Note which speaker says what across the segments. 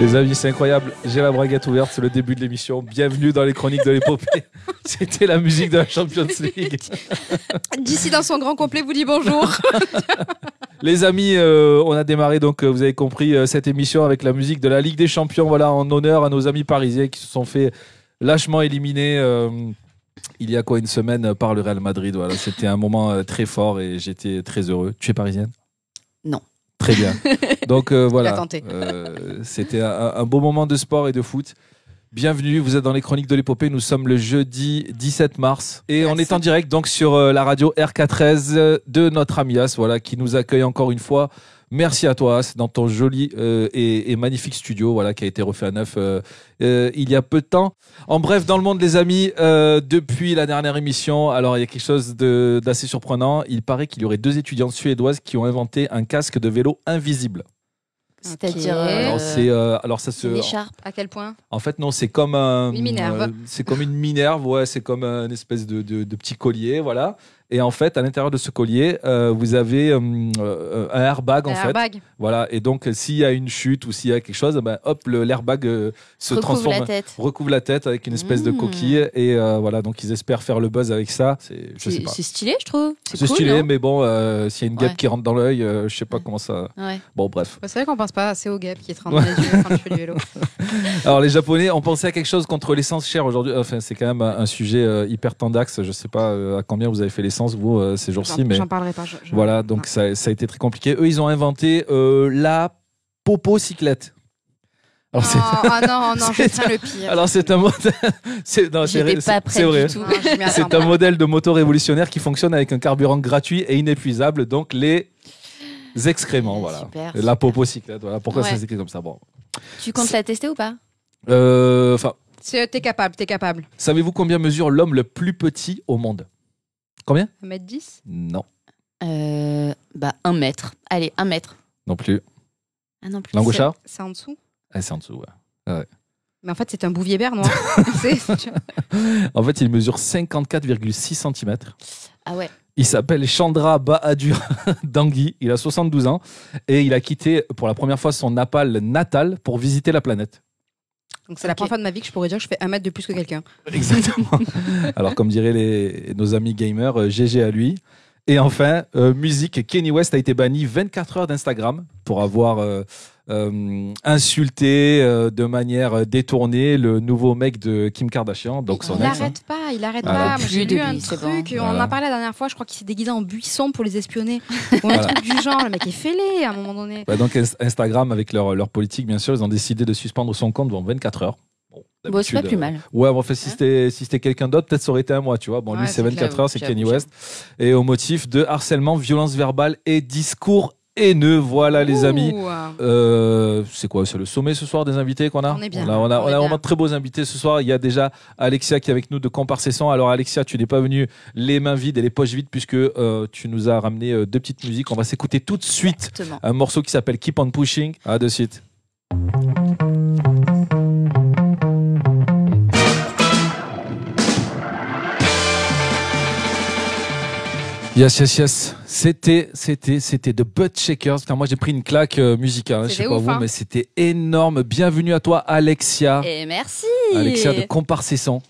Speaker 1: Les amis, c'est incroyable. J'ai la braguette ouverte, c'est le début de l'émission. Bienvenue dans les chroniques de l'épopée. C'était la musique de la Champions League.
Speaker 2: D'ici dans son grand complet vous dit bonjour.
Speaker 1: Les amis, euh, on a démarré, donc euh, vous avez compris, euh, cette émission avec la musique de la Ligue des Champions. Voilà, en honneur à nos amis parisiens qui se sont fait lâchement éliminés. euh, il y a quoi une semaine euh, par le Real Madrid, voilà, c'était un moment euh, très fort et j'étais très heureux. Tu es parisienne
Speaker 2: Non.
Speaker 1: Très bien. Donc euh, voilà,
Speaker 2: l'as tenté.
Speaker 1: euh, c'était un, un beau moment de sport et de foot. Bienvenue, vous êtes dans les chroniques de l'épopée, nous sommes le jeudi 17 mars et on
Speaker 2: Merci.
Speaker 1: est en direct donc sur euh, la radio RK13 euh, de notre ami As, voilà, qui nous accueille encore une fois. Merci à toi As, dans ton joli euh, et, et magnifique studio voilà, qui a été refait à neuf euh, euh, il y a peu de temps. En bref, dans le monde les amis, euh, depuis la dernière émission, alors il y a quelque chose de- d'assez surprenant, il paraît qu'il y aurait deux étudiantes suédoises qui ont inventé un casque de vélo invisible.
Speaker 3: C'est-à-dire.
Speaker 2: Ok.
Speaker 3: euh,
Speaker 1: Alors, c'est, euh, alors ça se...
Speaker 3: une écharpe.
Speaker 2: À quel point
Speaker 1: En fait, non, c'est comme un.
Speaker 2: Une Minerve.
Speaker 1: euh, c'est comme une minerve, ouais, c'est comme une espèce de, de- de petit collier, voilà. Et en fait, à l'intérieur de ce collier, euh, vous avez hum, euh, un airbag, en
Speaker 2: Un
Speaker 1: fait.
Speaker 2: airbag.
Speaker 1: Voilà. Et donc, s'il y a une chute ou s'il y a quelque chose, eh ben, hop, le- l'airbag euh, se
Speaker 3: recouvre
Speaker 1: transforme.
Speaker 3: la tête.
Speaker 1: recouvre la tête avec une espèce de
Speaker 3: Mmh.
Speaker 1: coquille. Et euh, voilà, donc ils espèrent faire le buzz avec ça. C'est, je sais
Speaker 3: C'est
Speaker 1: pas.
Speaker 3: c'est stylé, je trouve.
Speaker 1: C'est
Speaker 3: cool,
Speaker 1: stylé,
Speaker 2: hein.
Speaker 3: non
Speaker 1: mais bon, euh, s'il y a une guêpe
Speaker 3: Ouais.
Speaker 1: qui rentre dans l'œil, euh, je sais pas comment ça.
Speaker 3: Ouais.
Speaker 1: Bon, bref.
Speaker 2: Bah, c'est vrai qu'on pense pas assez au guêpes qui te rentrent dans les yeux quand tu fais du vélo.
Speaker 1: Alors les Japonais, on pensait à quelque chose contre l'essence chère aujourd'hui. Enfin, c'est quand même un un sujet euh, hyper tendax. Je sais pas euh, à combien vous avez fait l'essence vous euh, ces jours-ci,
Speaker 2: J'en
Speaker 1: mais
Speaker 2: j'en parlerai pas. je- Oh, je-
Speaker 1: voilà. Donc ça, ça a été très compliqué. Eux, ils ont inventé euh, la popocyclette.
Speaker 2: Non.
Speaker 1: Alors c'est
Speaker 2: ah non, non, je
Speaker 1: c'est-
Speaker 2: crains le pire.
Speaker 1: alors c'est un modèle. c'est non, c'est
Speaker 3: J'étais
Speaker 1: vrai,
Speaker 3: pas
Speaker 1: c'est-
Speaker 3: prête
Speaker 1: c'est vrai.
Speaker 3: du tout.
Speaker 2: Non, Ah, je m'y
Speaker 1: C'est
Speaker 2: attends
Speaker 1: un
Speaker 2: pas.
Speaker 1: modèle de moto révolutionnaire qui fonctionne avec un carburant gratuit et inépuisable, donc les excréments, voilà.
Speaker 3: Eh, Super,
Speaker 1: la
Speaker 3: super.
Speaker 1: popocyclette, voilà. Pourquoi
Speaker 3: Ouais.
Speaker 1: ça s'écrit comme ça Bon,
Speaker 3: Tu comptes la tester ou pas
Speaker 1: Euh, enfin,
Speaker 2: C'est- T'es capable, t'es capable.
Speaker 1: Savez-vous combien mesure l'homme le plus petit au monde Combien
Speaker 2: 1m10
Speaker 1: Non,
Speaker 3: euh, Bah, un mètre. Allez, un mètre.
Speaker 1: non plus.
Speaker 3: Ah non, plus.
Speaker 1: Langouchard
Speaker 2: C'est en dessous
Speaker 1: Ah, c'est en dessous, ouais.
Speaker 2: Mais en fait, c'est un bouvier-bert noir. C'est- tu-
Speaker 1: En fait, il mesure 54,6 cm.
Speaker 3: Ah ouais.
Speaker 1: Il s'appelle Chandra Bahadur Dangui. Il a 72 ans et il a quitté pour la première fois son Napal natal pour visiter la planète.
Speaker 2: Donc c'est la
Speaker 3: Ok.
Speaker 2: première fois de ma vie que je pourrais dire que je fais un mètre de plus que quelqu'un.
Speaker 1: Exactement. Alors, comme diraient les- nos amis gamers, euh, GG à lui. Et enfin, euh, musique, Kenny West a été banni 24 heures d'Instagram pour avoir euh, euh, insulté euh, de manière détournée le nouveau mec de Kim Kardashian, donc son
Speaker 2: il
Speaker 1: ex. hein.
Speaker 2: arrête pas, il arrête
Speaker 1: Voilà.
Speaker 2: pas. Moi,
Speaker 3: Plus
Speaker 2: J'ai
Speaker 3: de
Speaker 2: lu
Speaker 3: lui,
Speaker 2: un
Speaker 3: c'est
Speaker 2: truc,
Speaker 1: bon.
Speaker 2: on en
Speaker 1: Voilà.
Speaker 2: a parlé la dernière fois, je crois qu'il s'est déguisé en buisson pour les espionner. Ou un
Speaker 1: Voilà.
Speaker 2: truc du genre, le mec est fêlé à un moment donné.
Speaker 1: Bah, donc Inst- Instagram, avec leur, leur politique, bien sûr, ils ont décidé de suspendre son compte pendant 24 heures. Bon,
Speaker 3: Bon, c'est pas
Speaker 1: d'habitude,
Speaker 3: plus
Speaker 1: euh,
Speaker 3: mal.
Speaker 1: Ouais, bon, fait, si c'était si c'était quelqu'un d'autre, peut-être ça aurait été un mois, tu vois. Bon,
Speaker 2: Ouais,
Speaker 1: lui, c'est
Speaker 2: c'est
Speaker 1: 24
Speaker 3: clair,
Speaker 1: heures, c'est
Speaker 3: j'avoue,
Speaker 1: Kenny West. Et au motif de harcèlement, violence verbale et discours haineux. Voilà, les amis.
Speaker 2: Ouh, euh,
Speaker 1: Euh, c'est quoi C'est le sommet ce soir des invités qu'on a
Speaker 2: On est bien.
Speaker 1: On a, on a-
Speaker 2: On
Speaker 1: on a
Speaker 2: est
Speaker 1: vraiment
Speaker 2: bien.
Speaker 1: de très beaux invités ce soir. Il y a déjà Alexia qui est avec nous de Comparsessan. Alors, Alexia, tu n'es pas venue les mains vides et les poches vides puisque euh, tu nous as ramené euh, deux petites musiques. On va s'écouter tout de suite
Speaker 3: Exactement.
Speaker 1: un morceau qui s'appelle Keep on Pushing. À de suite. Yes, yes, yes. C'était, c'était, c'était The Butt Shakers. Car moi, j'ai pris une claque euh, musicale. hein, Je sais
Speaker 2: C'était
Speaker 1: pas
Speaker 2: ouf,
Speaker 1: vous,
Speaker 2: hein.
Speaker 1: mais c'était énorme. Bienvenue à toi, Alexia.
Speaker 3: Et merci
Speaker 1: Ah. Alexia de Comparsesson.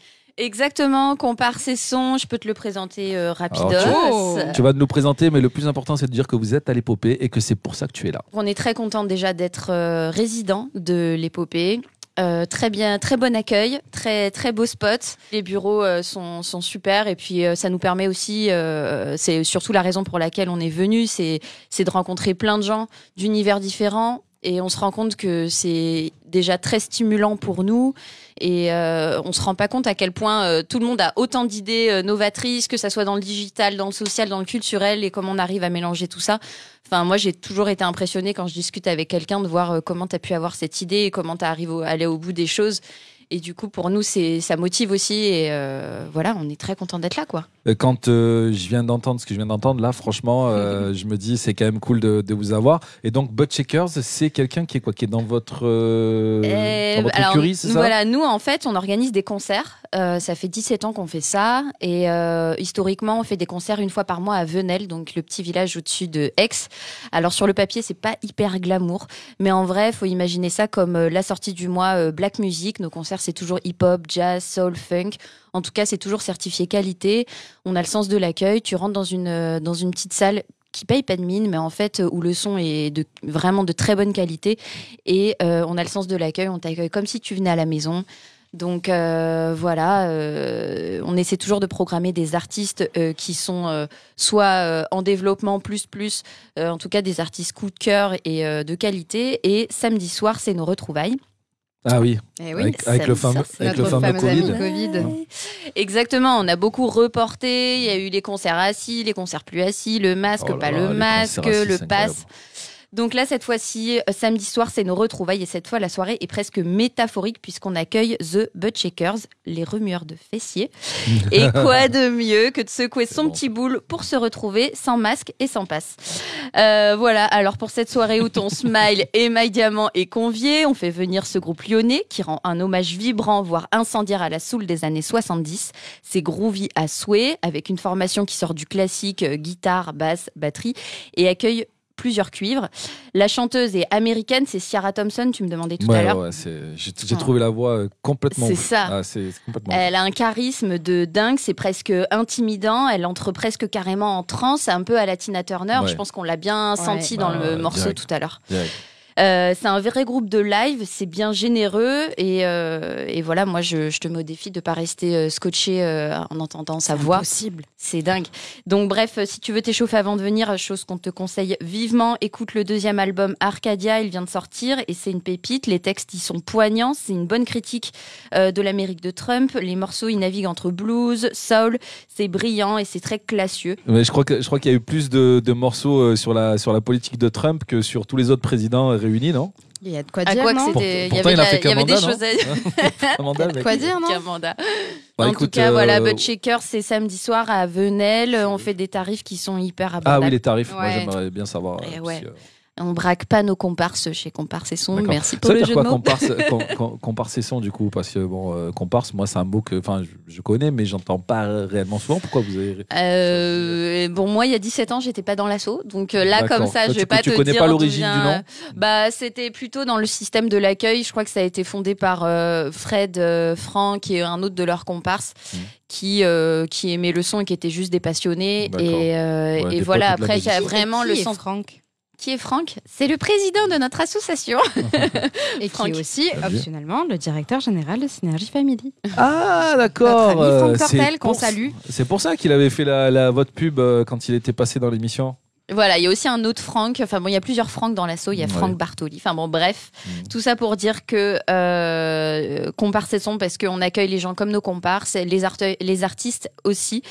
Speaker 3: Exactement, compare ses sons, je peux te le présenter euh, rapidos.
Speaker 2: Alors,
Speaker 1: Ah, Tu vas nous présenter, mais le plus important, c'est de dire que vous êtes à l'épopée et que c'est pour ça que tu es là.
Speaker 3: On est très content déjà d'être euh, résident de l'épopée. Euh, très bien, très bon accueil, très très beau spot. Les bureaux euh, sont, sont super et puis euh, ça nous permet aussi, euh, c'est surtout la raison pour laquelle on est venu, c'est c'est de rencontrer plein de gens d'univers différents et on se rend compte que c'est déjà très stimulant pour nous et euh, on se rend pas compte à quel point euh, tout le monde a autant d'idées euh, novatrices, que ça soit dans le digital, dans le social, dans le culturel et comment on arrive à mélanger tout ça. Enfin, moi, j'ai toujours été impressionnée quand je discute avec quelqu'un de voir euh, comment tu as pu avoir cette idée et comment tu arrives à aller au bout des choses. Et du coup, pour nous, c'est ça motive aussi. Et euh, voilà, on est très content d'être là, quoi.
Speaker 1: Euh, Quand euh, je viens d'entendre ce que je viens d'entendre, là, franchement, euh, je me dis, c'est quand même cool de, de vous avoir. Et donc, Butt Checkers, c'est quelqu'un qui est quoi Qui est dans votre, euh,
Speaker 3: Euh,
Speaker 1: dans votre
Speaker 3: alors,
Speaker 1: écurie, c'est
Speaker 3: nous,
Speaker 1: ça
Speaker 3: voilà, nous, en fait, on organise des concerts Euh, ça fait 17 ans qu'on fait ça. Et euh, historiquement, on fait des concerts une fois par mois à Venelle, donc le petit village au-dessus de Aix. Alors sur le papier, c'est pas hyper glamour, mais en vrai, faut imaginer ça comme euh, la sortie du mois euh, Black Music. Nos concerts, c'est toujours hip-hop, jazz, soul, funk. En tout cas, c'est toujours certifié qualité. On a le sens de l'accueil. Tu rentres dans une, euh, dans une petite salle qui paye pas de mine, mais en fait, euh, où le son est de, vraiment de très bonne qualité. Et euh, on a le sens de l'accueil. On t'accueille comme si tu venais à la maison. Donc euh, voilà, euh, on essaie toujours de programmer des artistes euh, qui sont euh, soit euh, en développement plus plus, euh, en tout cas des artistes coup de cœur et euh, de qualité. Et samedi soir, c'est nos retrouvailles.
Speaker 1: Ah oui.
Speaker 2: Eh oui,
Speaker 1: Avec- avec le
Speaker 3: samedi soir,
Speaker 1: fameux-
Speaker 3: c'est
Speaker 1: avec
Speaker 3: notre
Speaker 1: le fameux
Speaker 3: fameux ami
Speaker 1: Covid.
Speaker 2: Covid.
Speaker 3: Exactement, on a beaucoup reporté. Il y a eu les concerts assis, les concerts plus assis, le masque,
Speaker 1: Oh là
Speaker 3: pas
Speaker 1: là,
Speaker 3: le
Speaker 1: les
Speaker 3: masque,
Speaker 1: concerts assis,
Speaker 3: le
Speaker 1: c'est incroyable.
Speaker 3: pass. Donc là, cette fois-ci, euh, samedi soir, c'est nos retrouvailles et cette fois, la soirée est presque métaphorique puisqu'on accueille The Butt Shakers, les remueurs de fessiers. et quoi de mieux que de secouer
Speaker 1: C'est
Speaker 3: son
Speaker 1: bon.
Speaker 3: petit boule pour se retrouver sans masque et sans passe. Euh, voilà, alors pour cette soirée où ton smile et My Diamant est convié, on fait venir ce groupe lyonnais qui rend un hommage vibrant, voire incendiaire à la soul des années 70. C'est groovy à souhait, avec une formation qui sort du classique euh, guitare, basse, batterie, et accueille plusieurs cuivres. La chanteuse est américaine, c'est Ciara Thompson, tu me demandais tout à
Speaker 1: Ouais,
Speaker 3: l'heure. Ah.
Speaker 1: ouais, c'est- j'ai j'ai trouvé la voix euh, complètement.
Speaker 3: C'est
Speaker 1: ouf.
Speaker 3: ça.
Speaker 1: Ah, c'est c'est complètement. ouf.
Speaker 3: Elle a un charisme de dingue, c'est presque intimidant. Elle entre presque carrément en transe, un peu à la Tina Turner.
Speaker 1: Ouais.
Speaker 3: Je pense qu'on l'a bien senti dans
Speaker 1: Ah,
Speaker 3: le morceau
Speaker 1: direct.
Speaker 3: tout à l'heure.
Speaker 1: Direct.
Speaker 3: Euh, c'est un vrai groupe de live, c'est bien généreux et, euh, et voilà, moi je, je te mets au défi de pas rester euh, scotché euh, en entendant sa voix.
Speaker 4: Possible.
Speaker 3: C'est dingue. Donc bref, euh, si tu veux t'échauffer avant de venir, chose qu'on te conseille vivement, écoute le deuxième album Arcadia, il vient de sortir et c'est une pépite. Les textes ils sont poignants, c'est une bonne critique euh, de l'Amérique de Trump. Les morceaux ils naviguent entre blues, soul, c'est brillant et c'est très classieux.
Speaker 1: Mais je crois que je crois qu'il y a eu plus de, de morceaux euh, sur la sur la politique de Trump que sur tous les autres présidents euh, réunis, non
Speaker 2: Il y a de quoi
Speaker 3: À
Speaker 2: dire.
Speaker 3: quoi que
Speaker 2: non
Speaker 1: Pour-
Speaker 3: c'était, il y
Speaker 1: pourtant,
Speaker 3: avait,
Speaker 1: il a
Speaker 3: de la-
Speaker 1: fait
Speaker 3: il y avait
Speaker 1: Camanda,
Speaker 3: des
Speaker 1: non
Speaker 3: choses à dire.
Speaker 1: Amanda,
Speaker 2: De
Speaker 1: mec.
Speaker 2: quoi dire, non
Speaker 3: Camanda.
Speaker 1: Bah,
Speaker 3: en
Speaker 1: écoute,
Speaker 3: tout cas,
Speaker 1: euh,
Speaker 3: voilà, Bud Shaker, c'est samedi soir à Venelle. On
Speaker 1: oui.
Speaker 3: fait des tarifs qui sont hyper
Speaker 1: Ah
Speaker 3: abordables.
Speaker 1: oui, les tarifs. Moi,
Speaker 2: Ouais.
Speaker 1: j'aimerais bien savoir.
Speaker 3: bah, Eh
Speaker 1: euh,
Speaker 3: ouais.
Speaker 1: si, euh,
Speaker 3: On braque pas nos comparses chez Comparses et Son.
Speaker 1: D'accord.
Speaker 3: Merci pour
Speaker 1: Ça veut
Speaker 3: le
Speaker 1: dire
Speaker 3: jeu de
Speaker 1: quoi
Speaker 3: mots.
Speaker 1: comparse, com- com- comparsation du coup Parce que bon, euh, comparse, moi c'est un mot que enfin, je, je connais, mais j'entends pas réellement souvent. Pourquoi vous avez
Speaker 3: Euh, bon, moi, il y a 17 ans, j'étais pas dans l'assaut. Donc euh, là,
Speaker 1: D'accord.
Speaker 3: comme ça,
Speaker 1: Toi,
Speaker 3: je
Speaker 1: tu-
Speaker 3: vais pas
Speaker 1: tu
Speaker 3: te
Speaker 1: connais
Speaker 3: dire
Speaker 1: pas
Speaker 3: d'où
Speaker 1: l'origine
Speaker 3: vient,
Speaker 1: du nom
Speaker 3: euh, Bah, c'était plutôt dans le système de l'accueil. Je crois que ça a été fondé par euh, Fred euh, Franck et un autre de leurs comparses
Speaker 1: Mm.
Speaker 3: qui euh, qui aimaient le son et qui étaient juste des passionnés.
Speaker 1: D'accord.
Speaker 3: Et, euh,
Speaker 1: Ouais,
Speaker 3: et
Speaker 1: des
Speaker 3: voilà,
Speaker 1: potes de la
Speaker 3: après, il y a
Speaker 1: musique.
Speaker 3: vraiment
Speaker 2: Qui
Speaker 3: le
Speaker 2: est
Speaker 3: sens.
Speaker 2: Franck
Speaker 3: Qui est Franck C'est le président de notre association.
Speaker 2: et
Speaker 3: Franck.
Speaker 2: qui est aussi
Speaker 1: T'as vu
Speaker 2: optionnellement le directeur général de Synergie Family.
Speaker 1: Ah
Speaker 2: Notre ami Franck
Speaker 1: euh, c'est
Speaker 2: Tortel, qu'on
Speaker 1: pour-
Speaker 2: salue.
Speaker 1: C'est pour ça qu'il avait fait la, la votre pub euh, quand il était passé dans l'émission.
Speaker 3: Voilà, il y a aussi un autre Franck. Enfin bon, il y a plusieurs Franck dans l'assaut. Il y a
Speaker 1: Ouais.
Speaker 3: Franck Bartoli. Enfin bon, bref,
Speaker 1: Mhm.
Speaker 3: tout ça pour dire que euh, comparses et son parce qu'on accueille les gens comme nos comparses, les, arte- les artistes aussi.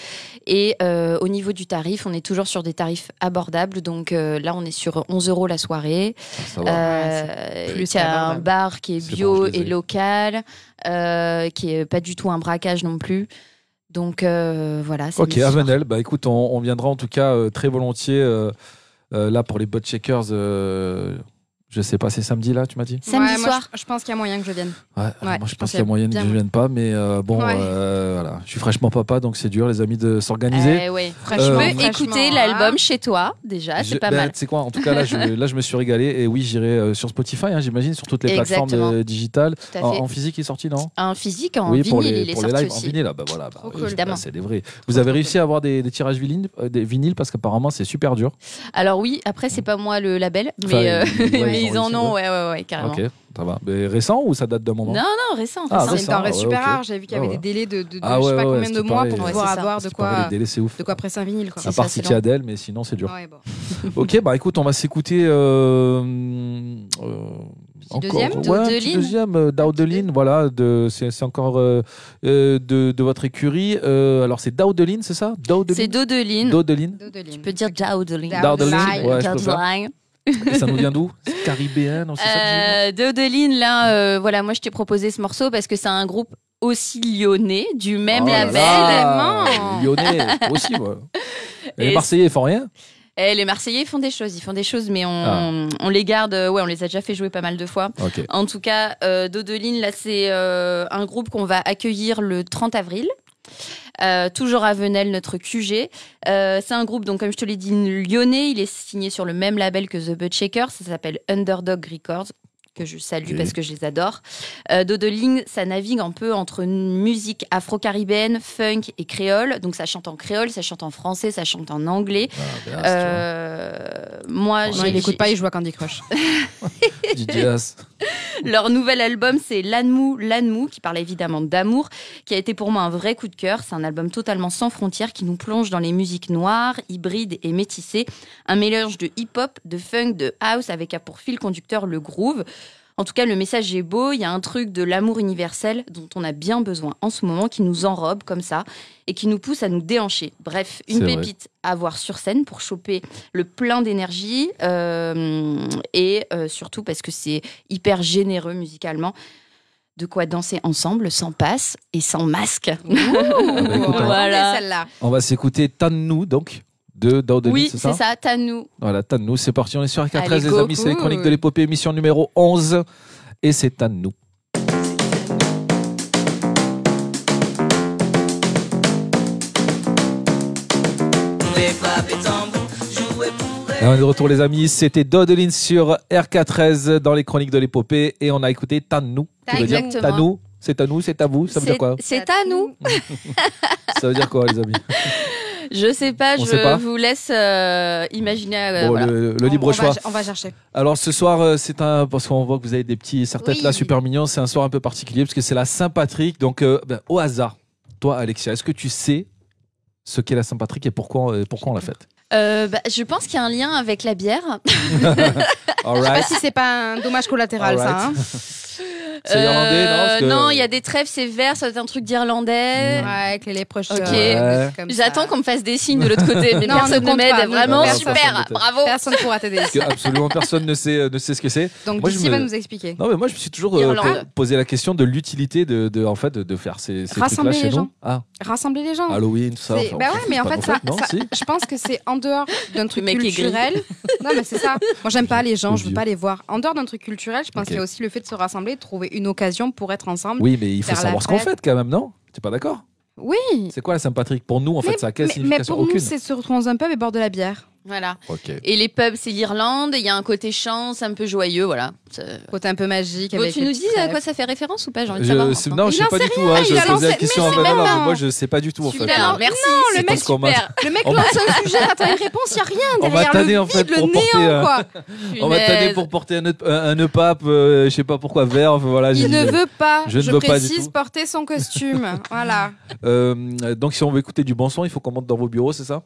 Speaker 3: Et euh, au niveau du tarif, on est toujours sur des tarifs abordables. Donc euh, là, on est sur 11 euros la soirée.
Speaker 1: Ah, Ça va.
Speaker 3: Euh,
Speaker 2: c'est plus
Speaker 3: Il y a un
Speaker 2: abordable.
Speaker 3: bar qui est
Speaker 1: C'est
Speaker 3: bio
Speaker 1: bon, je les ai.
Speaker 3: et local, euh, qui est pas du tout un braquage non plus. Donc euh, voilà. c'est
Speaker 1: Ok,
Speaker 3: mes-
Speaker 1: Avenel, bah écoute, on, on viendra en tout cas euh, très volontiers euh, euh, là pour les butt checkers. euh, je sais pas, c'est samedi là, tu m'as dit
Speaker 3: Samedi
Speaker 2: Ouais, moi,
Speaker 3: soir.
Speaker 2: je, je pense qu'il y a moyen que je vienne.
Speaker 1: Ouais,
Speaker 2: Ouais,
Speaker 1: moi je
Speaker 2: je pense
Speaker 1: pense qu'il y a moyen que
Speaker 2: bien
Speaker 1: je vienne pas, mais euh, bon,
Speaker 2: Ouais.
Speaker 1: euh, voilà. Je suis fraîchement papa, donc c'est dur, les amis, de s'organiser.
Speaker 3: Eh ouais. hein.
Speaker 1: Euh,
Speaker 2: Franchement,
Speaker 3: Tu peux écouter l'album chez toi, déjà,
Speaker 1: Je-
Speaker 3: c'est pas
Speaker 1: bah,
Speaker 3: mal.
Speaker 1: Tu sais quoi, en tout cas, là je, là, je me suis régalé. Et oui, j'irai euh, sur Spotify, hein, j'imagine, sur toutes les
Speaker 3: Exactement.
Speaker 1: plateformes euh, digitales.
Speaker 3: Tout à
Speaker 1: En,
Speaker 3: fait.
Speaker 1: en physique, il est sorti, non
Speaker 3: Un physique en
Speaker 1: Oui,
Speaker 3: vinyle,
Speaker 1: pour les,
Speaker 3: il est
Speaker 1: pour les
Speaker 3: sorti
Speaker 1: lives en
Speaker 3: aussi.
Speaker 1: vinyle. ah, bah, voilà, bah,
Speaker 2: Trop
Speaker 1: oui,
Speaker 2: cool.
Speaker 1: bah,
Speaker 3: Évidemment.
Speaker 1: c'est des vrais. Vous avez
Speaker 3: trop
Speaker 1: réussi à avoir des, des tirages vinyles, euh, des vinyles parce qu'apparemment, c'est super dur.
Speaker 3: Alors oui, après, c'est pas moi le label, mais,
Speaker 1: Enfin,
Speaker 3: euh,
Speaker 1: ils- ouais,
Speaker 3: mais
Speaker 1: ils
Speaker 3: ils
Speaker 1: ont
Speaker 3: en
Speaker 1: réussi,
Speaker 3: ont, ouais, ouais, ouais, carrément.
Speaker 1: Ok, ça va. Mais récent ou ça date d'un
Speaker 3: Non,
Speaker 1: moment
Speaker 3: non, récent.
Speaker 1: Ah,
Speaker 3: récent.
Speaker 2: c'est une
Speaker 1: récent,
Speaker 2: denrée
Speaker 1: ouais,
Speaker 2: super
Speaker 1: ok.
Speaker 2: rare. J'avais vu qu'il y
Speaker 1: Ah
Speaker 2: avait
Speaker 1: ouais.
Speaker 2: des délais de, de, de
Speaker 1: Ah ouais,
Speaker 2: je sais pas
Speaker 1: ouais,
Speaker 2: combien
Speaker 1: ouais,
Speaker 2: de
Speaker 1: c'est
Speaker 2: mois
Speaker 1: pareil,
Speaker 2: pour
Speaker 1: ouais,
Speaker 2: pouvoir
Speaker 3: c'est ça.
Speaker 2: avoir de
Speaker 1: euh, C'est pareil,
Speaker 2: quoi,
Speaker 1: Les délais, c'est ouf.
Speaker 2: de quoi presser un vinyle. Quoi.
Speaker 1: À
Speaker 3: C'est ça,
Speaker 1: part
Speaker 3: c'est
Speaker 1: si tu
Speaker 3: long.
Speaker 1: Adèle, mais sinon, c'est dur.
Speaker 2: Ouais, bon.
Speaker 1: Ok, bah écoute, on va s'écouter euh, euh,
Speaker 2: deuxième,
Speaker 1: ouais,
Speaker 3: Dow
Speaker 1: un
Speaker 3: de
Speaker 1: petit
Speaker 3: Lynn.
Speaker 1: deuxième euh, Dow de Lynn, voilà, de, c'est, c'est encore euh, euh, de, de votre écurie. Euh, alors c'est Dow de Lynn, c'est ça Dow de
Speaker 3: C'est
Speaker 1: Lynn
Speaker 3: Dodeline.
Speaker 1: Dow de Lynn.
Speaker 2: Dodeline.
Speaker 3: Je peux dire Dowdeline.
Speaker 2: Dow de Lynn,
Speaker 1: ouais, je peux faire.
Speaker 3: Dodeline.
Speaker 1: Et ça nous vient d'où C'est Caribéen, non, c'est ça que j'ai dit
Speaker 3: Euh, Dodeline, là, euh, voilà, moi, je t'ai proposé ce morceau parce que c'est un groupe aussi lyonnais, du même
Speaker 1: Oh là
Speaker 3: label.
Speaker 1: là, Lyonnais aussi, moi. Et, les
Speaker 3: Et-
Speaker 1: Marseillais, ils font rien
Speaker 3: Eh, les Marseillais font des choses, ils font des choses, mais on,
Speaker 1: Ah.
Speaker 3: on, on les garde. euh, Ouais, on les a déjà fait jouer pas mal de fois.
Speaker 1: Ok.
Speaker 3: En tout cas, euh, Dodeline, là, c'est euh, un groupe qu'on va accueillir le 30 avril. Euh, toujours à Venelle, notre QG. Euh, c'est un groupe, donc comme je te l'ai dit, lyonnais. Il est signé sur le même label que The Butt Shaker. Ça s'appelle Underdog Records, que je salue
Speaker 1: Ok.
Speaker 3: parce que je les adore. Euh, Dodeline, ça navigue un peu entre une musique afro-caribéenne, funk et créole. Donc ça chante en créole, ça chante en français, ça chante en anglais.
Speaker 1: Ah, Béas,
Speaker 3: Euh, moi,
Speaker 2: Non,
Speaker 3: j'ai-
Speaker 2: il écoute pas, il joue à Candy Crush.
Speaker 1: tu vois. Du Diaz.
Speaker 3: Leur nouvel album, c'est Lanmou, Lanmou, qui parle évidemment d'amour, qui a été pour moi un vrai coup de cœur. C'est un album totalement sans frontières qui nous plonge dans les musiques noires, hybrides et métissées. Un mélange de hip-hop, de funk, de house, avec à pour fil conducteur le groove. En tout cas, le message est beau. Il y a un truc de l'amour universel dont on a bien besoin en ce moment, qui nous enrobe comme ça et qui nous pousse à nous déhancher. Bref, une
Speaker 1: C'est vrai.
Speaker 3: pépite à voir sur scène pour choper le plein d'énergie euh, et euh, surtout parce que c'est hyper généreux musicalement. De quoi danser ensemble, sans passe et sans masque.
Speaker 1: bah, écoute, on-
Speaker 2: On
Speaker 3: Voilà.
Speaker 2: est celle-là.
Speaker 1: On va s'écouter Tannou, donc, de Daudeli,
Speaker 3: oui,
Speaker 1: c'est ça
Speaker 3: Tanou.
Speaker 1: Voilà, Tannou, c'est parti, on est sur
Speaker 3: Allez,
Speaker 1: R13, les
Speaker 3: go,
Speaker 1: amis, c'est les
Speaker 2: cool.
Speaker 1: chroniques de l'épopée, émission numéro 11, et c'est Tannou. Et on est de retour les amis, c'était Dodeline sur RK13 dans les chroniques de l'épopée et on a écouté Tannou. qui veut dire
Speaker 3: Exactement.
Speaker 1: Tannou, c'est à nous, c'est à vous, ça veut
Speaker 3: C'est-
Speaker 1: dire quoi
Speaker 3: C'est à nous.
Speaker 1: Ça veut dire quoi les amis
Speaker 3: Je sais pas,
Speaker 1: On
Speaker 3: je
Speaker 1: sait pas.
Speaker 3: vous laisse euh, imaginer. euh,
Speaker 1: Bon,
Speaker 3: voilà.
Speaker 1: le, le
Speaker 2: On-
Speaker 1: libre
Speaker 2: on
Speaker 1: choix.
Speaker 2: Va, on va chercher.
Speaker 1: Alors ce soir, euh, c'est un parce qu'on voit que vous avez des petits serre-têtes
Speaker 2: Oui.
Speaker 1: là super mignons. C'est un soir un peu particulier parce que c'est la Saint-Patrick. Donc euh, ben, au hasard, toi Alexia, est-ce que tu sais ce qu'est la Saint-Patrick et pourquoi euh, pourquoi on la fête
Speaker 3: Euh, bah, je pense qu'il y a un lien avec la bière.
Speaker 1: All
Speaker 2: Je sais
Speaker 1: right.
Speaker 2: pas si c'est pas un dommage collatéral, ça. hein.
Speaker 1: Alright. C'est irlandais, non Parce que-
Speaker 3: Euh, non, il y a des trèfles, c'est vert, ça doit être un truc d'irlandais.
Speaker 1: Mm.
Speaker 2: Ouais, avec les lèvres
Speaker 3: Ok.
Speaker 2: jaunes, comme ça.
Speaker 3: J'attends qu'on me fasse des signes de l'autre côté, mais
Speaker 2: Non,
Speaker 3: personne
Speaker 2: ne
Speaker 3: ne
Speaker 2: compte
Speaker 3: m'aide.
Speaker 2: pas, nous,
Speaker 3: Vraiment
Speaker 2: personne
Speaker 1: ne
Speaker 3: super,
Speaker 1: t'aide.
Speaker 3: bravo.
Speaker 2: Personne pourra t'aider.
Speaker 1: Parce que absolument personne ne sait euh, ne sait ce que c'est.
Speaker 2: Donc,
Speaker 1: Moi, je
Speaker 2: Lucie
Speaker 1: me-
Speaker 2: va nous expliquer.
Speaker 1: Non mais moi je me suis toujours euh,
Speaker 3: Irlande.
Speaker 1: po- posé la question de l'utilité de, de- en fait de, de faire ces, ces trucs là
Speaker 2: Rassembler
Speaker 1: chez
Speaker 2: les
Speaker 1: nous.
Speaker 2: gens.
Speaker 1: Ah
Speaker 2: Rassembler les gens.
Speaker 1: Halloween tout ça.
Speaker 2: C'est-
Speaker 1: enfin,
Speaker 2: bah
Speaker 1: on
Speaker 2: ouais,
Speaker 1: s'en
Speaker 2: mais
Speaker 1: fout
Speaker 2: en fait,
Speaker 1: pas non
Speaker 2: ça,
Speaker 1: plus. non
Speaker 2: ça-
Speaker 1: si.
Speaker 2: je pense que c'est en dehors d'un truc
Speaker 3: mec est gris.
Speaker 2: culturel. Non, mais c'est ça. Moi, j'aime pas les gens, je veux
Speaker 1: Vieux.
Speaker 2: pas les voir. En dehors d'un truc culturel, je pense
Speaker 1: Ok.
Speaker 2: qu'il y a aussi le fait de se rassembler, de trouver une occasion pour être ensemble.
Speaker 1: Oui mais il faut
Speaker 2: Faire la
Speaker 1: savoir ce qu'on
Speaker 2: fête.
Speaker 1: fête quand même non T'es pas d'accord
Speaker 2: Oui.
Speaker 1: C'est quoi la Saint-Patrick pour nous en fait ça a quelle
Speaker 2: Mais, mais
Speaker 1: signification
Speaker 2: pour nous,
Speaker 1: aucune
Speaker 2: c'est se retrouver dans un pub et boire de la bière.
Speaker 3: Voilà.
Speaker 1: Ok.
Speaker 3: Et les pubs, c'est l'Irlande. Il y a un côté chance, un peu joyeux, voilà. C'est-
Speaker 2: Côté un peu magique.
Speaker 3: Bon,
Speaker 2: avec
Speaker 3: tu
Speaker 2: les
Speaker 3: nous
Speaker 2: petites
Speaker 3: dis à
Speaker 2: trèfles.
Speaker 3: quoi ça fait référence ou pas J'ai envie de
Speaker 1: Je-
Speaker 3: savoir.
Speaker 1: c'est-
Speaker 3: maintenant.
Speaker 1: non, je
Speaker 2: Il
Speaker 1: sais
Speaker 2: en
Speaker 1: pas
Speaker 2: sait
Speaker 1: du tout. hein,
Speaker 2: il a
Speaker 1: je posais
Speaker 2: lancé-
Speaker 1: la
Speaker 2: mais
Speaker 1: question
Speaker 2: c'est
Speaker 1: avant. Non,
Speaker 2: même
Speaker 1: non,
Speaker 2: pas.
Speaker 1: mais moi, je sais pas du tout. En fait.
Speaker 3: Super,
Speaker 2: alors,
Speaker 3: merci.
Speaker 2: le
Speaker 1: C'est
Speaker 2: mec
Speaker 1: parce qu'on m'a-
Speaker 3: super.
Speaker 2: Le mec
Speaker 1: On
Speaker 2: lance un sujet, t'as une réponse, il a rien
Speaker 1: On va
Speaker 2: derrière
Speaker 1: tanner,
Speaker 2: le
Speaker 1: en fait,
Speaker 2: vide, le
Speaker 1: pour porter,
Speaker 2: néant,
Speaker 1: euh,
Speaker 2: quoi.
Speaker 1: On va tanner pour porter un nœud- un un nœud pape, euh, je sais pas pourquoi vert. enfin, Voilà. j'ai-
Speaker 2: Il ne veut pas,
Speaker 1: Je
Speaker 2: je,
Speaker 1: ne veux pas du
Speaker 2: précise,
Speaker 1: tout.
Speaker 2: porter son costume. voilà.
Speaker 1: Euh, donc si on veut écouter du bon son, il faut qu'on monte dans vos bureaux, c'est ça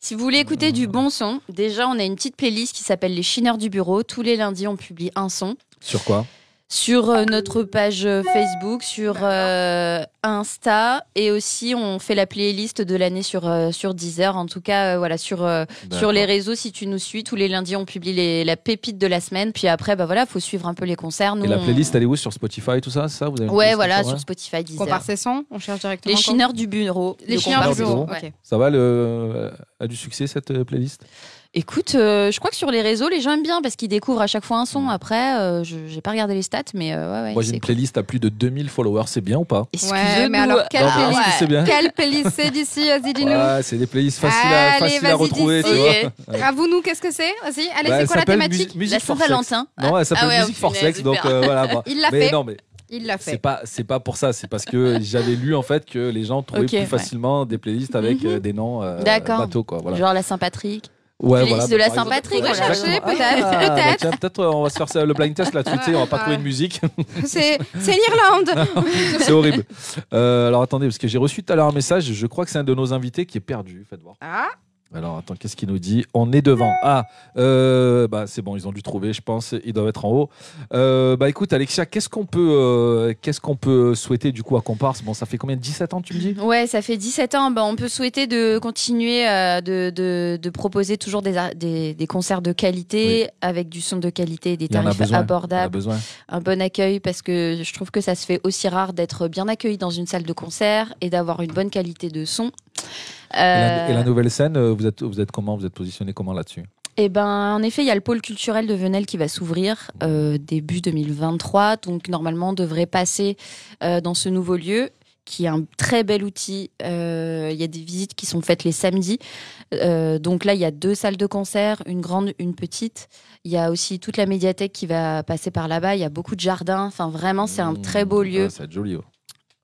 Speaker 3: Si vous voulez écouter du bon son, déjà on a une petite playlist qui s'appelle Les Chineurs du Bureau. Tous les lundis, on publie un son.
Speaker 1: Sur quoi
Speaker 3: Sur euh, notre page euh, Facebook, sur euh, Insta, et aussi on fait la playlist de l'année sur, euh, sur Deezer. En tout cas, euh, voilà, sur, euh, sur les réseaux, si tu nous suis, tous les lundis, on publie les- la pépite de la semaine. Puis après, bah voilà, faut suivre un peu les concerts. Nous,
Speaker 1: Et la
Speaker 3: on-
Speaker 1: playlist, elle est où Sur Spotify, tout ça, c'est ça Vous avez une
Speaker 3: Ouais,
Speaker 1: playlist
Speaker 3: voilà,
Speaker 1: comme ça,
Speaker 3: sur
Speaker 1: ouais
Speaker 3: Spotify,
Speaker 2: On
Speaker 3: Deezer.
Speaker 2: part ses sons, on cherche directement.
Speaker 3: Les
Speaker 2: quand-
Speaker 3: chineurs du bureau.
Speaker 2: Les
Speaker 3: de
Speaker 2: chineurs du
Speaker 3: Comparse.
Speaker 2: bureau.
Speaker 3: Ouais.
Speaker 2: ok.
Speaker 1: Ça va, le... euh, a du succès cette euh, playlist
Speaker 3: Écoute, euh, je crois que sur les réseaux, les gens aiment bien parce qu'ils découvrent à chaque fois un son. Après, euh, je j'ai pas regardé les stats, mais euh, ouais, ouais.
Speaker 1: Mm. Moi,
Speaker 3: c'est
Speaker 1: j'ai une
Speaker 3: cool.
Speaker 1: playlist à plus de 2000 followers, c'est bien ou pas
Speaker 2: Ouais,
Speaker 3: Excusez-nous.
Speaker 2: mais alors, quelle
Speaker 1: Non, mais
Speaker 2: playlist
Speaker 1: est-ce que c'est bien
Speaker 2: Quelle playlist c'est d'ici, vas-y, dis-nous.
Speaker 1: Ouais, c'est des playlists faciles à,
Speaker 2: Allez,
Speaker 1: faciles à
Speaker 2: vas-y,
Speaker 1: retrouver,
Speaker 2: dis-
Speaker 1: tu vois.
Speaker 3: Ok.
Speaker 2: Avoue-nous, qu'est-ce que c'est Vas-y, allez,
Speaker 1: Bah,
Speaker 2: c'est
Speaker 1: elle
Speaker 2: quoi la
Speaker 1: s'appelle
Speaker 2: thématique
Speaker 1: Musi- Musique
Speaker 3: La
Speaker 1: for Sex.
Speaker 3: Saint-Valentin.
Speaker 1: Non, elle s'appelle
Speaker 3: Ah ouais,
Speaker 1: Musique for
Speaker 3: punaise,
Speaker 1: Sex, donc
Speaker 3: super.
Speaker 1: euh, voilà. bon.
Speaker 2: Il l'a
Speaker 1: mais
Speaker 2: fait.
Speaker 1: non, mais
Speaker 2: Il l'a
Speaker 1: c'est
Speaker 2: fait.
Speaker 1: pas, c'est pas pour ça, c'est parce que j'avais lu en fait que les gens trouvaient
Speaker 3: Ok,
Speaker 1: plus
Speaker 3: ouais. Mhm.
Speaker 1: facilement des playlists avec euh, des noms euh,
Speaker 3: D'accord.
Speaker 1: bateaux, quoi. Voilà.
Speaker 3: Genre la Saint-Patrick.
Speaker 1: Ouais,
Speaker 3: Playlist de la
Speaker 1: par exemple.
Speaker 3: Saint-Patrick,
Speaker 1: Ouais,
Speaker 3: on l'a
Speaker 1: exactement.
Speaker 2: cherché, peut-être,
Speaker 1: Ah, bah,
Speaker 2: peut-être.
Speaker 1: tiens, peut-être euh, on va se faire ça, le blind test là, tout de suite, on va pas
Speaker 2: Ouais.
Speaker 1: trouver de musique,
Speaker 2: C'est c'est l'Irlande.
Speaker 1: c'est horrible. Euh, alors attendez, parce que j'ai reçu tout à l'heure un message, je crois que c'est un de nos invités qui est perdu, faites voir.
Speaker 2: Ah,
Speaker 1: Alors attends, qu'est-ce qu'il nous dit On est devant. Ah, euh, bah c'est bon, ils ont dû trouver, je pense, ils doivent être en haut. Euh, bah écoute, Alexia, qu'est-ce qu'on peut, euh, qu'est-ce qu'on peut souhaiter du coup à Comparse Bon, ça fait combien 17 ans, tu me dis
Speaker 3: Ouais, ça fait 17 ans. Bah, on peut souhaiter de continuer euh, de, de- de proposer toujours des, ar- des, des concerts de qualité avec du son de qualité et des
Speaker 1: Il y en a
Speaker 3: tarifs
Speaker 1: besoin. On a
Speaker 3: abordables.
Speaker 1: besoin.
Speaker 3: Un bon accueil parce que je trouve que ça se fait aussi rare d'être bien accueilli dans une salle de concert et d'avoir une bonne qualité de son.
Speaker 1: Et la,
Speaker 3: Euh,
Speaker 1: et la nouvelle scène, euh, vous êtes, vous êtes comment Vous êtes positionné comment là-dessus
Speaker 3: Eh ben, en effet, il y a le pôle culturel de Venelle qui va s'ouvrir euh, début 2023, donc normalement on devrait passer euh, dans ce nouveau lieu qui est un très bel outil. Euh, Il y a des visites qui sont faites les samedis. Euh, donc là, il y a deux salles de concert, une grande, une petite. Il y a aussi toute la médiathèque qui va passer par là-bas. Il y a beaucoup de jardins. Enfin, vraiment, c'est un très beau
Speaker 1: Mmh,
Speaker 3: lieu
Speaker 1: ah, ça va être joli. ouais.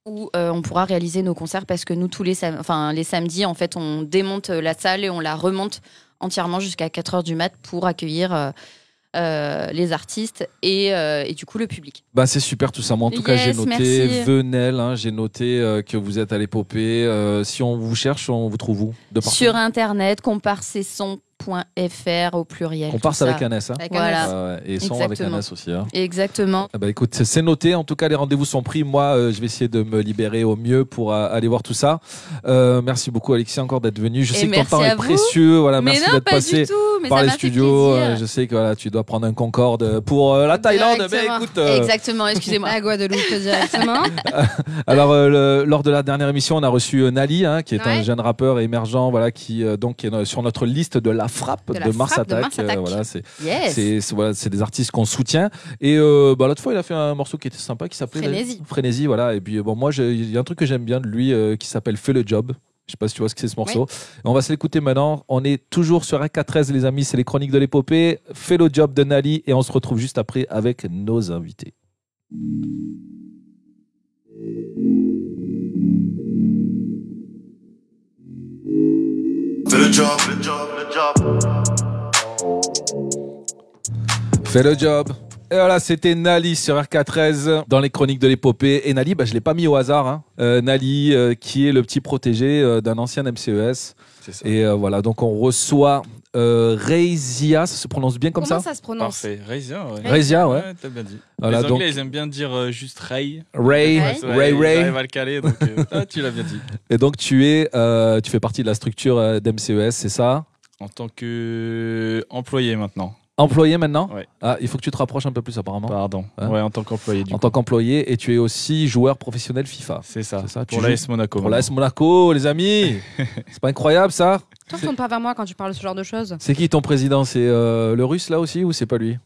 Speaker 3: où euh, on pourra réaliser nos concerts parce que nous tous les, sam- enfin, les samedis en fait on démonte euh, la salle et on la remonte entièrement jusqu'à 4h du mat pour accueillir euh, euh, les artistes et, euh, et du coup le public.
Speaker 1: Bah, c'est super tout ça. Moi, en tout cas, j'ai
Speaker 3: Yes,
Speaker 1: noté
Speaker 3: merci.
Speaker 1: Venelle, hein, j'ai noté euh, que vous êtes à l'épopée. Euh, si on vous cherche, on vous trouve où De partout.
Speaker 3: Sur internet comparsesons.fr au pluriel.
Speaker 1: On
Speaker 3: tout
Speaker 1: part
Speaker 3: ça.
Speaker 1: avec un S. hein.
Speaker 2: Avec un
Speaker 3: Voilà.
Speaker 2: S.
Speaker 1: Ah ouais, et son avec un
Speaker 3: Exactement.
Speaker 1: S aussi. hein.
Speaker 3: Exactement.
Speaker 1: Ah bah écoute, c'est- c'est noté. En tout cas, les rendez-vous sont pris. Moi, euh, je vais essayer de me libérer au mieux pour euh, aller voir tout ça. Euh, merci beaucoup, Alexis, encore d'être venu. Je
Speaker 3: Et
Speaker 1: sais que ton
Speaker 3: merci
Speaker 1: temps
Speaker 3: à
Speaker 1: est
Speaker 3: vous.
Speaker 1: précieux. Voilà,
Speaker 3: mais
Speaker 1: merci
Speaker 3: non,
Speaker 1: d'être
Speaker 3: pas du
Speaker 1: passé
Speaker 3: tout. Mais
Speaker 1: par
Speaker 3: ça
Speaker 1: les
Speaker 3: m'a fait
Speaker 1: studios.
Speaker 3: plaisir.
Speaker 1: Euh, je sais que voilà, tu dois prendre un Concorde pour euh, la Thaïlande. Mais
Speaker 2: Directement.
Speaker 1: écoute, euh,
Speaker 3: Exactement, excusez-moi.
Speaker 2: À Guadeloupe directement.
Speaker 1: alors euh, le- lors de la dernière émission, on a reçu euh, Nali, hein, qui est un
Speaker 2: Ouais.
Speaker 1: jeune rappeur émergent, voilà, qui euh, donc qui est euh, sur notre liste de la frappe
Speaker 2: De
Speaker 1: de,
Speaker 2: la
Speaker 1: Mars
Speaker 2: frappe de
Speaker 1: Attack. euh,
Speaker 2: Mars Attack.
Speaker 1: voilà, c'est
Speaker 3: Yes.
Speaker 1: c'est c'est- voilà, c'est des artistes qu'on soutient. Et euh, bah, l'autre fois, il a fait un morceau qui était sympa, qui s'appelait
Speaker 3: Frénésie.
Speaker 1: Frénésie, voilà. Et puis euh, bon, moi, j'ai- il y a un truc que j'aime bien de lui, euh, qui s'appelle Fais le job. Je sais pas si tu vois ce que c'est ce morceau. Et On va se l'écouter maintenant. On est toujours sur AK13, les amis. C'est les chroniques de l'épopée. Fais le job de Nali. Et on se retrouve juste après avec nos invités.
Speaker 4: Fais le job, le job, le job.
Speaker 1: Fais le job. Et voilà, c'était Nali sur RK13 dans les chroniques de l'épopée. Et Nali, bah, je l'ai pas mis au hasard. hein. Euh, Nali, euh, qui est le petit protégé euh, d'un ancien MCES.
Speaker 5: C'est ça.
Speaker 1: Et euh, voilà, donc on reçoit euh, Reizia, ça se prononce bien comme
Speaker 2: Comment
Speaker 1: ça,
Speaker 2: ça se prononce
Speaker 5: Parfait. Raisien, ouais.
Speaker 1: Reizia, ouais.
Speaker 5: t'as bien dit.
Speaker 1: Voilà,
Speaker 5: les
Speaker 1: donc
Speaker 5: Anglais, ils aiment bien dire euh, juste Ray.
Speaker 1: Ray,
Speaker 2: Ouais.
Speaker 1: Ray,
Speaker 5: Ils
Speaker 1: Ray.
Speaker 5: arrivent à le caler, donc euh, ah, tu l'as bien dit.
Speaker 1: Et donc tu es, euh, tu fais partie de la structure euh, d'MCES, c'est ça
Speaker 5: En tant que euh, employé maintenant.
Speaker 1: Employé maintenant
Speaker 5: Ouais.
Speaker 1: Ah, il faut que tu te rapproches un peu plus apparemment.
Speaker 5: Pardon.
Speaker 1: Hein
Speaker 5: ouais, en tant qu'employé du
Speaker 1: en
Speaker 5: coup.
Speaker 1: tant qu'employé, et tu es aussi joueur professionnel FIFA.
Speaker 5: C'est ça.
Speaker 1: C'est ça, tu
Speaker 5: Pour
Speaker 1: joues-
Speaker 5: l'AS Monaco.
Speaker 1: Pour l'AS Monaco, les amis, c'est pas incroyable ça
Speaker 2: Tu ne pas vers moi quand tu parles de ce genre de choses.
Speaker 1: C'est qui ton président C'est euh, le russe là aussi ou c'est pas lui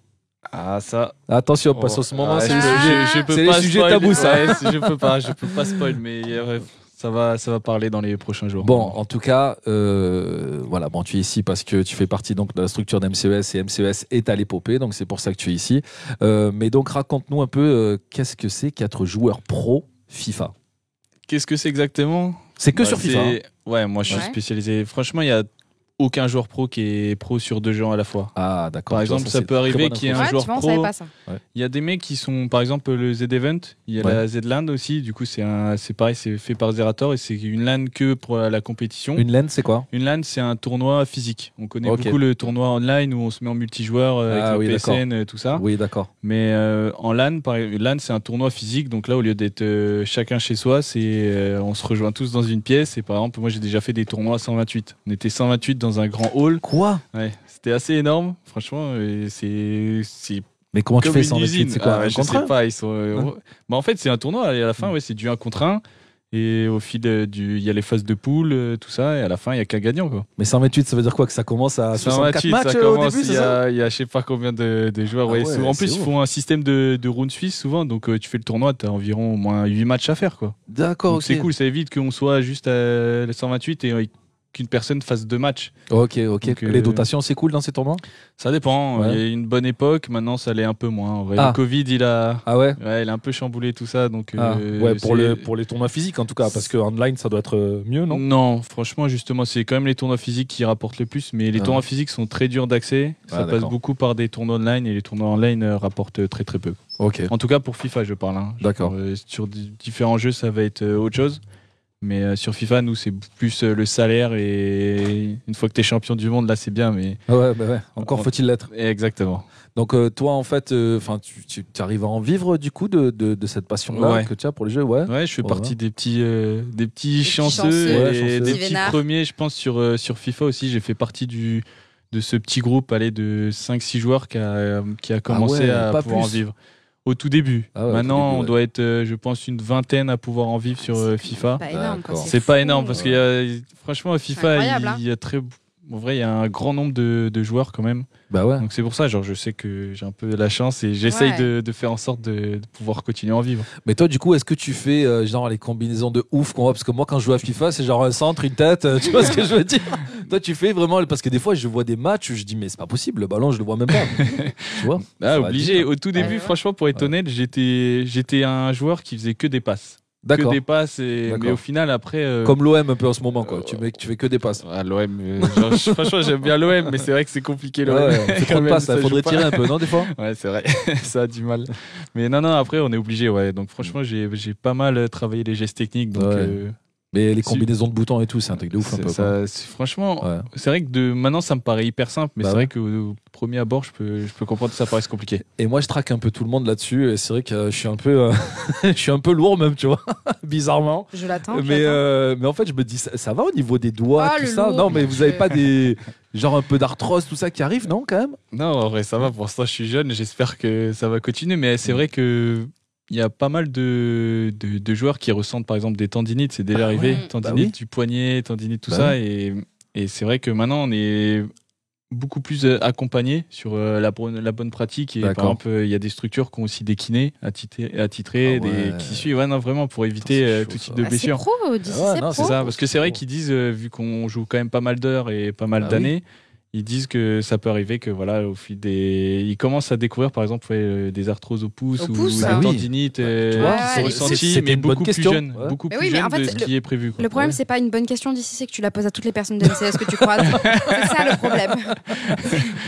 Speaker 5: Ah ça.
Speaker 1: Attention, parce
Speaker 5: Oh,
Speaker 1: qu'en ce moment,
Speaker 5: ah,
Speaker 1: c'est
Speaker 5: je-
Speaker 2: le-
Speaker 5: je- je peux
Speaker 1: c'est
Speaker 5: pas
Speaker 1: les sujets
Speaker 5: spoil.
Speaker 1: tabous, ça.
Speaker 5: Ouais, c'est- je peux pas, je peux pas spoil, mais euh, bref, ça va, ça va parler dans les prochains jours.
Speaker 1: Bon, en tout cas, euh, voilà, bon, tu es ici parce que tu fais partie donc de la structure d'MCES et MCES est à l'épopée, donc c'est pour ça que tu es ici. Euh, mais donc raconte-nous un peu euh, qu'est-ce que c'est qu'être joueur pro FIFA.
Speaker 5: Qu'est-ce que c'est exactement
Speaker 1: C'est que
Speaker 5: Bah,
Speaker 1: sur FIFA. hein.
Speaker 5: c'est- Ouais, moi je suis
Speaker 2: Ouais.
Speaker 5: spécialisé. Franchement, il y a aucun joueur pro qui est pro sur deux gens à la fois.
Speaker 1: Ah d'accord.
Speaker 5: Par
Speaker 1: tu vois,
Speaker 5: exemple, ça
Speaker 1: c'est
Speaker 5: peut
Speaker 1: très
Speaker 5: arriver
Speaker 1: bonne
Speaker 5: qu'il y ait
Speaker 1: info.
Speaker 5: un
Speaker 2: ouais,
Speaker 5: joueur
Speaker 2: tu vois, on
Speaker 5: pro.
Speaker 2: savait pas ça.
Speaker 5: Il y a des mecs qui sont, par exemple, le Z-Event, il y a
Speaker 1: Ouais.
Speaker 5: la Z-Land aussi, du coup c'est un- c'est pareil, c'est fait par Zerator et c'est une LAN que pour la, la compétition. Une,
Speaker 1: Une laine, c'est quoi
Speaker 5: LAN c'est un tournoi physique. On connaît
Speaker 1: Ok.
Speaker 5: beaucoup le tournoi online où on se met en multijoueur euh,
Speaker 1: Ah
Speaker 5: avec
Speaker 1: oui,
Speaker 5: le PSN, euh, tout ça.
Speaker 1: Oui, d'accord.
Speaker 5: Mais euh, en LAN, par exemple, LAN c'est un tournoi physique, donc là au lieu d'être euh, chacun chez soi, c'est euh, on se rejoint tous dans une pièce. Et par exemple, moi j'ai déjà fait des tournois à 128. On était 128 dans un grand hall.
Speaker 1: Quoi
Speaker 5: Ouais, c'était assez énorme, franchement. et C'est c'est
Speaker 1: Mais comment
Speaker 5: comme
Speaker 1: tu fais
Speaker 5: une
Speaker 1: sans
Speaker 5: usine.
Speaker 1: C'est quoi
Speaker 5: Ah,
Speaker 1: un Mm.
Speaker 5: Je
Speaker 1: contrat
Speaker 5: sais pas, ils sont. euh,
Speaker 1: Hein
Speaker 5: bah, en fait, c'est un tournoi. Et à la fin, ouais, c'est du 1 contre 1. Et au fil euh, du, il y a les phases de poule, euh, tout ça. Et à la fin, il y a qu'un gagnant, quoi.
Speaker 1: Mais 128, ça veut dire quoi que ça commence à 64
Speaker 5: 28,
Speaker 1: matchs
Speaker 5: ça
Speaker 1: euh, au
Speaker 5: commence,
Speaker 1: début,
Speaker 5: il
Speaker 1: c'est
Speaker 5: y
Speaker 1: ça
Speaker 5: a, Ah, il y a je sais pas combien de, de joueurs.
Speaker 1: Ah
Speaker 5: ouais,
Speaker 1: ouais,
Speaker 5: souvent. en
Speaker 1: c'est
Speaker 5: plus, ils
Speaker 1: ouf.
Speaker 5: font un système de, de round suisse souvent. Donc, euh, tu fais le tournoi, tu as environ au moins 8 matchs à faire. quoi.
Speaker 1: D'accord,
Speaker 5: Donc,
Speaker 1: ok.
Speaker 5: C'est cool, ça évite qu'on soit juste à 128 et euh, qu'une personne fasse deux matchs.
Speaker 1: Ok, ok.
Speaker 5: Donc, euh,
Speaker 1: Les dotations, c'est cool dans ces tournois
Speaker 5: Ça dépend. hein.
Speaker 1: Ouais.
Speaker 5: Il y a une bonne époque. Maintenant, ça l'est un peu moins. en vrai.
Speaker 1: Ah.
Speaker 5: Le Covid, il a.
Speaker 1: Ah ouais
Speaker 5: Ouais, il a un peu chamboulé tout ça, donc
Speaker 1: Ah,
Speaker 5: euh,
Speaker 1: ouais, pour,
Speaker 5: c'est-
Speaker 1: le, pour les tournois physiques en tout cas, parce que online ça doit être euh, mieux, non
Speaker 5: franchement, justement, c'est quand même les tournois physiques qui rapportent le plus, mais les
Speaker 1: Ah.
Speaker 5: tournois physiques sont très durs d'accès.
Speaker 1: Ah,
Speaker 5: ça passe
Speaker 1: d'accord.
Speaker 5: beaucoup par des tournois online et les tournois online euh, rapportent euh, très très peu.
Speaker 1: Ok.
Speaker 5: En tout cas, pour FIFA, je parle. hein. Je
Speaker 1: D'accord.
Speaker 5: parle, euh, sur di- différents jeux, ça va être euh, autre chose. Mais euh, sur FIFA, nous, c'est plus euh, le salaire et une fois que t'es champion du monde, là, c'est bien, mais.
Speaker 1: Ouais, bah ouais.
Speaker 5: Ah,
Speaker 1: Encore faut-il l'être.
Speaker 5: Exactement.
Speaker 1: Donc euh, toi en fait, enfin tu, tu- tu arrives à en vivre du coup de, de, de cette passion-là
Speaker 5: Ouais.
Speaker 1: que tu as pour les jeux, ouais.
Speaker 5: Ouais, je fais
Speaker 1: Ouais.
Speaker 5: partie des petits, euh, des petits chanceux,
Speaker 2: chanceux.
Speaker 1: Ouais,
Speaker 5: et
Speaker 1: chanceux.
Speaker 5: des
Speaker 2: Petits
Speaker 5: petits
Speaker 2: vénards.
Speaker 5: premiers, je pense, sur, euh, sur FIFA aussi. J'ai fait partie du, de ce petit groupe allez, de 5-6 joueurs qui a, euh, qui a commencé
Speaker 1: Ah ouais,
Speaker 5: à
Speaker 1: pas
Speaker 5: pouvoir en
Speaker 1: plus.
Speaker 5: vivre. au tout début.
Speaker 1: Ah ouais, au tout
Speaker 5: Maintenant,
Speaker 1: début,
Speaker 5: on
Speaker 1: ouais.
Speaker 5: doit être, euh, je pense, une vingtaine à pouvoir en vivre sur euh, FIFA.
Speaker 2: Ah, Pas énorme, quoi,
Speaker 1: D'accord.
Speaker 5: C'est pas
Speaker 2: fou.
Speaker 5: énorme parce qu'il y a, franchement, à FIFA,
Speaker 2: incroyable, hein.
Speaker 5: il y a très, en vrai, il y a un grand nombre de, de joueurs quand même.
Speaker 1: Bah ouais.
Speaker 5: Donc c'est pour ça, genre, je sais que j'ai un peu la chance et j'essaye
Speaker 2: Ouais.
Speaker 5: de, de faire en sorte de, de pouvoir continuer à en vivre.
Speaker 1: Mais toi, du coup, est-ce que tu fais euh, genre les combinaisons de ouf qu'on voit Parce que moi, quand je joue à FIFA, c'est genre un centre, une tête. euh, tu vois ce que je veux dire Toi, tu fais vraiment. Parce que des fois, je vois des matchs où je dis, mais c'est pas possible, le ballon, je le vois même pas. tu vois Ça
Speaker 5: Ah,
Speaker 1: va
Speaker 5: obligé.
Speaker 1: vite, hein.
Speaker 5: Au tout début,
Speaker 3: ouais.
Speaker 5: franchement, pour être
Speaker 1: Ouais.
Speaker 5: honnête, j'étais, j'étais un joueur qui faisait que des passes. Que
Speaker 1: D'accord.
Speaker 5: des passes. et- mais
Speaker 1: D'accord.
Speaker 5: au final, après. euh,
Speaker 1: Comme l'OM un peu en ce moment, quoi.
Speaker 5: Euh,
Speaker 1: Tu, mets, tu fais que des passes.
Speaker 5: Ah, l'OM, euh, genre, je- franchement, j'aime bien l'OM, mais c'est vrai que c'est compliqué
Speaker 1: Ouais,
Speaker 5: l'OM.
Speaker 1: ouais, on fait
Speaker 5: Quand
Speaker 1: trop de passes,
Speaker 5: même,
Speaker 1: là,
Speaker 5: ça
Speaker 1: faudrait
Speaker 5: joue pas.
Speaker 1: tirer un peu, non, des fois
Speaker 5: Ouais, c'est vrai, ça a du mal. Mais non, non, après, on est obligé, ouais. Donc, franchement, j'ai j'ai pas mal euh, travaillé les gestes techniques. Donc,
Speaker 1: Ouais.
Speaker 5: euh,
Speaker 1: Mais les
Speaker 5: Si.
Speaker 1: combinaisons de boutons et tout, c'est un truc de ouf un
Speaker 5: c'est-
Speaker 1: peu.
Speaker 5: ça- c'est- franchement,
Speaker 1: quoi. Ouais.
Speaker 5: c'est vrai que de, maintenant, ça me paraît hyper simple, mais
Speaker 1: Bah
Speaker 5: c'est vrai
Speaker 1: ouais.
Speaker 5: qu'au au premier abord, je peux, je peux comprendre que ça paraisse compliqué.
Speaker 1: Et moi, je traque un peu tout le monde là-dessus. Et c'est vrai que euh, je suis un peu, euh, je suis un peu lourd même, tu vois, bizarrement.
Speaker 2: Je l'attends.
Speaker 1: mais,
Speaker 2: j'attends.
Speaker 1: euh, mais en fait, je me dis, ça, ça va au niveau des doigts,
Speaker 2: Ah,
Speaker 1: tout
Speaker 2: le
Speaker 1: ça.
Speaker 2: lourd,
Speaker 1: non, mais vous
Speaker 2: je-
Speaker 1: avez pas des genre un peu d'arthrose, tout ça qui arrive, non, quand même
Speaker 5: Non, en vrai, ça va. Pour l'instant, je suis jeune. J'espère que ça va continuer. Mais
Speaker 1: Mm.
Speaker 5: c'est vrai que il y a pas mal de, de, de joueurs qui ressentent, par exemple, des tendinites. C'est déjà
Speaker 1: Bah
Speaker 5: arrivé.
Speaker 3: ouais.
Speaker 5: Tendinite
Speaker 1: Bah oui.
Speaker 5: du poignet, tendinite, tout
Speaker 1: Bah
Speaker 5: ça. Et, et c'est vrai que maintenant, on est beaucoup plus euh, accompagné sur euh, la, bonne- la bonne pratique. Et par
Speaker 1: D'accord.
Speaker 5: exemple, euh, il y a des structures qui ont aussi des kinés attitrés, attitrés
Speaker 1: Ah ouais.
Speaker 5: des, qui suivent. Ouais, non, vraiment, pour éviter
Speaker 1: c'est
Speaker 5: euh,
Speaker 1: chaud,
Speaker 5: tout
Speaker 1: ça.
Speaker 5: type de
Speaker 2: Ah,
Speaker 1: Ah,
Speaker 2: c'est
Speaker 5: blessure.
Speaker 2: pro, Odyssey,
Speaker 1: Ah ouais,
Speaker 2: c'est
Speaker 1: non,
Speaker 2: pro.
Speaker 1: c'est
Speaker 5: C'est ça, parce que c'est vrai
Speaker 1: Pro.
Speaker 5: qu'ils disent, euh, vu qu'on joue quand même pas mal d'heures et pas mal
Speaker 1: Bah oui.
Speaker 5: d'années, ils disent que ça peut arriver que voilà, au fil des. Ils commencent à découvrir par exemple ouais, euh, des arthroses au pouce
Speaker 2: Au
Speaker 5: ou
Speaker 2: pouce, hein.
Speaker 5: des
Speaker 1: ah oui.
Speaker 5: tendinites euh,
Speaker 1: Tu
Speaker 2: vois, ouais,
Speaker 5: qui sont
Speaker 2: ouais,
Speaker 1: c'est-
Speaker 5: ressenties,
Speaker 1: c'était
Speaker 5: mais
Speaker 1: une bonne
Speaker 5: beaucoup plus
Speaker 1: question,
Speaker 5: jeunes.
Speaker 1: ouais.
Speaker 5: Beaucoup
Speaker 2: Mais
Speaker 5: plus
Speaker 2: oui, mais
Speaker 5: jeunes
Speaker 2: en fait,
Speaker 5: de ce
Speaker 2: le-
Speaker 5: qui est prévu. quoi.
Speaker 2: Le problème,
Speaker 1: Ouais.
Speaker 2: c'est pas une bonne question d'ici, c'est que tu la poses à toutes les personnes de l'ECS que tu croises. c'est ça le problème.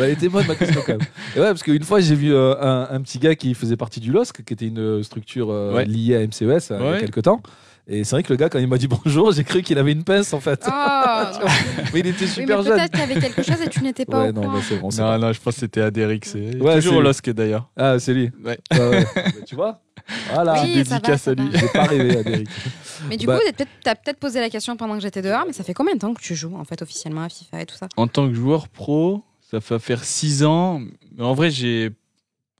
Speaker 1: Bah, elle était bonne ma question quand même. Et ouais, parce qu'une fois, j'ai vu euh, un, un petit gars qui faisait partie du LOSC, qui était une euh, structure euh,
Speaker 5: Ouais.
Speaker 1: liée à MCES euh, il y a
Speaker 5: Ouais.
Speaker 1: quelques temps. Et c'est vrai que le gars, quand il m'a dit bonjour, j'ai cru qu'il avait une pince en fait.
Speaker 2: Oh, non.
Speaker 1: Mais il était
Speaker 2: Oui,
Speaker 1: super
Speaker 2: mais
Speaker 1: jeune.
Speaker 2: peut-être qu'il y avait quelque chose et tu n'étais pas
Speaker 1: Ouais,
Speaker 2: au
Speaker 1: non,
Speaker 2: courant.
Speaker 1: mais c'est bon. c'est
Speaker 5: Non,
Speaker 1: bon.
Speaker 5: Ah non, je pense que c'était Adéric. C'est
Speaker 1: Ouais, c'est-
Speaker 5: toujours LOSC d'ailleurs.
Speaker 1: Ah, c'est lui.
Speaker 5: Ouais.
Speaker 1: Ouais, ouais. Bah, tu vois Voilà.
Speaker 2: Oui, ça va,
Speaker 5: dédicace
Speaker 2: ça
Speaker 5: à
Speaker 2: va.
Speaker 5: lui.
Speaker 1: J'ai pas rêvé, Adéric.
Speaker 2: Mais du
Speaker 1: Bah-
Speaker 2: coup, t'as peut-être- t'as peut-être posé la question pendant que j'étais dehors, mais ça fait combien de temps que tu joues en fait officiellement à FIFA et tout ça
Speaker 5: En tant que joueur pro, ça va faire 6 ans. Mais En vrai, j'ai.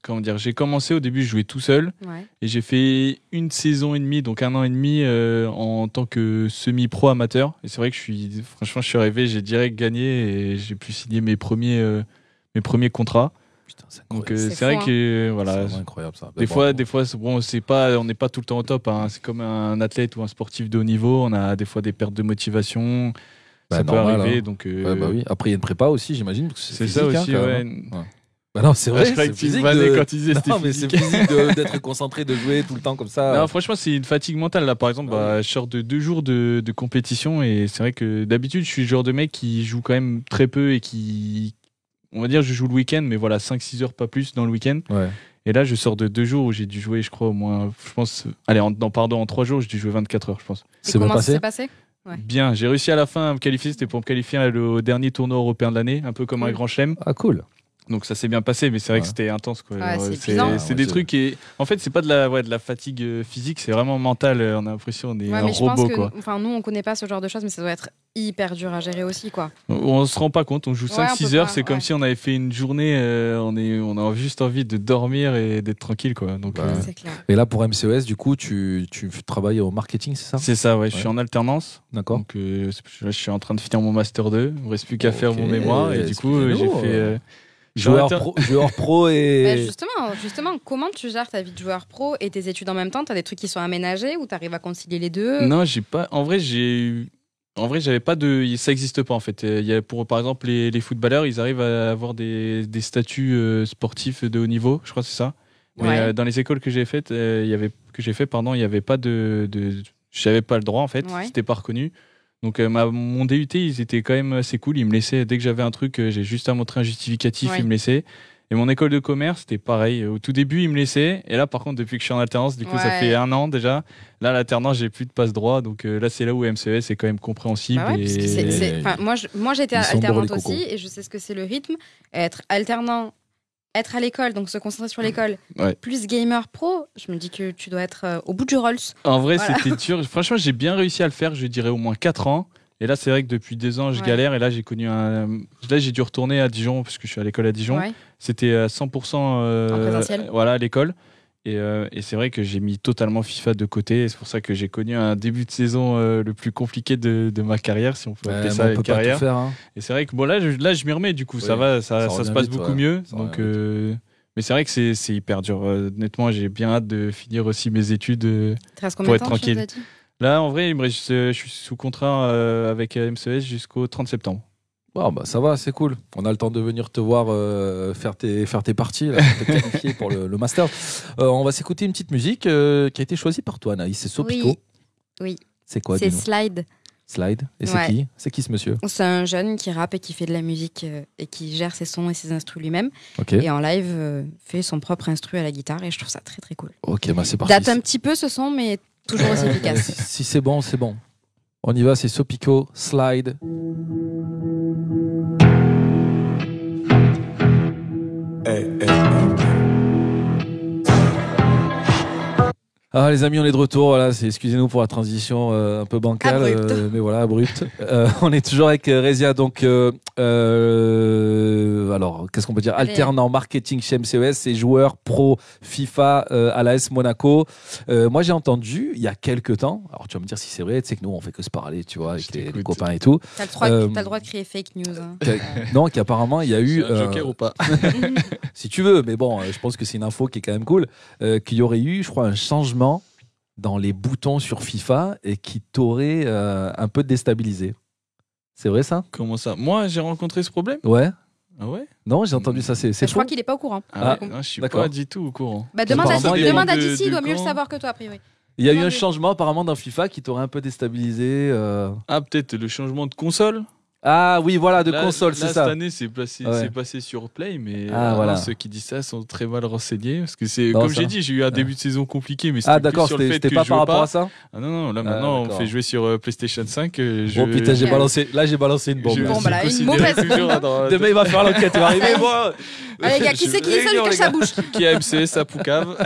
Speaker 5: Comment dire J'ai commencé au début, je jouais tout seul.
Speaker 2: Ouais.
Speaker 5: Et j'ai fait une saison et demie, donc un an et demi euh, en tant que semi-pro amateur. Et c'est vrai que je suis, franchement, je suis arrivé, j'ai direct gagné et j'ai pu signer mes premiers, euh, mes premiers contrats.
Speaker 1: Putain, c'est
Speaker 5: Donc
Speaker 1: incroyable.
Speaker 5: euh,
Speaker 2: C'est
Speaker 5: c'est vrai
Speaker 2: fou, hein.
Speaker 5: que euh,
Speaker 1: C'est
Speaker 5: voilà,
Speaker 1: vraiment incroyable ça.
Speaker 5: des
Speaker 1: Bah,
Speaker 5: fois,
Speaker 1: bon,
Speaker 5: des fois, c'est- bon, c'est pas, on n'est pas tout le temps au top. hein. C'est comme un athlète ou un sportif de haut niveau. On a des fois des pertes de motivation.
Speaker 1: Bah,
Speaker 5: ça
Speaker 1: normal,
Speaker 5: peut arriver.
Speaker 1: hein.
Speaker 5: Donc euh,
Speaker 1: Ouais, bah oui. Après, il y a une prépa aussi, j'imagine. parce que
Speaker 5: c'est
Speaker 1: physique,
Speaker 5: ça
Speaker 1: hein,
Speaker 5: aussi.
Speaker 1: quand
Speaker 5: ouais.
Speaker 1: même. Bah non, c'est vrai.
Speaker 5: je croyais
Speaker 1: c'est
Speaker 5: que tu
Speaker 1: physique
Speaker 5: vannais
Speaker 1: de-
Speaker 5: quand tu disais c'était
Speaker 1: Non, mais c'est
Speaker 5: physique.
Speaker 1: physique de- d'être concentré, de jouer tout le temps comme ça.
Speaker 5: Non, franchement, c'est une fatigue mentale. Là, par exemple,
Speaker 1: Ah
Speaker 5: bah, je sors de deux jours de, de compétition et c'est vrai que d'habitude, je suis le genre de mec qui joue quand même très peu et qui. On va dire, je joue le week-end, mais voilà, 5-6 heures, pas plus dans le week-end.
Speaker 1: Ouais.
Speaker 5: Et là, je sors de deux jours où j'ai dû jouer, je crois, au moins, je pense. Allez, en, non, pardon, en trois jours, j'ai dû jouer 24 heures, je pense.
Speaker 2: Et
Speaker 1: C'est bien
Speaker 2: comment ça
Speaker 1: passé
Speaker 2: s'est passé Ouais.
Speaker 5: Bien, j'ai réussi à la fin à me qualifier. C'était pour me qualifier à le- au dernier tournoi européen de l'année, un peu comme un
Speaker 2: Cool.
Speaker 5: grand chelem.
Speaker 1: Ah, cool.
Speaker 5: Donc ça s'est bien passé, mais c'est vrai
Speaker 1: Ouais.
Speaker 5: que c'était intense. quoi.
Speaker 2: Ouais,
Speaker 5: Alors,
Speaker 2: c'est
Speaker 5: c'est
Speaker 2: épuisant.
Speaker 5: c'est
Speaker 1: Ouais,
Speaker 5: des
Speaker 1: c'est-
Speaker 5: trucs et en fait c'est pas de la ouais, de la fatigue euh, physique, c'est vraiment mental. euh, On a l'impression on est
Speaker 2: Ouais,
Speaker 5: un
Speaker 2: mais je pense
Speaker 5: robot
Speaker 2: que
Speaker 5: quoi.
Speaker 2: enfin nous on connaît pas ce genre de choses, mais ça doit être hyper dur à gérer aussi quoi.
Speaker 5: On, on se rend pas compte, on joue
Speaker 2: Ouais,
Speaker 5: 5
Speaker 2: on
Speaker 5: 6
Speaker 2: peut
Speaker 5: heures,
Speaker 2: pas,
Speaker 5: c'est comme
Speaker 2: ouais.
Speaker 5: si on avait fait une journée euh, on est on a juste envie de dormir et d'être tranquille quoi. Donc
Speaker 1: Bah,
Speaker 5: euh,
Speaker 2: C'est clair.
Speaker 1: Et là, pour MCES, du coup, tu, tu travailles au marketing, c'est ça
Speaker 5: c'est ça ouais, je
Speaker 1: Ouais.
Speaker 5: suis en alternance.
Speaker 1: D'accord.
Speaker 5: Donc euh, là, je suis en train de finir mon master 2, il me reste plus qu'à faire mon
Speaker 1: Ok,
Speaker 5: mémoire et du coup euh, j'ai
Speaker 1: expliquez-nous,
Speaker 5: fait
Speaker 1: euh,
Speaker 5: euh,
Speaker 1: Joueur
Speaker 5: Jonathan-
Speaker 1: pro, joueur pro
Speaker 2: Bah,
Speaker 1: et.
Speaker 2: justement, justement, comment tu gères ta vie de joueur pro et tes études en même temps T'as des trucs qui sont aménagés ou t'arrives à concilier les deux
Speaker 5: Non, j'ai pas. En vrai, j'ai eu. En vrai, j'avais pas de. Ça existe pas en fait. Euh, Il y a pour par exemple les, les footballeurs, ils arrivent à avoir des, des statuts euh, sportifs de haut niveau. Je crois que c'est ça. Mais
Speaker 2: Ouais.
Speaker 5: euh, dans les écoles que j'ai faites, euh, il y avait que j'ai fait, pardon, il y avait pas de. de... J'avais pas le droit en fait.
Speaker 2: Ouais.
Speaker 5: C'était pas reconnu. Donc euh, ma, mon DUT, ils étaient quand même assez cool. Ils me laissaient dès que j'avais un truc, euh, j'ai juste à montrer un justificatif,
Speaker 2: Ouais.
Speaker 5: ils me laissaient. Et mon école de commerce, c'était pareil. Au tout début, ils me laissaient. Et là, par contre, depuis que je suis en alternance, du coup, ça
Speaker 2: Ouais.
Speaker 5: fait un an déjà. Là, l'alternance, j'ai plus de passe droit. Donc euh, là, c'est là où MCES est quand même compréhensible.
Speaker 2: Bah ouais,
Speaker 5: et...
Speaker 2: parce que c'est- c'est- enfin, moi, je- moi j'étais
Speaker 1: Ils sont bourrés,
Speaker 2: alternante
Speaker 1: les cocos.
Speaker 2: aussi et je sais ce que c'est le rythme. Être alternant, être à l'école, donc se concentrer sur l'école,
Speaker 5: Ouais.
Speaker 2: plus gamer pro, je me dis que tu dois être euh, au bout du Rolls.
Speaker 5: En vrai,
Speaker 2: Voilà.
Speaker 5: c'était dur. Franchement, j'ai bien réussi à le faire, je dirais au moins 4 ans. Et là, c'est vrai que depuis 2 ans, je
Speaker 2: Ouais.
Speaker 5: galère. Et là, j'ai connu un. Là, j'ai dû retourner à Dijon, parce que je suis à l'école à Dijon.
Speaker 2: Ouais.
Speaker 5: C'était à 100% euh,
Speaker 2: En présentiel.
Speaker 5: voilà, à l'école. Et, euh, et c'est vrai que j'ai mis totalement FIFA de côté. et C'est pour ça que j'ai connu un début de saison euh, le plus compliqué de, de ma carrière, si on peut
Speaker 1: Ouais,
Speaker 5: appeler
Speaker 1: mais
Speaker 5: ça
Speaker 1: on
Speaker 5: une
Speaker 1: peut pas
Speaker 5: carrière.
Speaker 1: tout faire. hein.
Speaker 5: Et c'est vrai que bon, là, je, là, je m'y remets, du coup, ça
Speaker 1: Oui,
Speaker 5: va, ça,
Speaker 1: ça
Speaker 5: ça se
Speaker 1: revient
Speaker 5: passe
Speaker 1: vite,
Speaker 5: beaucoup
Speaker 1: ouais.
Speaker 5: mieux.
Speaker 1: Ça
Speaker 5: donc,
Speaker 1: revient vite.
Speaker 5: euh, mais c'est vrai que c'est c'est hyper dur. Euh, Honnêtement, j'ai bien hâte de finir aussi mes études. euh.
Speaker 2: Il te reste combien
Speaker 5: Pour
Speaker 2: de
Speaker 5: être
Speaker 2: temps, tu nous as dit
Speaker 5: Là, en vrai, il me reste- euh, je suis sous contrat euh, avec euh, MCS jusqu'au 30 septembre.
Speaker 1: Bon, bah, ça va, c'est cool. On a le temps de venir te voir euh, faire, tes, faire tes parties, là, pour te qualifier pour le, le master. Euh, on va s'écouter une petite musique euh, qui a été choisie par toi, Anaïs. C'est Sopico.
Speaker 2: Oui. Oui.
Speaker 1: C'est quoi
Speaker 2: C'est
Speaker 1: dis-nous
Speaker 2: Slide.
Speaker 1: Slide. Et c'est
Speaker 2: Ouais.
Speaker 1: qui C'est qui ce monsieur
Speaker 2: C'est un jeune qui rappe et qui fait de la musique euh, et qui gère ses sons et ses instrus lui-même.
Speaker 1: Ok.
Speaker 2: Et en live, euh, fait son propre instru à la guitare et je trouve ça très très cool.
Speaker 1: Ok, bah, c'est parti.
Speaker 2: Date un petit peu ce son, mais toujours aussi efficace.
Speaker 1: Si, Euh, si c'est bon, c'est bon. On y va, c'est Sopico, Slide. Ah les amis, on est de retour. Voilà, c'est excusez-nous pour la transition euh, un peu bancale,
Speaker 2: Abrupte.
Speaker 1: euh, mais voilà abrupte. Euh, on est toujours avec euh, Rezia, donc euh, euh, alors qu'est-ce qu'on peut dire
Speaker 3: Allez.
Speaker 1: Alternant marketing chez MCES, c'est joueur pro FIFA euh, à l'AS Monaco. Euh, moi, j'ai entendu il y a quelques temps. Alors, tu vas me dire si c'est vrai. Tu sais que nous, on fait que se parler, tu vois,
Speaker 5: Je
Speaker 1: avec les, les
Speaker 5: t'écoute.
Speaker 1: copains et tout.
Speaker 2: T'as le, droit-
Speaker 1: Euh,
Speaker 2: t'as le droit de créer fake news. hein.
Speaker 1: Qu'a- non, qu'apparemment, il y a eu. euh,
Speaker 5: pas
Speaker 1: si tu veux, mais bon, euh, je pense que c'est une info qui est quand même cool. euh, qu'il y aurait eu, je crois, un changement dans les boutons sur FIFA et qui t'aurait euh, un peu déstabilisé. C'est vrai ça
Speaker 5: Comment ça Moi, j'ai rencontré ce problème
Speaker 1: Ouais.
Speaker 5: Ah ouais
Speaker 1: Non, j'ai entendu ça. C'est c'est
Speaker 2: Je crois
Speaker 1: faux
Speaker 2: qu'il n'est pas au courant.
Speaker 1: Ah,
Speaker 5: Ah, ouais, non, je suis
Speaker 1: d'accord.
Speaker 5: pas du tout au courant.
Speaker 2: Bah, demande à,
Speaker 1: Ça dépend
Speaker 2: demande à
Speaker 5: de-
Speaker 2: Dizzy,
Speaker 5: du
Speaker 2: il doit mieux le
Speaker 5: camp.
Speaker 2: savoir que toi, a priori.
Speaker 1: Il y a eu
Speaker 2: Non,
Speaker 1: un
Speaker 2: mais-
Speaker 1: changement apparemment dans FIFA qui t'aurait un peu déstabilisé. euh.
Speaker 5: Ah, peut-être le changement de console
Speaker 1: Ah oui, voilà, de
Speaker 5: Là-
Speaker 1: console,
Speaker 5: là,
Speaker 1: c'est
Speaker 5: Cette
Speaker 1: ça.
Speaker 5: année, c'est passé,
Speaker 1: Ouais.
Speaker 5: c'est passé sur Play, mais
Speaker 1: Ah,
Speaker 5: euh,
Speaker 1: voilà.
Speaker 5: ceux qui disent ça sont très mal renseignés. Parce que c'est,
Speaker 1: Non,
Speaker 5: comme
Speaker 1: ça
Speaker 5: j'ai
Speaker 1: va.
Speaker 5: dit, j'ai eu un début de saison compliqué, mais c'était
Speaker 1: Ah
Speaker 5: plus
Speaker 1: d'accord,
Speaker 5: sur le
Speaker 1: c'était
Speaker 5: fait
Speaker 1: c'était
Speaker 5: que
Speaker 1: pas
Speaker 5: je
Speaker 1: par
Speaker 5: jouais
Speaker 1: rapport
Speaker 5: pas.
Speaker 1: à ça
Speaker 5: Ah non, non, là
Speaker 1: Ah,
Speaker 5: maintenant, on me
Speaker 1: d'accord.
Speaker 5: fait jouer sur euh, PlayStation 5. euh, je...
Speaker 1: Oh putain, j'ai
Speaker 5: je-
Speaker 1: balancé. Là, j'ai balancé une bombe.
Speaker 5: je
Speaker 1: là.
Speaker 2: Bon,
Speaker 5: suis
Speaker 2: bah là, une
Speaker 5: considéré
Speaker 2: mauvaise
Speaker 5: toujours
Speaker 2: bombe.
Speaker 5: dans-
Speaker 1: Demain, il va faire l'enquête. Il va arriver, moi.
Speaker 2: Allez, les gars, qui
Speaker 5: Je
Speaker 2: c'est qui ça lui
Speaker 5: régnore,
Speaker 2: cache
Speaker 5: les
Speaker 2: sa
Speaker 5: gars.
Speaker 2: bouche
Speaker 5: Qui a MCS à Poucave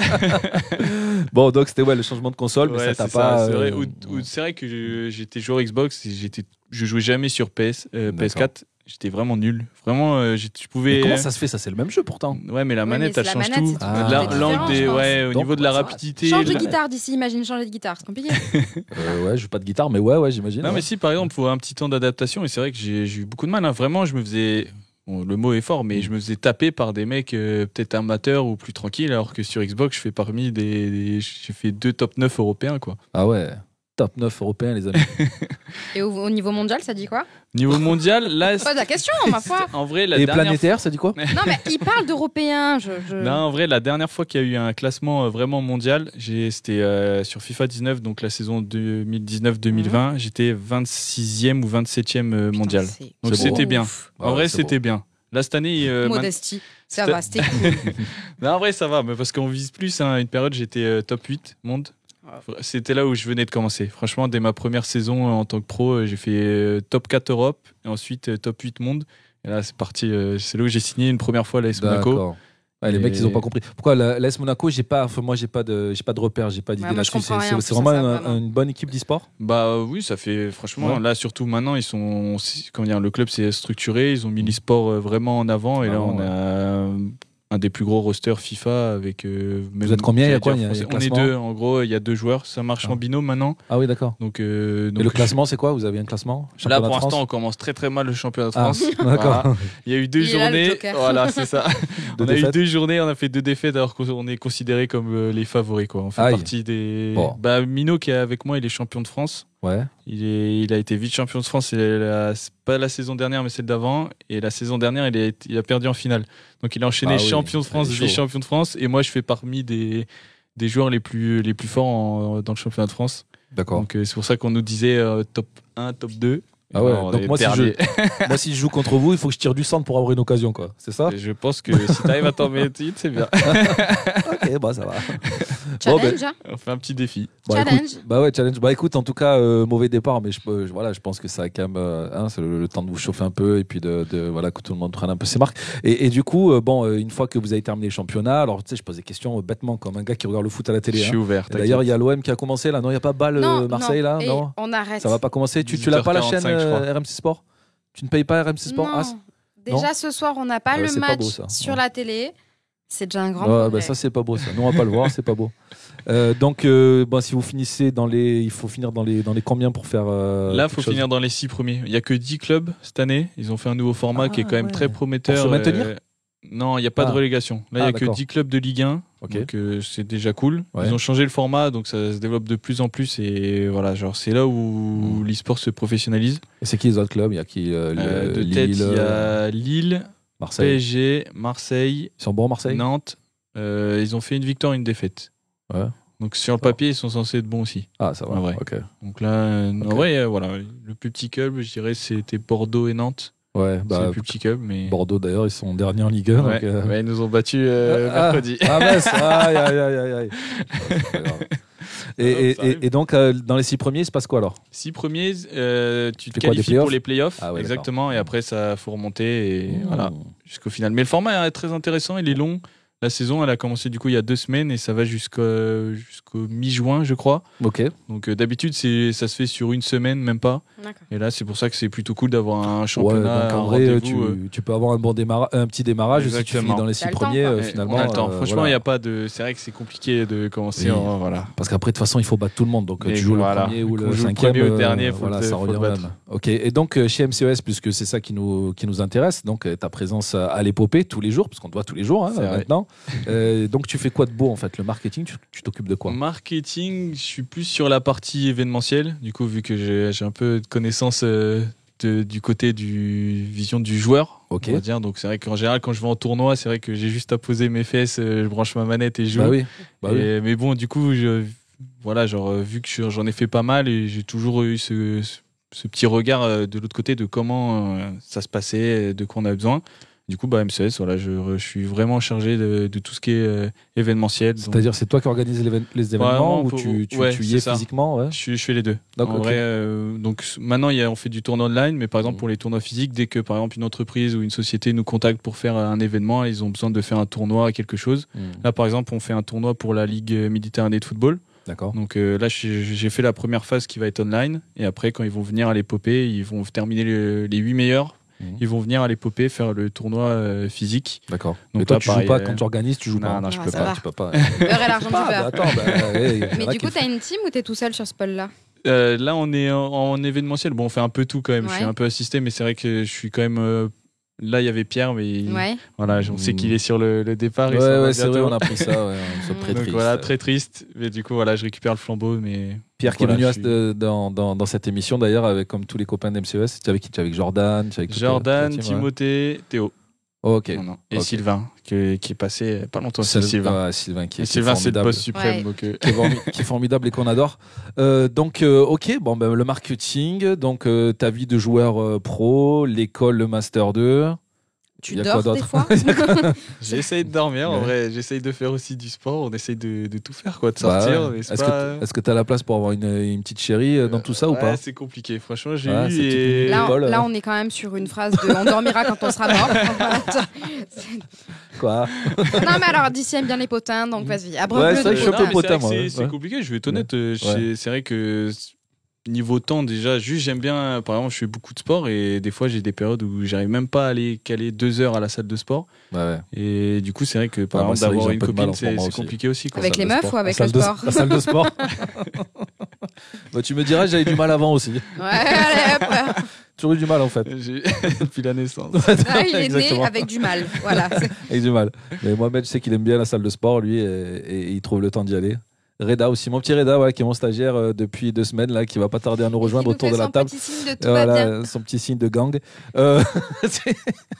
Speaker 1: Bon, donc c'était ouais, le changement de console, mais
Speaker 5: Ouais,
Speaker 1: ça t'a
Speaker 5: c'est ça,
Speaker 1: pas.
Speaker 5: c'est
Speaker 1: euh,
Speaker 5: vrai. Ou- ou- c'est vrai que je- j'étais joueur Xbox, et j'étais, je jouais jamais sur PS, euh,
Speaker 1: D'accord.
Speaker 5: PS4. J'étais vraiment nul. Vraiment, euh, j'ai- je
Speaker 1: Mais
Speaker 5: pouvais.
Speaker 1: comment ça se fait Ça, c'est le même jeu pourtant.
Speaker 5: Ouais, mais la
Speaker 2: Oui,
Speaker 5: manette,
Speaker 2: mais
Speaker 5: elle
Speaker 2: c'est la
Speaker 5: change
Speaker 2: manette,
Speaker 5: tout.
Speaker 2: c'est
Speaker 1: tout à
Speaker 5: De la-
Speaker 1: fait
Speaker 5: l'angle
Speaker 1: différent,
Speaker 5: des-
Speaker 2: je pense.
Speaker 5: ouais, au
Speaker 1: Ah. Donc,
Speaker 5: niveau de la
Speaker 1: ça va.
Speaker 5: rapidité.
Speaker 2: Change de
Speaker 5: la-
Speaker 2: guitare, Dizzy, imagine changer de guitare, c'est compliqué.
Speaker 1: Euh, ouais, je joue pas de guitare, mais ouais, ouais, j'imagine.
Speaker 5: Non,
Speaker 1: ouais.
Speaker 5: mais si, par exemple, faut un petit temps d'adaptation. Et c'est vrai que j'ai j'ai eu beaucoup de mal. hein. Vraiment, je me faisais. bon, le mot est fort,
Speaker 1: Mm.
Speaker 5: mais je me faisais taper par des mecs euh, peut-être amateurs ou plus tranquilles, alors que sur Xbox, je fais parmi des. des- j'ai fait deux top 9 européens, quoi.
Speaker 1: Ah ouais. Top 9 européen, les amis.
Speaker 2: Et au, au niveau mondial, ça dit quoi
Speaker 5: Niveau mondial, là.
Speaker 2: Pose la question, ma foi.
Speaker 5: En vrai, la
Speaker 1: Et
Speaker 5: dernière Euh.
Speaker 1: planétaire, ça dit quoi
Speaker 2: Non, mais il parle d'Européens. Je, je-
Speaker 5: Non, en vrai, la dernière fois qu'il y a eu un classement euh, vraiment mondial, j'ai- c'était euh, sur FIFA 19, donc la saison 2019-2020, j'étais 26e ou 27e euh,
Speaker 2: Ah. Putain,
Speaker 5: mondial.
Speaker 2: c'est
Speaker 5: Donc
Speaker 1: C'est beau. Bah
Speaker 5: c'était bien.
Speaker 2: ouf.
Speaker 5: En
Speaker 1: Ouais,
Speaker 5: vrai,
Speaker 1: c'est beau.
Speaker 5: c'était bien. Là, cette année. euh, man-
Speaker 2: Modestie. Ça
Speaker 5: c'est-
Speaker 2: va, c'était cool.
Speaker 5: Non, en vrai, ça va, mais parce qu'on vise plus. hein. Une période, j'étais euh, top 8 monde. C'était là où je venais de commencer. Franchement, dès ma première saison euh, en tant que pro, euh, j'ai fait euh, top 4 Europe et ensuite euh, top 8 monde. Et là, c'est parti. euh, c'est là où j'ai signé une première fois à l'AS Monaco.
Speaker 1: D'accord. Ouais, les
Speaker 5: Et-
Speaker 1: mecs, ils ont pas compris. Pourquoi la- l'AS Monaco, j'ai pas, enfin, moi, j'ai pas de, j'ai pas de repères, j'ai pas d'idée
Speaker 2: Ouais, moi, je
Speaker 1: là-dessus.
Speaker 2: comprends
Speaker 1: C'est-
Speaker 2: rien, en
Speaker 1: C'est c'est
Speaker 2: plus, ça,
Speaker 1: vraiment
Speaker 2: ça,
Speaker 1: un-
Speaker 2: vraiment.
Speaker 1: une bonne équipe d'e-sport.
Speaker 5: Bah euh, oui, ça fait franchement
Speaker 1: Ouais.
Speaker 5: là surtout maintenant ils sont c'est- comment dire le club s'est structuré, ils ont mis l'e-sport euh, vraiment en avant et
Speaker 1: Ah
Speaker 5: là
Speaker 1: bon,
Speaker 5: on
Speaker 1: ouais.
Speaker 5: a euh, un des plus gros rosters FIFA avec euh, même-
Speaker 1: êtes combien, il y a
Speaker 5: j'allais
Speaker 1: quoi,
Speaker 5: dire
Speaker 1: il y a
Speaker 5: français.
Speaker 1: les
Speaker 5: On est
Speaker 1: classements
Speaker 5: deux en gros, il y a deux joueurs, ça marche
Speaker 1: Ah.
Speaker 5: en binôme maintenant.
Speaker 1: Ah oui, d'accord.
Speaker 5: Donc, euh,
Speaker 1: Et
Speaker 5: donc,
Speaker 1: le
Speaker 5: je-
Speaker 1: classement, c'est quoi Vous avez un classement
Speaker 5: Là
Speaker 1: Championnat
Speaker 5: pour
Speaker 1: de France
Speaker 5: l'instant on commence très très mal le championnat de
Speaker 1: Ah,
Speaker 5: France.
Speaker 1: d'accord.
Speaker 5: Voilà. Il y a eu deux
Speaker 2: Il est là, le
Speaker 5: journées.
Speaker 2: joker.
Speaker 5: voilà, c'est ça.
Speaker 1: Deux
Speaker 5: on a eu
Speaker 1: défaites.
Speaker 5: deux journées, on a fait deux défaites alors qu'on est considéré comme euh, les favoris quoi. On fait
Speaker 1: Aïe.
Speaker 5: partie des
Speaker 1: Bon.
Speaker 5: bah Mino qui est avec moi, il est champion de France.
Speaker 1: Ouais.
Speaker 5: Il, est- il a été vice-champion de France, et la- c'est pas la saison dernière, mais celle d'avant. Et la saison dernière, il, est- il a perdu en finale. Donc il a enchaîné
Speaker 1: Ah oui,
Speaker 5: champion de France,
Speaker 1: il est chaud.
Speaker 5: vice-champion de France. Et moi, je fais parmi des, des joueurs les plus, les plus forts en- dans le championnat de France.
Speaker 1: D'accord.
Speaker 5: Donc euh, c'est pour ça qu'on nous disait euh, top 1, top 2.
Speaker 1: Ah ouais,
Speaker 5: Alors, on
Speaker 1: donc
Speaker 5: est
Speaker 1: moi, si
Speaker 5: dernier.
Speaker 1: Moi, si je joue contre vous, il faut que je tire du centre pour avoir une occasion, quoi. C'est ça
Speaker 5: Et je pense que si t'arrives à t'en mettre une, c'est bien.
Speaker 1: Ok, bah ça va. ben.
Speaker 2: Challenge, hein
Speaker 5: On fait un petit défi.
Speaker 1: Bah,
Speaker 2: Challenge.
Speaker 1: écoute- bah ouais, challenge. Bah écoute, en tout cas, euh, mauvais départ, mais je, peux- je- voilà, je pense que ça a quand même euh, hein, c'est le, le temps de vous chauffer un peu et puis de, de- voilà que tout le monde prenne un peu ses marques. Et, et du coup, euh, bon, euh, une fois que vous avez terminé le championnat, alors tu sais, je pose des questions euh, bêtement comme un gars qui regarde le foot à la
Speaker 5: Je
Speaker 1: télé. hein.
Speaker 5: suis ouvert.
Speaker 1: Et D'ailleurs, il y a l'OM qui a commencé là. Non, il y a pas balle
Speaker 2: Non,
Speaker 1: euh, Marseille là.
Speaker 2: et
Speaker 1: Non,
Speaker 2: on arrête.
Speaker 1: ça va pas commencer. Tu, tu l'as pas la chaîne
Speaker 5: 18h45, je crois.
Speaker 1: euh, RMC Sport Tu ne payes pas RMC Sport
Speaker 2: Non.
Speaker 1: Ah, c'est-
Speaker 2: Déjà ce soir, on n'a pas
Speaker 1: Ouais,
Speaker 2: le
Speaker 1: c'est pas
Speaker 2: match
Speaker 1: beau, ça.
Speaker 2: sur
Speaker 1: Ouais.
Speaker 2: la télé. C'est déjà un grand
Speaker 1: Ah, bah
Speaker 2: progrès.
Speaker 1: ça c'est pas beau ça. Non, on va pas le voir, c'est pas beau. Euh, donc euh, bah, si vous finissez dans les il faut finir dans les dans les combien pour faire euh,
Speaker 5: Là,
Speaker 1: quelque
Speaker 5: faut
Speaker 1: chose
Speaker 5: finir dans les 6 premiers. Il y a que 10 clubs cette année. Ils ont fait un nouveau format
Speaker 2: Ah,
Speaker 5: qui est quand même
Speaker 1: ouais.
Speaker 5: très prometteur.
Speaker 1: Pour se maintenir
Speaker 5: Euh, Non, il n'y a pas
Speaker 1: Ah.
Speaker 5: de relégation. Là, il
Speaker 1: Ah,
Speaker 5: n'y a que
Speaker 1: d'accord.
Speaker 5: 10 clubs de Ligue 1.
Speaker 1: Ok.
Speaker 5: Donc, euh, c'est déjà cool.
Speaker 1: Ouais.
Speaker 5: Ils ont changé le format, donc ça se développe de plus en plus. Et voilà, genre, c'est là où l'e-sport se professionnalise.
Speaker 1: Hmm. Et c'est qui les autres clubs Il y a qui euh, le-
Speaker 5: Euh, de
Speaker 1: Lille, euh,
Speaker 5: tête, il y a Lille,
Speaker 1: Marseille.
Speaker 5: PSG, Marseille,
Speaker 1: Ils sont bons Marseille
Speaker 5: Nantes. Euh, ils ont fait une victoire, une défaite.
Speaker 1: Ouais.
Speaker 5: Donc, sur le papier, ils sont censés être bons aussi.
Speaker 1: Ah ça va.
Speaker 5: Ah ouais.
Speaker 1: OK.
Speaker 5: Donc là, euh, en
Speaker 1: Ok.
Speaker 5: vrai, euh, voilà, le plus petit club, je dirais, c'était Bordeaux et Nantes.
Speaker 1: Ouais,
Speaker 5: c'est
Speaker 1: bah
Speaker 5: le plus petit club, mais
Speaker 1: Bordeaux d'ailleurs, ils sont derniers en Ligue 1
Speaker 5: Ouais,
Speaker 1: donc, euh,
Speaker 5: ouais, ils nous ont battus euh,
Speaker 1: Ah, ah,
Speaker 5: mercredi.
Speaker 1: Ah, mince, aïe, aïe, aïe, aïe, aïe. C'est pas grave. Et,
Speaker 5: Non, non,
Speaker 1: et-
Speaker 5: Ah, ça arrive.
Speaker 1: et- et donc, euh, dans les six premiers, il se passe quoi alors
Speaker 5: Six premiers, euh, tu te
Speaker 1: fais quoi, des
Speaker 5: qualifies pour
Speaker 1: playoffs
Speaker 5: les playoffs,
Speaker 1: Ah ouais,
Speaker 5: exactement, et après ça faut remonter et
Speaker 1: Mmh.
Speaker 5: voilà jusqu'au final. Mais le format est très intéressant, il est long. La saison, elle a commencé du coup il y a deux semaines et ça va jusqu'au jusqu'au mi-juin, je crois.
Speaker 1: Ok.
Speaker 5: Donc euh, d'habitude, c'est ça se fait sur une semaine, même pas.
Speaker 2: D'accord.
Speaker 5: Et là, c'est pour ça que c'est plutôt cool d'avoir un
Speaker 1: Ouais,
Speaker 5: championnat.
Speaker 1: donc en
Speaker 5: un
Speaker 1: vrai, tu,
Speaker 5: rendez-vous, euh,
Speaker 1: tu peux avoir un, bon démarra- un petit démarrage si tu
Speaker 5: Exactement.
Speaker 1: finis dans les
Speaker 2: T'as
Speaker 1: six
Speaker 2: le temps,
Speaker 1: premiers,
Speaker 2: quoi.
Speaker 1: euh,
Speaker 5: ouais,
Speaker 1: finalement.
Speaker 5: on a le temps.
Speaker 1: euh,
Speaker 5: Franchement, il
Speaker 1: voilà.
Speaker 5: y a pas de. C'est vrai que c'est compliqué de commencer.
Speaker 1: Oui.
Speaker 5: en- voilà.
Speaker 1: Parce qu'après, de toute façon, il faut battre tout le monde. Donc,
Speaker 5: Et
Speaker 1: tu joues
Speaker 5: voilà.
Speaker 1: le premier ou
Speaker 5: Qu'on
Speaker 1: le
Speaker 5: joue le
Speaker 1: cinquième.
Speaker 5: premier ou le
Speaker 1: euh,
Speaker 5: dernier, faut
Speaker 1: voilà,
Speaker 5: le-
Speaker 1: ça
Speaker 5: faut
Speaker 1: revient
Speaker 5: le
Speaker 1: au
Speaker 5: battre.
Speaker 1: même. Ok. Et donc, euh, chez MCES, puisque c'est ça qui nous, qui nous intéresse, donc euh, ta présence à à l'épopée tous les jours, parce qu'on te voit tous les jours hein,
Speaker 5: C'est vrai.
Speaker 1: maintenant. Euh, donc, tu fais quoi de beau en fait Le marketing, tu- tu t'occupes de quoi
Speaker 5: Marketing, je suis plus sur la partie événementielle. Du coup, vu que j'ai- j'ai un peu de connaissance euh, de- du côté du vision du joueur,
Speaker 1: Ok.
Speaker 5: on va dire. Donc c'est vrai qu'en général, quand je vais en tournoi, c'est vrai que j'ai juste à poser mes fesses, euh, je branche ma manette et je joue.
Speaker 1: Bah oui. Bah oui.
Speaker 5: Et- mais bon, du coup, je- voilà, genre euh, vu que je- j'en ai fait pas mal et j'ai toujours eu ce, ce- ce petit regard euh, de l'autre côté de comment euh, ça se passait, euh, de quoi on a besoin. Du coup, bah, MCS, voilà, je, je suis vraiment chargé de, de tout ce qui est euh, événementiel. Donc,
Speaker 1: C'est-à-dire, c'est toi qui organise l'éven- les
Speaker 5: Vraiment,
Speaker 1: événements
Speaker 5: on
Speaker 1: ou
Speaker 5: peut-
Speaker 1: tu, tu,
Speaker 5: ouais,
Speaker 1: tu y
Speaker 5: c'est
Speaker 1: es
Speaker 5: ça.
Speaker 1: physiquement ouais.
Speaker 5: je, suis- je fais les deux.
Speaker 1: D'accord,
Speaker 5: En
Speaker 1: ok.
Speaker 5: vrai, euh, donc s- maintenant, il y a- on fait du tournoi online, mais par exemple
Speaker 1: Mhm.
Speaker 5: pour les tournois physiques, dès que par exemple une entreprise ou une société nous contacte pour faire euh, un événement, ils ont besoin de faire un tournoi, quelque chose.
Speaker 1: Mm.
Speaker 5: Là, par exemple, on fait un tournoi pour la Ligue euh, Méditerranée de football.
Speaker 1: D'accord.
Speaker 5: Donc euh, là, j'ai j'ai fait la première phase qui va être online, et après, quand ils vont venir à l'épopée, ils vont terminer le- les 8 meilleurs.
Speaker 1: Mhm.
Speaker 5: Ils vont venir à l'épopée faire le tournoi euh, physique.
Speaker 1: D'accord.
Speaker 5: Donc
Speaker 1: Mais toi,
Speaker 5: là,
Speaker 1: tu joues
Speaker 5: pareil,
Speaker 1: pas
Speaker 5: euh,
Speaker 1: quand tu organises, tu joues
Speaker 5: non,
Speaker 1: pas.
Speaker 5: non, je
Speaker 2: Ah,
Speaker 5: peux
Speaker 2: ça
Speaker 5: pas.
Speaker 2: va.
Speaker 1: tu peux pas.
Speaker 2: L'heure et l'argent du
Speaker 1: Ah, bah,
Speaker 2: beurre.
Speaker 1: attends, bah, hey, il y en
Speaker 2: Mais
Speaker 1: a
Speaker 2: du
Speaker 1: qui
Speaker 2: coup, t'as une team ou t'es tout seul sur ce pôle-là
Speaker 5: Euh, là, on est en, en événementiel. Bon, on fait un peu tout quand même. Je suis
Speaker 2: Ouais.
Speaker 5: un peu assisté, mais c'est vrai que je suis quand même. euh, là, il y avait Pierre, mais il-
Speaker 2: Ouais.
Speaker 5: voilà, on sait qu'il est sur le, le départ.
Speaker 1: Ouais,
Speaker 5: il s'en va
Speaker 1: ouais, c'est
Speaker 5: bientôt.
Speaker 1: vrai, on a pris ça. ouais, on se
Speaker 2: Donc,
Speaker 1: prête
Speaker 5: Donc
Speaker 1: triste.
Speaker 5: voilà, très triste. Mais du coup, voilà, je récupère le flambeau, mais
Speaker 1: Pierre qui est
Speaker 5: Voilà,
Speaker 1: venu
Speaker 5: je
Speaker 1: à-
Speaker 5: suis-
Speaker 1: de- dans, dans, dans cette émission d'ailleurs, avec comme tous les copains d'MCES, tu es avec qui Tu es avec Jordan tu es avec toute la-
Speaker 5: Jordan,
Speaker 1: toute la team, ouais.
Speaker 5: Timothée, Théo,
Speaker 1: Oh, ok.
Speaker 5: Non, non. et
Speaker 1: Ok.
Speaker 5: Sylvain, que- qui est passé euh, pas longtemps. C'est
Speaker 1: C'est le-
Speaker 5: Sylvain.
Speaker 1: ouais, Sylvain qui
Speaker 5: Et
Speaker 1: est, qui est
Speaker 5: Sylvain, c'est le
Speaker 1: formidable.
Speaker 5: boss suprême.
Speaker 2: Ouais.
Speaker 5: Donc, euh,
Speaker 1: qui est, formi- qui est formidable et qu'on adore. Euh, donc, euh, ok, bon, ben, le marketing, donc euh, ta vie de joueur euh, pro, l'école, le master 2.
Speaker 2: Tu
Speaker 1: Il y a quoi
Speaker 2: dors des
Speaker 1: d'autre
Speaker 2: fois
Speaker 5: j'essaye de dormir. En
Speaker 1: Ouais.
Speaker 5: vrai, j'essaye de faire aussi du sport. On essaye de, de tout faire, quoi, de
Speaker 1: Bah,
Speaker 5: sortir. mais
Speaker 1: Est-ce
Speaker 5: c'est
Speaker 1: que
Speaker 5: pas-
Speaker 1: t- est-ce que tu as la place pour avoir une, une petite chérie euh, dans tout ça ou
Speaker 5: Ouais,
Speaker 1: pas
Speaker 5: C'est compliqué. Franchement, j'ai
Speaker 1: Ouais,
Speaker 5: eu.
Speaker 1: c'est
Speaker 5: et-
Speaker 1: typique.
Speaker 2: Là, on-
Speaker 1: Paul, euh.
Speaker 2: là, on est quand même sur une phrase de on dormira quand on sera mort.
Speaker 1: Quoi
Speaker 2: non, mais alors, d'ici aime bien les potins, donc vas-y.
Speaker 1: Ouais, c'est
Speaker 2: Abreuve-le
Speaker 1: vrai
Speaker 2: de
Speaker 1: que je suis un peu
Speaker 2: potins.
Speaker 1: potin,
Speaker 5: C'est
Speaker 1: moi,
Speaker 5: vrai
Speaker 1: ouais.
Speaker 5: que c'est- c'est
Speaker 1: Ouais.
Speaker 5: compliqué, je vais être honnête. euh,
Speaker 1: Ouais.
Speaker 5: c'est- C'est vrai que c- niveau temps, déjà, juste j'aime bien. euh, Par exemple, je fais beaucoup de sport et des fois, j'ai des périodes où j'arrive même pas à aller caler deux heures à la salle de sport.
Speaker 1: Ouais, Bah ouais.
Speaker 5: Et du coup, c'est vrai que
Speaker 1: Ah,
Speaker 5: par
Speaker 1: moi, c'est
Speaker 5: exemple,
Speaker 1: vrai que
Speaker 5: d'avoir
Speaker 1: j'ai un
Speaker 5: une
Speaker 1: peu de mal
Speaker 5: copine,
Speaker 1: en ce
Speaker 5: c'est
Speaker 1: moment
Speaker 5: c'est
Speaker 1: aussi.
Speaker 5: compliqué aussi. quoi.
Speaker 2: Avec
Speaker 1: Salle
Speaker 2: les
Speaker 1: de
Speaker 2: meufs
Speaker 1: sport.
Speaker 2: ou avec
Speaker 1: La
Speaker 2: le
Speaker 1: salle de-
Speaker 2: sport
Speaker 1: La salle de sport. Bah, tu me diras, j'avais du mal avant aussi.
Speaker 2: Ouais, allez, hop.
Speaker 1: Toujours eu du mal en fait.
Speaker 5: J'ai- Depuis la naissance.
Speaker 2: Là, Ah il est né
Speaker 1: Exactement.
Speaker 2: avec du mal. Voilà.
Speaker 1: Avec du mal. Mais Mohamed, je sais qu'il aime bien la salle de sport, lui, et, et il trouve le temps d'y aller. Reda aussi, mon petit Reda, voilà, qui est mon stagiaire euh, depuis deux semaines, là, qui va pas tarder à nous rejoindre
Speaker 2: Il nous
Speaker 1: autour
Speaker 2: fait
Speaker 1: de la
Speaker 2: son
Speaker 1: table.
Speaker 2: petit signe de tout va
Speaker 1: Voilà,
Speaker 2: bien.
Speaker 1: euh, son petit signe de gang. Euh, c'est-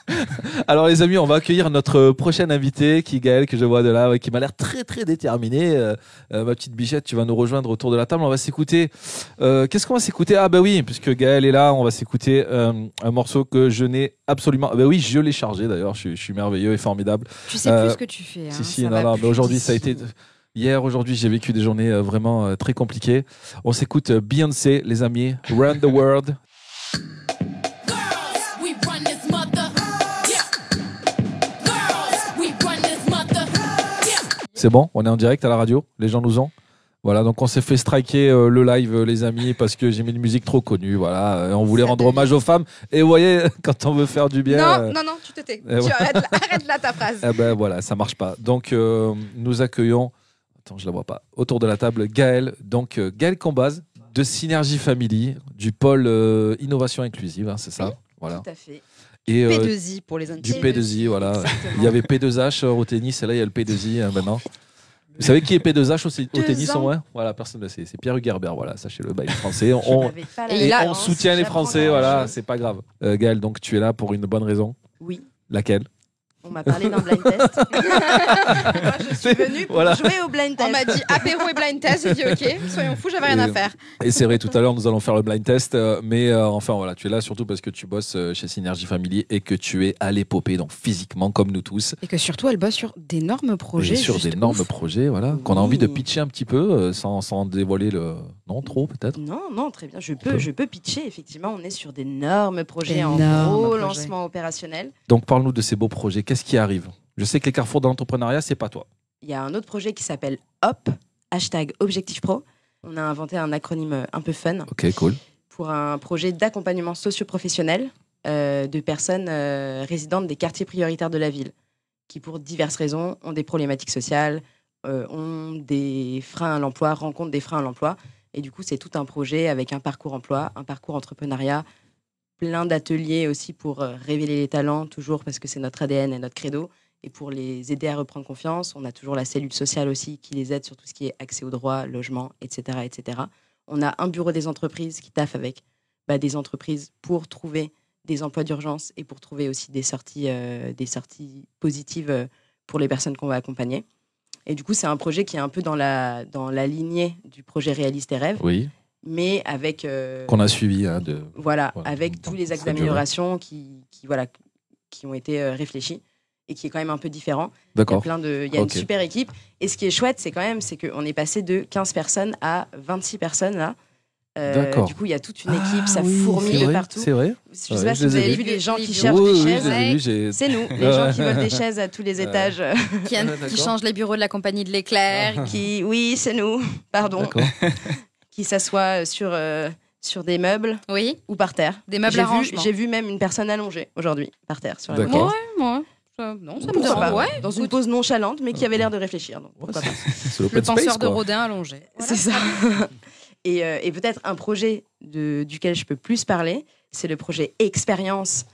Speaker 1: Alors les amis, on va accueillir notre prochaine invitée, qui est Gaëlle, que je vois de là, ouais, qui m'a l'air très très déterminée. Euh, euh, ma petite bichette, tu vas nous rejoindre autour de la table. On va s'écouter. euh, Qu'est-ce qu'on va s'écouter Ah bah oui, puisque Gaëlle est là, on va s'écouter euh, un morceau que je n'ai absolument. Ah bah oui, je l'ai chargé d'ailleurs. Je, suis- je suis merveilleux et formidable.
Speaker 2: Tu sais
Speaker 1: Euh,
Speaker 2: plus ce que tu fais. hein,
Speaker 1: Si, si,
Speaker 2: ça
Speaker 1: non,
Speaker 2: va
Speaker 1: non,
Speaker 2: plus
Speaker 1: mais aujourd'hui,
Speaker 2: d'ici.
Speaker 1: ça a été. Hier, aujourd'hui, j'ai vécu des journées euh, vraiment euh, très compliquées. On s'écoute euh, Beyoncé, les amis. Run the world.
Speaker 6: We run this mother. Yeah. Girls, we run this mother. Yeah.
Speaker 1: C'est bon, on est en direct à la radio. Les gens nous ont. Voilà, donc on s'est fait striker euh, le live, euh, les amis, parce que j'ai mis une musique trop connue. Voilà, Euh, on voulait
Speaker 3: Ça
Speaker 1: rendre
Speaker 3: devient-
Speaker 1: hommage aux femmes. Et vous voyez, quand on veut faire du bien. euh,
Speaker 2: Non, non, non, tu te tais.
Speaker 1: euh,
Speaker 2: Tu arrêtes là, arrête là ta phrase.
Speaker 1: Eh ben voilà, ça marche pas. Donc euh, nous accueillons, attends, je la vois pas, autour de la table Gaël, donc euh, Gaël Combaz de Synergie Family, du pôle euh, innovation inclusive, hein, c'est ça. Voilà.
Speaker 3: Tout à fait.
Speaker 1: Et euh,
Speaker 2: P2I pour les
Speaker 1: du
Speaker 2: intimes.
Speaker 1: P2I, voilà.
Speaker 2: Exactement.
Speaker 1: Il y avait P2H euh, au tennis et là il y a le P2I hein, maintenant. Vous savez qui est P2H au, au
Speaker 2: Deux
Speaker 1: tennis
Speaker 2: ans.
Speaker 1: ouais Voilà, personne ne le sait. C'est Pierre Hugerbert, voilà, sachez-le, bah, il est français. On,
Speaker 2: Et
Speaker 1: et
Speaker 2: là, hein,
Speaker 1: on soutient les Français, voilà, c'est pas grave. Euh, Gaël, donc tu es là pour une bonne raison.
Speaker 7: Oui,
Speaker 1: Laquelle
Speaker 7: on m'a parlé d'un blind test.
Speaker 2: Moi, Ah, je suis venue.
Speaker 1: Voilà.
Speaker 7: Jouer au blind
Speaker 2: On
Speaker 7: test.
Speaker 2: m'a dit apéro et blind test. J'ai dit ok, soyons fous, j'avais rien à
Speaker 1: Et-
Speaker 2: faire.
Speaker 1: Et c'est vrai, tout à l'heure, nous allons faire le blind test. euh, mais euh, enfin, voilà, tu es là surtout parce que tu bosses euh, chez Synergie Family et que tu es à l'épopée, donc physiquement, comme nous tous.
Speaker 2: Et que surtout, elle bosse sur d'énormes projets.
Speaker 1: Et sur
Speaker 2: juste
Speaker 1: d'énormes
Speaker 2: ouf.
Speaker 1: projets, voilà, qu'on a
Speaker 7: Oui.
Speaker 1: envie de pitcher un petit peu euh, sans, sans dévoiler le. Non, trop peut-être
Speaker 7: Non, non, très bien. Je
Speaker 1: peut.
Speaker 7: peux, je peux pitcher. Effectivement, on est sur d'énormes projets
Speaker 2: Énormes
Speaker 7: en gros
Speaker 2: projets.
Speaker 7: lancement opérationnel.
Speaker 1: Donc, parle-nous de ces beaux projets. Qu'est-ce qui arrive Je sais que les carrefours de l'entrepreneuriat, c'est pas toi.
Speaker 7: Il y a un autre projet qui s'appelle HOP, hashtag Objectif Pro. On a inventé un acronyme euh, un peu fun
Speaker 1: Ok, cool.
Speaker 7: pour un projet d'accompagnement socio-professionnel euh, de personnes euh, résidentes des quartiers prioritaires de la ville, qui pour diverses raisons ont des problématiques sociales, euh, ont des freins à l'emploi, rencontrent des freins à l'emploi. Et du coup, c'est tout un projet avec un parcours emploi, un parcours entrepreneuriat, plein d'ateliers aussi pour euh, révéler les talents, toujours parce que c'est notre ADN et notre credo. Et pour les aider à reprendre confiance, on a toujours la cellule sociale aussi qui les aide sur tout ce qui est accès aux droits, logement, etc. etc. On a un bureau des entreprises qui taffe avec bah, des entreprises pour trouver des emplois d'urgence et pour trouver aussi des sorties, euh, des sorties positives euh, pour les personnes qu'on va accompagner. Et du coup, c'est un projet qui est un peu dans la, dans la lignée du projet Réaliste et Rêve,
Speaker 1: Oui.
Speaker 7: mais avec, euh,
Speaker 1: Qu'on a suivi hein, de.
Speaker 7: voilà,
Speaker 1: Voilà,
Speaker 7: avec
Speaker 1: donc,
Speaker 7: tous les
Speaker 1: ça
Speaker 7: axes
Speaker 1: a duré.
Speaker 7: d'amélioration qui, qui, voilà, qui ont été euh, réfléchis et qui est quand même un peu différent. Il y a
Speaker 1: D'accord.
Speaker 7: plein de, il y a
Speaker 1: Ok.
Speaker 7: une super équipe. Et ce qui est chouette, c'est quand même, c'est qu'on est passé de 15 personnes à 26 personnes là. Euh,
Speaker 1: D'accord.
Speaker 7: Du coup, il y a toute une équipe, ça
Speaker 1: Ah oui,
Speaker 7: fourmille
Speaker 1: c'est
Speaker 7: de
Speaker 1: vrai,
Speaker 7: partout.
Speaker 1: C'est vrai.
Speaker 7: Je sais
Speaker 1: Ouais,
Speaker 7: pas
Speaker 1: je
Speaker 7: si vous
Speaker 1: les ai
Speaker 7: avez
Speaker 1: vus.
Speaker 7: vu les gens qui
Speaker 2: Oui,
Speaker 7: cherchent
Speaker 1: oui,
Speaker 7: des
Speaker 1: oui,
Speaker 7: chaises.
Speaker 1: je les ai vus, j'ai-
Speaker 7: C'est nous, les gens qui veulent des chaises à tous les
Speaker 1: Ouais.
Speaker 7: étages. Ah. euh,
Speaker 2: Qui, qui change les bureaux de la compagnie de l'éclair.
Speaker 7: Qui, oui, c'est nous. Pardon.
Speaker 1: D'accord.
Speaker 7: Qui s'assoient sur euh, sur des meubles
Speaker 2: Oui,
Speaker 7: ou par terre.
Speaker 2: des meubles
Speaker 7: J'ai
Speaker 2: à
Speaker 7: vu,
Speaker 2: rangement.
Speaker 7: j'ai vu même une personne allongée aujourd'hui par terre sur la
Speaker 1: D'accord.
Speaker 2: Oh Ouais, moi. ça- Non, ça me
Speaker 7: Pourquoi
Speaker 2: dérange.
Speaker 7: pas
Speaker 2: Ouais,
Speaker 7: dans une
Speaker 2: écoute,
Speaker 7: pose nonchalante, mais qui avait l'air de réfléchir. Donc, pourquoi pas.
Speaker 1: C'est
Speaker 2: le
Speaker 1: l'open
Speaker 2: penseur
Speaker 1: space.
Speaker 2: de
Speaker 1: quoi.
Speaker 2: Rodin allongé. Voilà.
Speaker 7: C'est ça. et euh, et peut-être un projet de- duquel je peux plus parler, c'est le projet Expérience,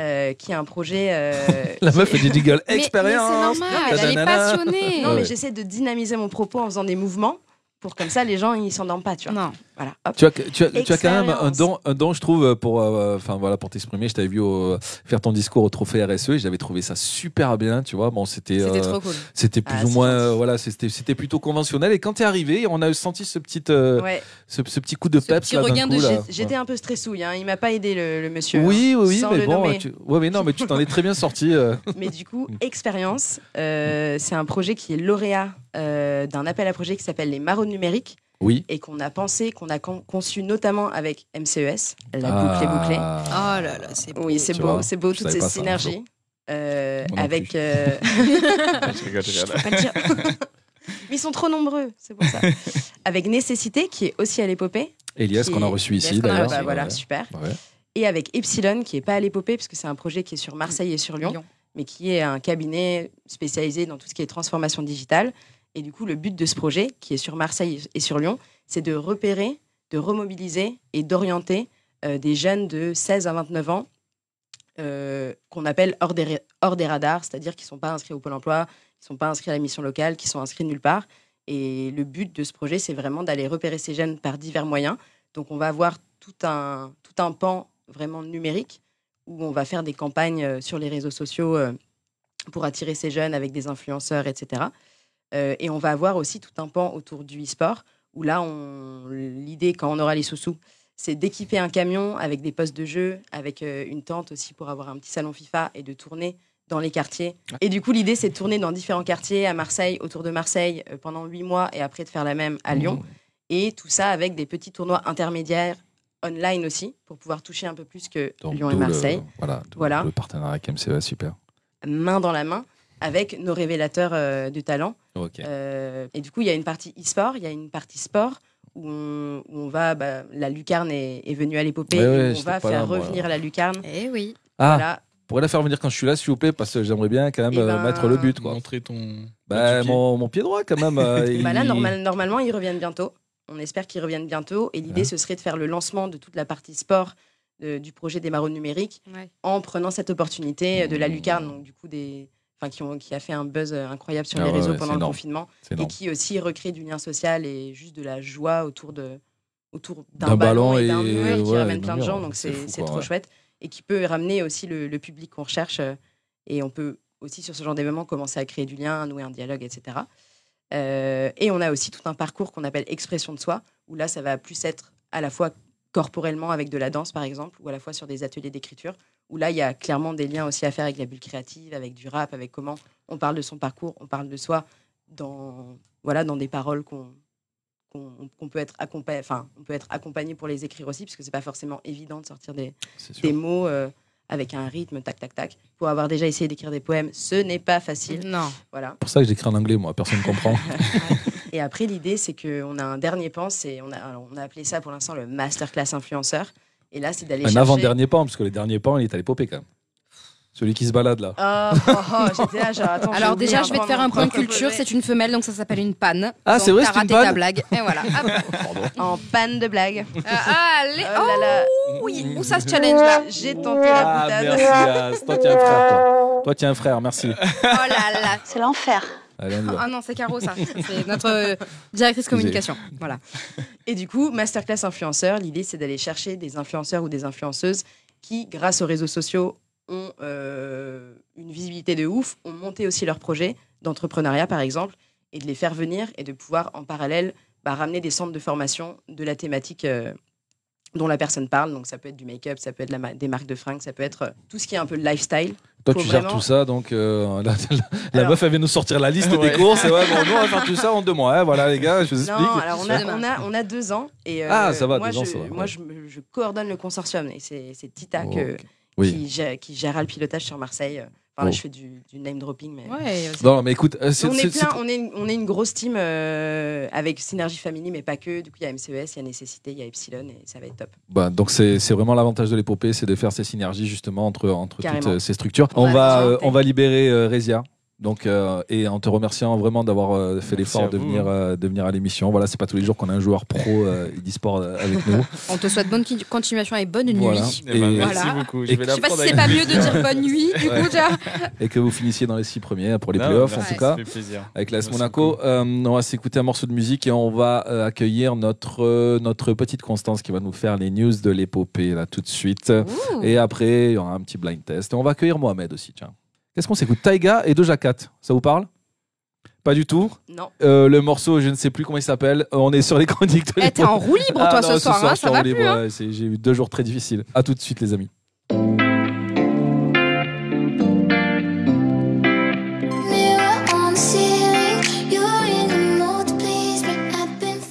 Speaker 7: euh, qui est un projet. euh,
Speaker 1: La meuf fait du jiggle.
Speaker 2: Mais- mais
Speaker 1: Expérience.
Speaker 2: C'est normal, elle est
Speaker 1: Ta-da-da-da.
Speaker 2: passionnée.
Speaker 7: non,
Speaker 1: Ouais.
Speaker 7: mais j'essaie de dynamiser mon propos en faisant des mouvements pour comme ça les gens ils s'endorment pas, tu vois.
Speaker 2: Non.
Speaker 7: Voilà, hop.
Speaker 1: Tu as, tu, as, tu as quand même un
Speaker 7: Expérience.
Speaker 1: don, un don, je trouve, pour, euh, enfin voilà, pour t'exprimer. Je t'avais vu au- faire ton discours au trophée RSE et j'avais trouvé ça super bien, tu vois. Bon, c'était, euh,
Speaker 2: C'était trop cool.
Speaker 1: c'était plus
Speaker 7: Ah,
Speaker 1: ou
Speaker 7: c'est
Speaker 1: moins,
Speaker 7: gentil.
Speaker 1: euh, voilà, c'était, c'était plutôt conventionnel. Et quand t'es arrivé, on a senti ce petit, euh,
Speaker 7: Ouais.
Speaker 1: ce, ce petit coup de
Speaker 2: Ce
Speaker 1: peps
Speaker 2: petit
Speaker 1: là, d'un
Speaker 2: regain de
Speaker 1: coup, là.
Speaker 2: gé-
Speaker 1: Ouais.
Speaker 7: J'étais un peu stressouille, hein. il m'a pas aidé le, le monsieur. hein,
Speaker 1: Oui, oui, oui,
Speaker 7: sans
Speaker 1: mais
Speaker 7: le
Speaker 1: bon,
Speaker 7: nommer.
Speaker 1: tu, ouais, mais non, mais tu t'en es très bien sorti. euh.
Speaker 7: Mais du coup, Expérience, euh, c'est un projet qui est lauréat euh, d'un appel à projet qui s'appelle les maraudes numériques
Speaker 1: Oui.
Speaker 7: et qu'on a pensé, qu'on a con- conçu notamment avec MCES, la boucle est bouclée.
Speaker 1: Ah.
Speaker 2: Oh là là, c'est beau.
Speaker 7: Oui, c'est
Speaker 1: Tu
Speaker 7: beau,
Speaker 1: vois,
Speaker 7: c'est beau
Speaker 1: je
Speaker 7: toutes
Speaker 1: savais
Speaker 7: ces
Speaker 1: pas ça,
Speaker 7: synergies. euh,
Speaker 5: Moi non
Speaker 7: avec.
Speaker 5: plus.
Speaker 7: euh,
Speaker 5: Je rigole, je
Speaker 7: je
Speaker 5: rigole.
Speaker 7: peux pas le dire. Mais ils sont trop nombreux, c'est pour ça. avec Nécessité, qui est aussi à l'épopée.
Speaker 1: Elias
Speaker 7: qui
Speaker 1: qu'on a
Speaker 7: est-
Speaker 1: reçu
Speaker 7: Yes,
Speaker 1: ici
Speaker 7: qu'on a-
Speaker 1: d'ailleurs.
Speaker 7: bah, voilà,
Speaker 1: Ouais.
Speaker 7: super.
Speaker 1: Ouais.
Speaker 7: Et avec Epsilon, qui est pas à l'épopée, parce que c'est un projet qui est sur Marseille et sur Lyon,
Speaker 2: Lyon.
Speaker 7: mais qui est un cabinet spécialisé dans tout ce qui est transformation digitale. Et du coup, le but de ce projet, qui est sur Marseille et sur Lyon, c'est de repérer, de remobiliser et d'orienter euh, des jeunes de 16 à 29 ans euh, qu'on appelle hors des, ra- hors des radars, c'est-à-dire qui ne sont pas inscrits au Pôle emploi, qui ne sont pas inscrits à la mission locale, qui sont inscrits nulle part. Et le but de ce projet, c'est vraiment d'aller repérer ces jeunes par divers moyens. Donc, on va avoir tout un, tout un pan vraiment numérique où on va faire des campagnes euh, sur les réseaux sociaux euh, pour attirer ces jeunes avec des influenceurs, etc. Euh, et on va avoir aussi tout un pan autour du e-sport où là, on- l'idée, quand on aura les sous-sous, c'est d'équiper un camion avec des postes de jeu, avec euh, une tente aussi pour avoir un petit salon FIFA et de tourner dans les quartiers. Et du coup, l'idée, c'est de tourner dans différents quartiers, à Marseille, autour de Marseille, euh, pendant huit mois, et après de faire la même à Lyon. Et tout ça avec des petits tournois intermédiaires online aussi, pour pouvoir toucher un peu plus que
Speaker 1: Donc,
Speaker 7: Lyon
Speaker 1: d'où
Speaker 7: et
Speaker 1: le-
Speaker 7: Marseille,
Speaker 1: voilà, d'où
Speaker 7: Voilà.
Speaker 1: Le partenariat avec MCE, E super.
Speaker 7: main dans la main. avec nos révélateurs euh, de talent.
Speaker 1: Ok.
Speaker 7: Euh, et du coup, il y a une partie e-sport, il y a une partie sport où on, où on va. bah, la lucarne est, est venue à l'épopée.
Speaker 1: Ouais, ouais,
Speaker 7: et on
Speaker 1: j'étais
Speaker 7: va
Speaker 1: pas
Speaker 7: faire
Speaker 1: là, moi,
Speaker 7: revenir la lucarne.
Speaker 2: Eh oui.
Speaker 1: Ah,
Speaker 7: Voilà.
Speaker 1: pourrez la faire venir quand je suis là, s'il vous plaît, parce que j'aimerais bien quand même
Speaker 7: Eh
Speaker 1: euh,
Speaker 7: ben,
Speaker 1: mettre le but. Quoi.
Speaker 5: Montrer ton.
Speaker 1: Bah,
Speaker 5: ton
Speaker 1: mon, mon pied droit, quand même. euh, il-
Speaker 7: Bah là, normal- normalement, ils reviennent bientôt. On espère qu'ils reviennent bientôt. Et l'idée,
Speaker 1: Ouais.
Speaker 7: ce serait de faire le lancement de toute la partie sport euh, du projet des maraudes numériques
Speaker 2: Ouais.
Speaker 7: en prenant cette opportunité euh, de la
Speaker 1: Mmh.
Speaker 7: lucarne, donc du coup des, enfin qui, ont, qui a fait un buzz euh, incroyable sur
Speaker 1: Ah
Speaker 7: les
Speaker 1: ouais,
Speaker 7: réseaux
Speaker 1: ouais, c'est
Speaker 7: pendant le
Speaker 1: énorme.
Speaker 7: confinement
Speaker 1: C'est
Speaker 7: et
Speaker 1: énorme.
Speaker 7: qui aussi recrée du lien social et juste de la joie autour de autour d'un
Speaker 1: D'un
Speaker 7: ballon,
Speaker 1: ballon
Speaker 7: et d'un
Speaker 1: et-
Speaker 7: mur qui
Speaker 1: ouais,
Speaker 7: ramène
Speaker 1: d'un
Speaker 7: plein de
Speaker 1: mur,
Speaker 7: gens,
Speaker 1: ouais,
Speaker 7: donc
Speaker 1: c'est
Speaker 7: c'est
Speaker 1: fou,
Speaker 7: c'est
Speaker 1: quoi,
Speaker 7: trop
Speaker 1: ouais.
Speaker 7: chouette et qui peut ramener aussi le, le public qu'on recherche euh, et on peut aussi sur ce genre d'événement commencer à créer du lien, nouer un dialogue, etc. Euh, et on a aussi tout un parcours qu'on appelle expression de soi, où là, ça va plus être à la fois corporellement avec de la danse, par exemple, ou à la fois sur des ateliers d'écriture, où là, il y a clairement des liens aussi à faire avec la bulle créative, avec du rap, avec comment on parle de son parcours, on parle de soi dans, voilà, dans des paroles qu'on qu'on qu'on peut être accompagné, enfin, on peut être accompagné pour les écrire aussi, parce que c'est pas forcément évident de sortir des,
Speaker 1: C'est sûr.
Speaker 7: des mots euh, avec un rythme, tac, tac, tac. Pour avoir déjà essayé d'écrire des poèmes, ce n'est pas facile.
Speaker 2: Non.
Speaker 7: Voilà.
Speaker 1: pour ça que j'écris en anglais, moi. Personne ne comprend.
Speaker 7: Et après, l'idée, c'est qu'on a un dernier pan, c'est on a, alors, on a appelé ça pour l'instant le masterclass influenceur. Et là, c'est d'aller
Speaker 1: Un
Speaker 7: chercher.
Speaker 1: avant-dernier pan, parce que le dernier pan, il est à l'épopée, quand même. Celui qui se balade, là.
Speaker 7: Oh, oh, oh, j'étais là, genre, attends, j'ai
Speaker 2: Alors
Speaker 7: oublié
Speaker 2: déjà, je vais te
Speaker 7: pan
Speaker 2: faire
Speaker 7: de
Speaker 2: un
Speaker 7: mon
Speaker 2: point de
Speaker 7: propre
Speaker 2: culture.
Speaker 7: projet.
Speaker 2: C'est une femelle, donc ça s'appelle une panne.
Speaker 1: Ah,
Speaker 2: Donc,
Speaker 1: c'est vrai,
Speaker 2: T'as
Speaker 1: c'est une
Speaker 2: raté
Speaker 1: panne
Speaker 2: ta blague. Eh Et voilà. Hop.
Speaker 7: En panne de blague.
Speaker 2: Euh, ah, allez.
Speaker 7: Oh là là.
Speaker 2: Oh, oui. Où ça se challenge là
Speaker 7: J'ai tenté la boutade.
Speaker 1: Mmh. Ah, merci, As. Toi, tiens un frère, toi. Toi, tiens un frère, merci.
Speaker 2: Oh là là.
Speaker 8: C'est l'enfer.
Speaker 1: Allez, on y va.
Speaker 2: Ah non, c'est Caro ça. C'est notre euh, directrice communication. Voilà.
Speaker 7: Et du coup, masterclass influenceur, l'idée c'est d'aller chercher des influenceurs ou des influenceuses qui, grâce aux réseaux sociaux, ont euh, une visibilité de ouf, ont monté aussi leur projet d'entrepreneuriat par exemple, et de les faire venir et de pouvoir en parallèle bah, ramener des centres de formation de la thématique euh, dont la personne parle. Donc ça peut être du make-up, ça peut être la ma- des marques de fringues, ça peut être euh, tout ce qui est un peu lifestyle.
Speaker 1: Toi,
Speaker 7: Faut
Speaker 1: tu gères
Speaker 7: vraiment-
Speaker 1: tout ça, donc euh, la, la- la
Speaker 7: Alors-
Speaker 1: meuf, elle vient nous sortir la liste des
Speaker 5: Ouais.
Speaker 1: courses. Et ouais, bon, nous, on va faire tout ça en deux mois. hein. Voilà, les gars, je vous explique.
Speaker 7: Non, alors on a,
Speaker 2: Demain.
Speaker 7: on, a, on a deux ans. Et, euh,
Speaker 1: Ah, ça va,
Speaker 7: moi,
Speaker 1: deux ans,
Speaker 7: je,
Speaker 1: ça va,
Speaker 7: Moi,
Speaker 1: ouais.
Speaker 7: je, me- je coordonne le consortium et c'est c'est Tita
Speaker 1: Oh,
Speaker 7: que,
Speaker 1: Oui.
Speaker 7: qui, gère, qui gérera le pilotage sur Marseille. Enfin, là,
Speaker 1: Oh.
Speaker 7: je fais du, du name dropping, mais.
Speaker 2: Ouais. euh, c'est-
Speaker 1: Non, mais écoute, euh,
Speaker 7: Mais
Speaker 1: c'est.
Speaker 7: on, est
Speaker 1: c'est-
Speaker 7: plein, on, est une, on est une grosse team euh, avec Synergie Family, mais pas que. Du coup, il y a MCES, il y a Nécessité, il y a Epsilon et ça va être top.
Speaker 1: Bah, donc c'est c'est vraiment l'avantage de l'épopée, c'est de faire ces synergies justement entre, entre toutes
Speaker 7: Carrément.
Speaker 1: euh, ces structures.
Speaker 7: On
Speaker 1: On,
Speaker 7: va
Speaker 1: va,
Speaker 7: les
Speaker 1: euh,
Speaker 7: inventer.
Speaker 1: on va libérer euh, Résia. Donc, euh, et en te remerciant vraiment d'avoir euh,
Speaker 5: Merci
Speaker 1: fait l'effort
Speaker 5: à
Speaker 1: de,
Speaker 5: vous.
Speaker 1: venir euh, de venir à l'émission. Voilà, c'est pas tous les jours qu'on a un joueur pro euh, e-sport euh, avec nous.
Speaker 2: On te souhaite bonne qui- continuation et bonne
Speaker 1: Voilà.
Speaker 2: nuit.
Speaker 5: Eh ben,
Speaker 1: Et-
Speaker 5: Merci
Speaker 2: Voilà.
Speaker 5: beaucoup. vais
Speaker 1: Et-
Speaker 2: Je sais pas si
Speaker 5: l'apprendre
Speaker 2: c'est
Speaker 5: avec
Speaker 2: pas
Speaker 5: plaisir.
Speaker 2: mieux de dire bonne nuit, du coup, déjà.
Speaker 1: Et que vous finissiez dans les six premiers pour les
Speaker 5: Non,
Speaker 1: playoffs, en
Speaker 5: merci,
Speaker 1: tout cas.
Speaker 5: Ça fait plaisir.
Speaker 1: Avec l'AS
Speaker 5: Merci
Speaker 1: Monaco,
Speaker 5: beaucoup.
Speaker 1: Euh, on va s'écouter un morceau de musique et on va euh, accueillir notre, euh, notre petite Constance qui va nous faire les news de l'épopée là tout de suite.
Speaker 2: Ouh.
Speaker 1: Et après, il y aura un petit blind test. Et on va accueillir Mohamed aussi, tiens. Qu'est-ce qu'on s'écoute Taiga et Doja Cat, ça vous parle Pas du tout.
Speaker 7: Non,
Speaker 1: Euh, le morceau, je ne sais plus comment il s'appelle. Euh, On est sur les chroniques de
Speaker 2: Eh, T'es
Speaker 1: l'époque.
Speaker 2: en roue libre, toi,
Speaker 1: Ah non,
Speaker 2: ce soir. hein,
Speaker 1: je suis
Speaker 2: ça
Speaker 1: en
Speaker 2: va
Speaker 1: libre,
Speaker 2: plus. hein.
Speaker 1: ouais, c'est- J'ai eu deux jours très difficiles. À tout de suite, les amis.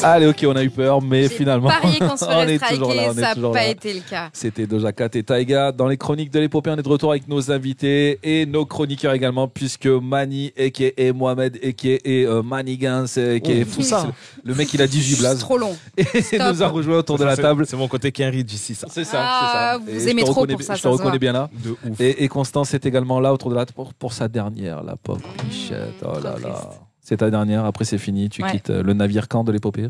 Speaker 1: Allez, ok, on a eu peur, mais
Speaker 2: J'ai
Speaker 1: finalement,
Speaker 2: Parier qu'on se
Speaker 1: on
Speaker 2: ferait
Speaker 1: est toujours
Speaker 2: striker,
Speaker 1: là, on est
Speaker 2: ça n'a
Speaker 1: toujours
Speaker 2: pas
Speaker 1: là.
Speaker 2: été le cas.
Speaker 1: C'était Doja Cat et Taiga. Dans les chroniques de l'épopée, on est de retour avec nos invités et nos chroniqueurs également, puisque Mani, et Mohamed, et Manigans, et
Speaker 2: Oh.
Speaker 1: tout ça. Le mec, il a 18
Speaker 2: C'est
Speaker 1: blases.
Speaker 2: trop long.
Speaker 1: Et
Speaker 2: Stop.
Speaker 1: nous a rejoint autour de la
Speaker 9: C'est-
Speaker 1: table.
Speaker 9: C'est mon côté Kenry ici, ça.
Speaker 1: C'est
Speaker 2: Ah,
Speaker 1: c'est
Speaker 2: vous
Speaker 1: je te
Speaker 2: aimez trop
Speaker 1: reconnais-
Speaker 2: pour ça,
Speaker 1: Je te
Speaker 2: ça se voit.
Speaker 1: reconnais bien là.
Speaker 9: De ouf.
Speaker 1: Et, et Constance est également là autour de la table pour, pour sa dernière, la pauvre
Speaker 2: Mmh,
Speaker 1: bichette. Oh
Speaker 2: trop
Speaker 1: là là.
Speaker 2: triste.
Speaker 1: C'est ta dernière, après c'est fini, tu
Speaker 10: Ouais.
Speaker 1: quittes euh, le navire camp de l'épopée.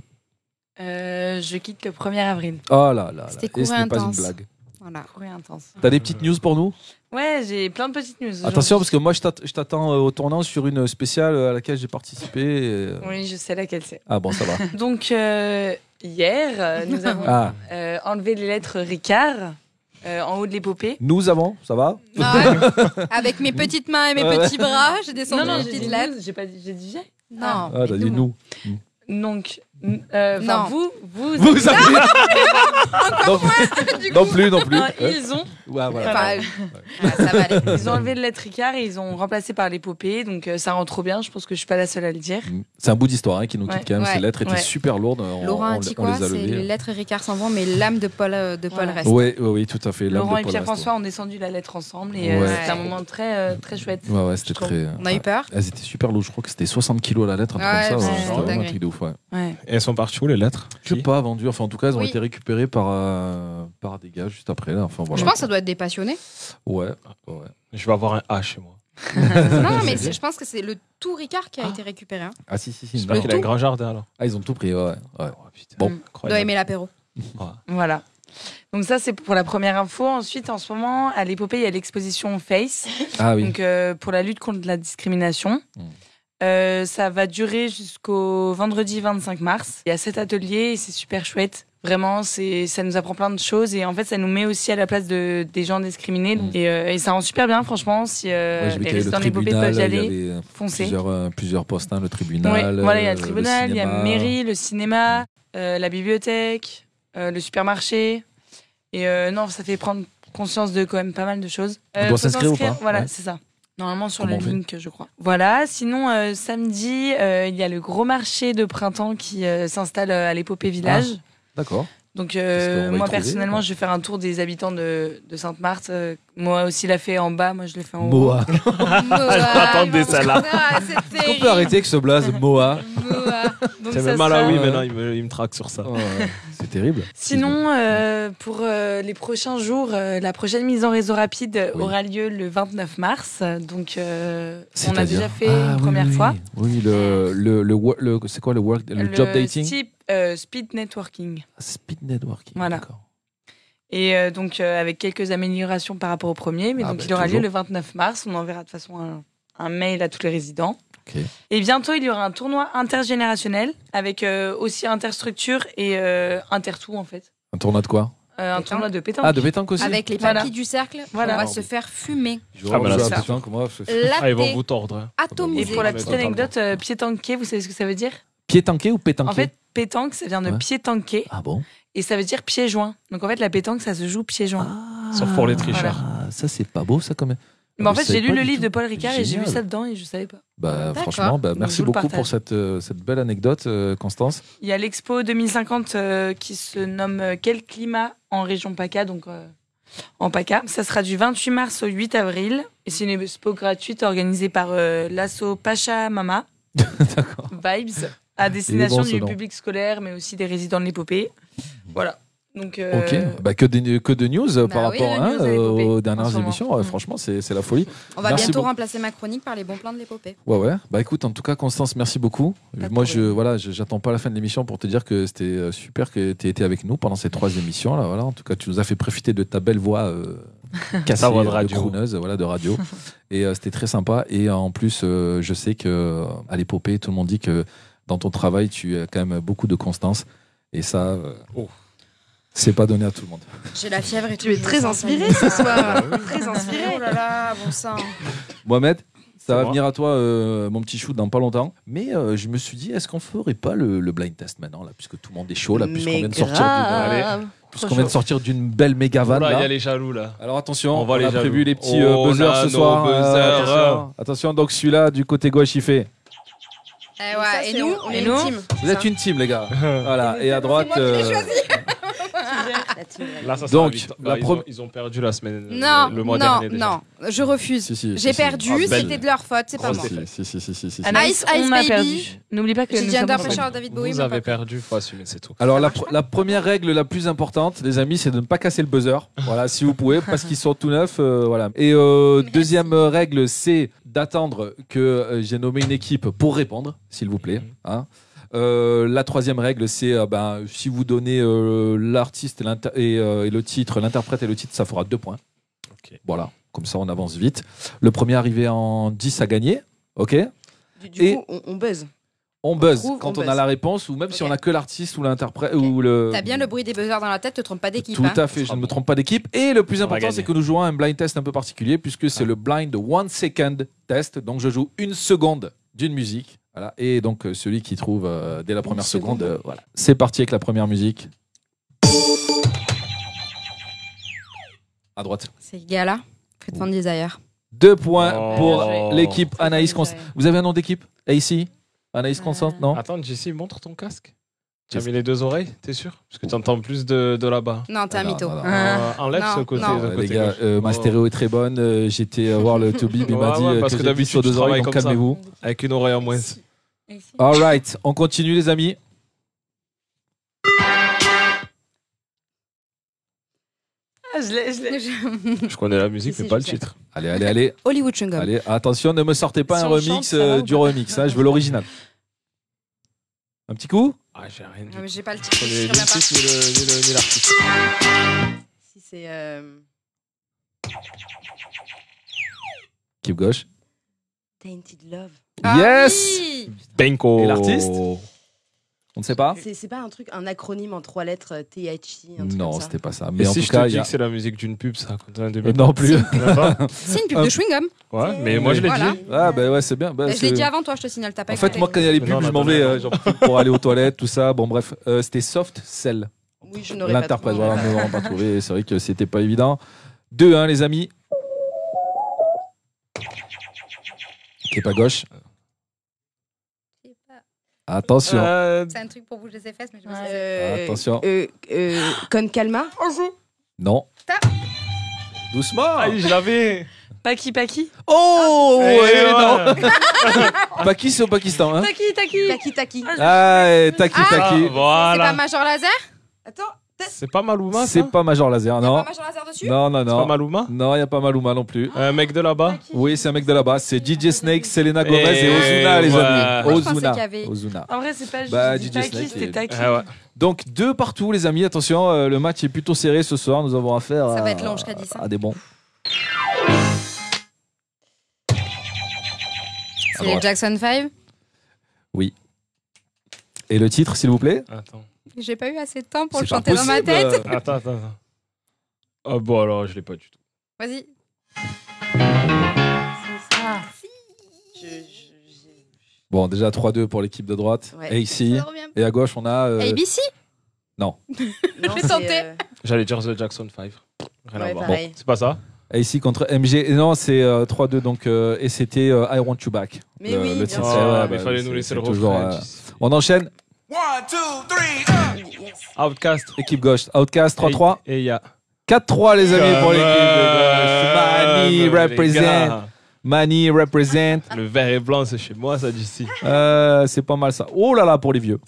Speaker 10: Euh, je quitte le 1er avril.
Speaker 1: Oh là là.
Speaker 2: C'était
Speaker 1: là. Et ce
Speaker 2: court et
Speaker 1: n'est pas une
Speaker 2: intense.
Speaker 1: blague.
Speaker 2: Voilà.
Speaker 10: Oui, intense.
Speaker 1: T'as des petites news pour nous
Speaker 10: Ouais, j'ai plein de petites news.
Speaker 1: Attention, parce
Speaker 10: aujourd'hui.
Speaker 1: que moi, je t'att- je t'attends euh, au tournant sur une spéciale euh, à laquelle j'ai participé. et, euh,
Speaker 10: Oui, je sais laquelle c'est.
Speaker 1: Ah bon, ça va.
Speaker 10: Donc, euh, hier, euh, nous avons
Speaker 1: Ah,
Speaker 10: euh, enlevé les lettres Ricard euh, en haut de l'épopée.
Speaker 1: nous avons, ça va Ah
Speaker 2: Ah ouais. Avec mes petites mains et mes
Speaker 1: Ouais.
Speaker 2: petits bras, j'ai descendu
Speaker 10: Non, non,
Speaker 2: mes
Speaker 10: j'ai
Speaker 2: petites
Speaker 10: dit
Speaker 2: lettres.
Speaker 10: news, j'ai pas dit, j'ai dit j'ai.
Speaker 2: Non,
Speaker 1: Ah,
Speaker 2: mais
Speaker 1: t'as dit
Speaker 2: nous.
Speaker 1: nous.
Speaker 10: Donc, Euh, enfin,
Speaker 2: Non.
Speaker 10: vous, vous,
Speaker 1: Vous avez. non,
Speaker 2: hein Du
Speaker 1: non
Speaker 2: coup,
Speaker 1: plus, non plus.
Speaker 10: Ah,
Speaker 1: Ouais,
Speaker 10: ils ont,
Speaker 1: ouais, voilà.
Speaker 2: enfin, ah, ça va aller.
Speaker 10: ils ont enlevé le lettre Ricard et ils ont remplacé par l'épopée, donc euh, ça rend trop bien. Je pense que je suis pas la seule à le dire.
Speaker 1: C'est un bout d'histoire hein, qui nous quitte
Speaker 10: Ouais,
Speaker 1: quand même. Ces
Speaker 2: ouais,
Speaker 1: lettres étaient
Speaker 10: ouais.
Speaker 1: super lourdes. On,
Speaker 2: Laurent
Speaker 1: on- on
Speaker 2: Antiqua,
Speaker 1: les a
Speaker 2: c'est les
Speaker 1: levées.
Speaker 2: lettres Ricard s'en vont, mais l'âme de Paul, euh, de Paul
Speaker 10: Voilà.
Speaker 2: reste.
Speaker 1: Oui, oui, oui, tout à fait. l'âme
Speaker 10: Laurent
Speaker 1: de
Speaker 10: et
Speaker 1: Paul Rest,
Speaker 10: Pierre-François ont descendu la lettre ensemble et
Speaker 1: Ouais.
Speaker 10: euh, c'était un moment très, euh, très chouette.
Speaker 1: Ouais, ouais, c'était
Speaker 10: Je trouve.
Speaker 1: très.
Speaker 2: On a eu
Speaker 1: ouais.
Speaker 2: peur.
Speaker 1: Elles étaient super lourdes. Je crois que c'était 60 kilos la lettre, un truc
Speaker 2: Ouais,
Speaker 1: comme ça.
Speaker 10: c'est
Speaker 1: C'était
Speaker 10: une
Speaker 1: vraiment un
Speaker 2: dinguerie.
Speaker 1: truc de ouf. Ouais.
Speaker 10: Ouais.
Speaker 8: Et elles sont parties où les lettres
Speaker 1: Je sais
Speaker 8: Si.
Speaker 1: pas, vendues. Enfin, en tout cas, elles ont
Speaker 2: Oui.
Speaker 1: été récupérées par, euh, par des gars juste après. Là. Enfin, voilà.
Speaker 2: Je pense que ça doit être des passionnés.
Speaker 1: Ouais. ouais.
Speaker 8: Je vais avoir un A chez moi.
Speaker 2: non, non, mais c'est- je pense que c'est le tout Ricard qui a été récupéré. Hein.
Speaker 1: Ah, si, si, si.
Speaker 8: J'espère
Speaker 1: mais
Speaker 8: qu'il a un
Speaker 1: tout-
Speaker 8: grand jardin alors.
Speaker 1: Ah, ils ont tout pris, ouais, ouais. ouais.
Speaker 8: Oh, putain.
Speaker 1: Bon.
Speaker 2: Doit
Speaker 8: Incroyable.
Speaker 2: aimer l'apéro.
Speaker 10: Voilà. Donc ça, c'est pour la première info. Ensuite, en ce moment, à l'épopée, il y a l'exposition Face,
Speaker 1: Ah oui.
Speaker 10: donc euh, pour la lutte contre la discrimination.
Speaker 1: Mm.
Speaker 10: Euh, ça va durer jusqu'au vendredi 25 mars. Il y a cet atelier et c'est super chouette. Vraiment, c'est ça nous apprend plein de choses et en fait, ça nous met aussi à la place de, des gens discriminés.
Speaker 1: Mm.
Speaker 10: Et, euh, et ça rend super bien, franchement. Si euh,
Speaker 1: Ouais, j'ai vu
Speaker 10: les
Speaker 1: qu'il y avait
Speaker 10: résidents
Speaker 1: le
Speaker 10: de l'épopée
Speaker 1: tribunal,
Speaker 10: peuvent y
Speaker 1: il y
Speaker 10: aller,
Speaker 1: avait euh,
Speaker 10: foncez.
Speaker 1: plusieurs, euh, plusieurs postes, hein, le
Speaker 10: Ouais,
Speaker 1: tribunal.
Speaker 10: voilà, il y a le
Speaker 1: euh,
Speaker 10: tribunal, il y a
Speaker 1: cinéma.
Speaker 10: mairie, le cinéma, euh, la bibliothèque, euh, le supermarché. Et euh, non, ça fait prendre conscience de quand même pas mal de choses.
Speaker 1: On doit
Speaker 10: faut
Speaker 1: s'inscrire ou
Speaker 10: s'inscrire,
Speaker 1: pas
Speaker 10: Voilà,
Speaker 1: Ouais.
Speaker 10: c'est ça. Normalement sur
Speaker 1: Comment on
Speaker 10: le
Speaker 1: fait
Speaker 10: link, je crois. Voilà, sinon euh, samedi, euh, il y a le gros marché de printemps qui euh, s'installe euh, à l'épopée village.
Speaker 1: Ah, D'accord.
Speaker 10: Donc euh,
Speaker 1: Qu'est-ce qu'on va y
Speaker 10: moi
Speaker 1: trouver,
Speaker 10: personnellement,
Speaker 1: quoi
Speaker 10: je vais faire un tour des habitants de, de Sainte-Marthe. Euh, moi aussi l'a fait en bas, moi je l'ai fait en haut.
Speaker 1: Moa.
Speaker 2: Moa,
Speaker 8: des salades.
Speaker 2: Ah, c'est
Speaker 1: On
Speaker 2: terrible.
Speaker 1: peut arrêter avec ce blaze, Moa.
Speaker 2: Moa.
Speaker 10: Donc,
Speaker 8: C'est
Speaker 10: ça
Speaker 8: même là,
Speaker 10: sera-
Speaker 8: oui,
Speaker 1: sera-
Speaker 8: maintenant il me, il me traque sur ça.
Speaker 1: Oh, ouais. C'est terrible.
Speaker 10: Sinon, euh, pour euh, les prochains jours, euh, la prochaine mise en réseau rapide euh,
Speaker 1: Oui.
Speaker 10: aura lieu le 29 mars. Donc, euh, on a
Speaker 1: C'est-à-dire
Speaker 10: déjà fait
Speaker 1: Ah,
Speaker 10: une
Speaker 1: oui,
Speaker 10: première
Speaker 1: oui,
Speaker 10: fois.
Speaker 1: Oui, Oui, le, le, le, wo- le- c'est quoi le, work, le, job dating
Speaker 10: steep, euh, speed networking.
Speaker 1: Speed networking.
Speaker 10: Voilà.
Speaker 1: d'accord.
Speaker 10: Et euh, donc, euh, avec quelques améliorations par rapport au premier. Mais
Speaker 1: Ah,
Speaker 10: donc,
Speaker 1: bah,
Speaker 10: il aura
Speaker 1: toujours.
Speaker 10: lieu le 29 mars. On enverra de toute façon un, un mail à tous les résidents.
Speaker 1: Ok.
Speaker 10: Et bientôt, il y aura un tournoi intergénérationnel avec euh, aussi interstructure et euh, intertout, en fait.
Speaker 1: Un tournoi de quoi
Speaker 10: Euh, un
Speaker 2: Pétanque.
Speaker 10: tournoi de pétanque.
Speaker 1: Ah, de pétanque aussi
Speaker 2: Avec les papilles
Speaker 10: Voilà.
Speaker 2: du cercle,
Speaker 10: Voilà.
Speaker 2: on va se faire fumer.
Speaker 1: Joueur,
Speaker 8: bah là,
Speaker 1: joueur
Speaker 10: c'est
Speaker 1: à
Speaker 10: ça.
Speaker 1: pétanque, hein, moi, je-
Speaker 8: Ah, ils vont
Speaker 2: Laté,
Speaker 8: vous tordre. hein.
Speaker 10: Et
Speaker 2: atomisé.
Speaker 10: pour la
Speaker 8: Ouais,
Speaker 10: petite
Speaker 8: totalement.
Speaker 10: anecdote, euh, pied tanké, vous savez ce que ça veut dire
Speaker 1: Pied tanké ou pétanqué
Speaker 10: En fait, pétanque, ça vient de
Speaker 1: Ouais.
Speaker 10: pied tanké
Speaker 1: Ah bon
Speaker 10: et ça veut dire pied joint. Donc en fait, la pétanque, ça se joue pied joint.
Speaker 8: Sauf pour les tricheurs.
Speaker 1: Ah, ça, c'est pas beau, ça, quand même.
Speaker 10: Mais
Speaker 1: Ah,
Speaker 10: en
Speaker 1: je
Speaker 10: fait,
Speaker 1: savais
Speaker 10: j'ai
Speaker 1: pas
Speaker 10: lu le
Speaker 1: du
Speaker 10: livre
Speaker 1: tout.
Speaker 10: de Paul Ricard et j'ai vu
Speaker 1: Génial.
Speaker 10: ça dedans et je savais pas.
Speaker 1: Bah,
Speaker 2: D'accord.
Speaker 1: franchement, bah,
Speaker 10: Donc,
Speaker 1: merci
Speaker 10: je vous le
Speaker 1: beaucoup pour
Speaker 10: partage.
Speaker 1: cette, euh, cette belle anecdote, euh, Constance.
Speaker 10: Il y a l'expo 2050 euh, qui se nomme euh, Quel climat en région PACA donc euh, en PACA. Ça sera du 28 mars au 8 avril et c'est une expo gratuite organisée par euh, l'asso Pacha Mama
Speaker 1: D'accord.
Speaker 10: Vibes à destination
Speaker 1: bon, ce
Speaker 10: du
Speaker 1: nom.
Speaker 10: public scolaire mais aussi des résidents de l'épopée. Voilà. Donc euh,
Speaker 1: Ok, bah, que, des, que de news euh,
Speaker 2: Bah
Speaker 1: par
Speaker 2: oui,
Speaker 1: rapport
Speaker 10: de
Speaker 1: hein,
Speaker 10: news à l'épopée,
Speaker 1: aux
Speaker 10: en ce
Speaker 1: dernières
Speaker 10: moment.
Speaker 1: émissions. Ouais,
Speaker 10: Mm.
Speaker 1: Franchement, c'est c'est la folie.
Speaker 2: On va
Speaker 1: Merci
Speaker 2: bientôt
Speaker 1: beaucoup.
Speaker 2: remplacer ma chronique par les bons plans de l'épopée.
Speaker 1: Ouais, ouais. Bah écoute, en tout cas, Constance, merci beaucoup.
Speaker 10: Pas de
Speaker 1: Moi, je,
Speaker 10: problème.
Speaker 1: voilà, je- j'attends pas la fin de l'émission pour te dire que c'était euh, super que tu été avec nous pendant ces trois émissions. Là, voilà. En tout cas, tu nous as fait profiter de ta belle voix euh, cassée,
Speaker 8: Ta voix de
Speaker 1: euh,
Speaker 8: radio.
Speaker 1: crooneuse, voilà, de radio. Et euh, c'était très sympa. Et euh, en plus, euh, je sais que euh, à l'épopée, tout le monde dit que dans ton travail, tu as quand même beaucoup de constance. Et ça, euh,
Speaker 8: Oh.
Speaker 1: c'est pas donné à tout le monde.
Speaker 2: J'ai la fièvre et tout.
Speaker 7: es
Speaker 2: je me
Speaker 7: très
Speaker 2: sens
Speaker 7: inspirée
Speaker 2: salir.
Speaker 7: ce
Speaker 1: Ah
Speaker 7: soir.
Speaker 2: Très inspirée. Oh là là, bon sang.
Speaker 1: Mohamed, ça
Speaker 8: C'est
Speaker 1: va
Speaker 8: moi.
Speaker 1: venir à toi, euh, mon petit chou, dans pas longtemps. Mais euh, je me suis dit, est-ce qu'on ferait pas le, le blind test maintenant, là, puisque tout le monde est chaud, là, puisqu'on
Speaker 7: Mais
Speaker 1: vient de
Speaker 7: grave.
Speaker 1: sortir d'une-
Speaker 8: Allez.
Speaker 1: puisqu'on vient de sortir d'une belle méga vanne.
Speaker 8: Là, il y
Speaker 1: là.
Speaker 8: a les jaloux là.
Speaker 1: Alors attention, on,
Speaker 8: On va les
Speaker 1: a
Speaker 8: jaloux.
Speaker 1: prévu les petits euh,
Speaker 8: On
Speaker 1: buzzers
Speaker 8: a
Speaker 1: ce
Speaker 8: nos
Speaker 1: soir. Euh,
Speaker 8: buzzers.
Speaker 1: attention, attention, donc celui-là du côté gauche, il fait.
Speaker 2: Eh ouais,
Speaker 7: ça,
Speaker 2: et
Speaker 7: c'est-
Speaker 2: nous,
Speaker 7: on
Speaker 2: on
Speaker 7: est
Speaker 2: est
Speaker 10: nous.
Speaker 2: une team.
Speaker 1: Vous êtes une team, les gars. voilà, et à droite.
Speaker 2: moi qui l'ai
Speaker 1: euh,
Speaker 7: La team Red.
Speaker 8: Là, ça sera
Speaker 1: Donc,
Speaker 8: vite.
Speaker 1: la
Speaker 8: Là, ils,
Speaker 1: pro-
Speaker 8: ont, ils ont perdu la semaine. euh,
Speaker 2: Non,
Speaker 8: le mois
Speaker 2: non,
Speaker 8: dernier. déjà.
Speaker 2: non, je refuse.
Speaker 1: si, si,
Speaker 2: J'ai
Speaker 1: si, si.
Speaker 2: perdu,
Speaker 8: Ah, belle.
Speaker 2: c'était de leur faute, c'est pas
Speaker 8: Grosse
Speaker 2: moi.
Speaker 8: défaite.
Speaker 1: Si, si, si, si, si, si.
Speaker 2: Ice, Ice
Speaker 10: on a
Speaker 2: Baby.
Speaker 10: perdu. N'oublie pas que
Speaker 2: J'ai
Speaker 10: nous
Speaker 2: dit
Speaker 10: sommes
Speaker 2: Under
Speaker 10: ensemble.
Speaker 2: Pressure à David Bowie.
Speaker 8: Vous
Speaker 2: mais
Speaker 8: avez
Speaker 2: pas-
Speaker 8: perdu, faut assumer, c'est tout.
Speaker 1: Alors la, pr- la première règle la plus importante, les amis, c'est de ne pas casser le buzzer. Voilà, si vous pouvez, parce qu'ils sont tout neufs. euh, voilà. Et euh,
Speaker 2: Merci.
Speaker 1: deuxième règle, c'est d'attendre que euh, j'ai nommé une équipe pour répondre, s'il vous plaît. hein. Euh, la troisième règle, c'est euh, ben, si vous donnez euh, l'artiste et, l'inter- et, euh, et le titre, l'interprète et le titre, ça fera deux points.
Speaker 8: Ok.
Speaker 1: Voilà, comme ça on avance vite. Le premier arrivé en 10 a gagné. Ok
Speaker 7: Du, du
Speaker 1: Et-
Speaker 7: coup, on, on buzz.
Speaker 1: on buzz
Speaker 7: trouve,
Speaker 1: quand
Speaker 7: on
Speaker 1: on, a
Speaker 7: buzz.
Speaker 1: la réponse, ou même si
Speaker 2: Ok.
Speaker 1: on a que l'artiste ou l'interprète ou le.
Speaker 2: T'as bien le bruit des buzzers dans la tête, te trompe pas d'équipe.
Speaker 1: Tout
Speaker 2: hein.
Speaker 1: à fait, je ne me trompe pas d'équipe. Et le plus
Speaker 8: On va
Speaker 1: important,
Speaker 8: gagner. Ah.
Speaker 1: c'est que nous jouons à un blind test un peu particulier, puisque c'est le blind one second test. Donc je joue une seconde d'une musique Voilà. Et donc euh, celui qui trouve euh, dès la première seconde, euh, voilà. C'est parti avec la première musique. À droite.
Speaker 2: C'est Gala, Fred Desire.
Speaker 1: Deux points
Speaker 8: Oh.
Speaker 1: pour l'équipe Anaïs
Speaker 2: Constant
Speaker 1: Constant. Vous avez un nom d'équipe AC Anaïs
Speaker 2: Euh,
Speaker 1: Constant Non
Speaker 8: Attends, Jesse, montre ton casque. Tu as
Speaker 1: Qu'est-ce-
Speaker 8: mis les deux oreilles, t'es sûr Parce que tu entends plus de, de là-bas.
Speaker 2: Non, t'es un
Speaker 1: Ah, non,
Speaker 2: mytho. Hein.
Speaker 1: non, non.
Speaker 8: Euh,
Speaker 10: Ah.
Speaker 8: enlève
Speaker 2: Non,
Speaker 8: ce côté.
Speaker 2: non.
Speaker 8: le
Speaker 1: Ouais,
Speaker 8: côté
Speaker 1: les gars,
Speaker 8: gauche.
Speaker 1: euh, ma
Speaker 8: Oh.
Speaker 1: stéréo est très bonne. euh, J'étais euh, voir le Tobi, mais il m'a
Speaker 8: Ouais,
Speaker 1: dit
Speaker 8: ouais,
Speaker 1: euh,
Speaker 8: parce
Speaker 1: que
Speaker 8: que
Speaker 1: j'étais sur
Speaker 8: d'habitude,
Speaker 1: deux
Speaker 8: je travaille
Speaker 1: oreilles, donc
Speaker 8: comme ça.
Speaker 1: calmez-vous.
Speaker 8: Avec une oreille en moins.
Speaker 10: Alexis.
Speaker 1: All right, on continue les amis.
Speaker 10: Ah, je l'ai, je l'ai.
Speaker 8: Je connais la musique,
Speaker 7: Si,
Speaker 8: mais
Speaker 7: si,
Speaker 8: pas le
Speaker 7: je sais.
Speaker 8: titre.
Speaker 1: Allez, allez, allez,
Speaker 2: Hollywood Chungum.
Speaker 1: allez. Attention, ne me sortez pas
Speaker 3: Si
Speaker 1: un
Speaker 3: on chante,
Speaker 1: remix
Speaker 3: ça
Speaker 1: euh,
Speaker 3: va ou
Speaker 1: du remix. hein, je veux l'original. Un petit coup
Speaker 8: Ah, j'ai rien dit.
Speaker 2: Ah, mais j'ai pas le
Speaker 8: Je
Speaker 2: titre.
Speaker 8: connais
Speaker 2: je
Speaker 8: ni le
Speaker 2: reviens pas.
Speaker 8: titre, ni le- ni le- ni l'artiste.
Speaker 7: Si c'est. euh,
Speaker 1: Keep gauche.
Speaker 7: Tainted Love.
Speaker 2: Ah
Speaker 1: yes
Speaker 2: oui
Speaker 8: Benko.
Speaker 1: Et l'artiste On ne sait pas
Speaker 7: C'est c'est pas un truc, un acronyme en trois lettres, euh, THC, un truc
Speaker 1: Non,
Speaker 7: comme ça.
Speaker 1: c'était pas ça. Ah, Mais
Speaker 8: Mais
Speaker 1: en
Speaker 8: si
Speaker 1: tout
Speaker 8: je te
Speaker 1: cas, il
Speaker 8: dis
Speaker 1: y a-
Speaker 8: que c'est la musique d'une pub, ça, quand on est en
Speaker 1: Euh,
Speaker 8: 2000.
Speaker 1: non plus.
Speaker 8: Même pas
Speaker 2: C'est une pub
Speaker 1: Hop.
Speaker 2: de chewing-gum.
Speaker 8: Ouais, mais moi, je l'ai
Speaker 2: Voilà.
Speaker 8: dit.
Speaker 1: Ah bah ouais, c'est bien. Bah,
Speaker 2: Bah, je l'ai
Speaker 1: c'est-
Speaker 2: dit avant toi, je te signale, t'as pas
Speaker 1: En fait,
Speaker 2: écouté.
Speaker 1: moi, quand il y a les pubs,
Speaker 8: Non, non,
Speaker 1: je m'en
Speaker 8: attends,
Speaker 1: vais
Speaker 8: non.
Speaker 1: euh, j'en profite pour aller aux toilettes, tout ça. Bon, bref, Euh, c'était Soft Cell,
Speaker 7: Oui, je n'aurais pas
Speaker 1: l'interprète.
Speaker 7: trouvé.
Speaker 1: Voilà, on ne l'aura pas trouvé. C'est vrai que c'était pas évident. 2-1, les amis. Qui est pas gauche. Attention.
Speaker 8: Euh,
Speaker 2: C'est un truc pour bouger ses fesses, mais je me
Speaker 10: Ouais.
Speaker 2: suis dit,
Speaker 7: Euh,
Speaker 1: Attention.
Speaker 7: Euh, euh, Con Calma.
Speaker 1: Non.
Speaker 2: Ta-
Speaker 1: Doucement.
Speaker 8: Ah, je l'avais
Speaker 10: Paki, Paki.
Speaker 1: Oh
Speaker 8: Eh,
Speaker 1: elle est
Speaker 8: ouais.
Speaker 1: dans- Paki, c'est au Pakistan. Hein
Speaker 10: Taki, Taki.
Speaker 7: Taki Taki.
Speaker 1: ah, eh, taki,
Speaker 2: Ah.
Speaker 1: taki. Ah,
Speaker 8: Ah,
Speaker 2: C'est pas
Speaker 8: Voilà
Speaker 2: Major Laser
Speaker 7: Attends, peut-être-
Speaker 8: C'est pas Maluma, ça
Speaker 1: C'est pas Major Laser,
Speaker 2: Y'a
Speaker 1: non.
Speaker 2: pas Major Laser dessus
Speaker 1: Non, non,
Speaker 8: C'est pas
Speaker 1: non.
Speaker 8: Maluma
Speaker 1: Non, il n'y a pas Maluma non plus.
Speaker 8: Un mec de là-bas
Speaker 1: Oui, c'est un mec de là-bas. C'est DJ Snake, Selena Gomez et,
Speaker 8: Et
Speaker 1: Ozuna, les
Speaker 8: ouais.
Speaker 1: amis.
Speaker 10: Ah,
Speaker 2: Moi, je pensais
Speaker 1: Ozuna.
Speaker 2: qu'il y avait- Oh,
Speaker 1: Ozuna.
Speaker 10: En vrai, c'est pas juste
Speaker 1: Bah,
Speaker 10: dit
Speaker 1: DJ
Speaker 10: Taki,
Speaker 1: Snake,
Speaker 10: c'était
Speaker 1: c'est-
Speaker 10: Taki.
Speaker 8: Ah ouais.
Speaker 1: Donc, deux partout, les amis. Attention, euh, le match est plutôt serré ce soir. Nous avons affaire
Speaker 2: Ça
Speaker 1: à,
Speaker 2: va être long jusqu'à 10, hein.
Speaker 1: à des bons.
Speaker 2: C'est
Speaker 1: Ah bon,
Speaker 2: les Jackson 5.
Speaker 1: Et le titre, s'il vous plaît
Speaker 8: Attends.
Speaker 2: J'ai pas eu assez de temps pour
Speaker 1: C'est
Speaker 2: le
Speaker 1: pas
Speaker 2: chanter dans ma
Speaker 1: possible.
Speaker 2: tête.
Speaker 8: Attends, attends, attends. Ah bon alors, je l'ai pas du tout.
Speaker 2: Vas-y.
Speaker 7: je- je- j'ai-
Speaker 1: Bon, déjà 3-2 pour l'équipe de droite.
Speaker 7: Ouais.
Speaker 1: Et ici.
Speaker 2: Ça revient.
Speaker 1: Et à gauche, on a. euh,
Speaker 2: ABC
Speaker 7: Non,
Speaker 2: vais
Speaker 7: c'est,
Speaker 2: tenter.
Speaker 7: euh,
Speaker 8: J'allais dire The Jackson 5. Rien
Speaker 7: Ouais,
Speaker 8: à voir.
Speaker 7: pareil.
Speaker 8: Bon, C'est pas ça
Speaker 1: AC contre MG. Et Non, c'est euh, 3-2, donc. euh, et c'était euh, I Want You Back.
Speaker 7: Mais
Speaker 1: Le-
Speaker 7: oui,
Speaker 1: le
Speaker 7: bien
Speaker 1: titre,
Speaker 7: sûr.
Speaker 1: ouais,
Speaker 8: Ah,
Speaker 1: bah,
Speaker 8: mais fallait nous
Speaker 1: c'est-
Speaker 8: laisser
Speaker 1: c'est
Speaker 8: le
Speaker 1: toujours,
Speaker 8: refrain.
Speaker 1: euh, On enchaîne.
Speaker 7: Yes.
Speaker 8: Outcast.
Speaker 1: Équipe gauche. Outcast 3-3.
Speaker 8: Et il y a.
Speaker 1: 4-3, les amis, pour l'équipe de gauche.
Speaker 8: Mani
Speaker 1: Mani represent. Mani represent.
Speaker 8: Le vert et blanc, c'est chez moi, ça, d'ici.
Speaker 1: Euh, c'est pas mal ça. Oh là là pour les vieux.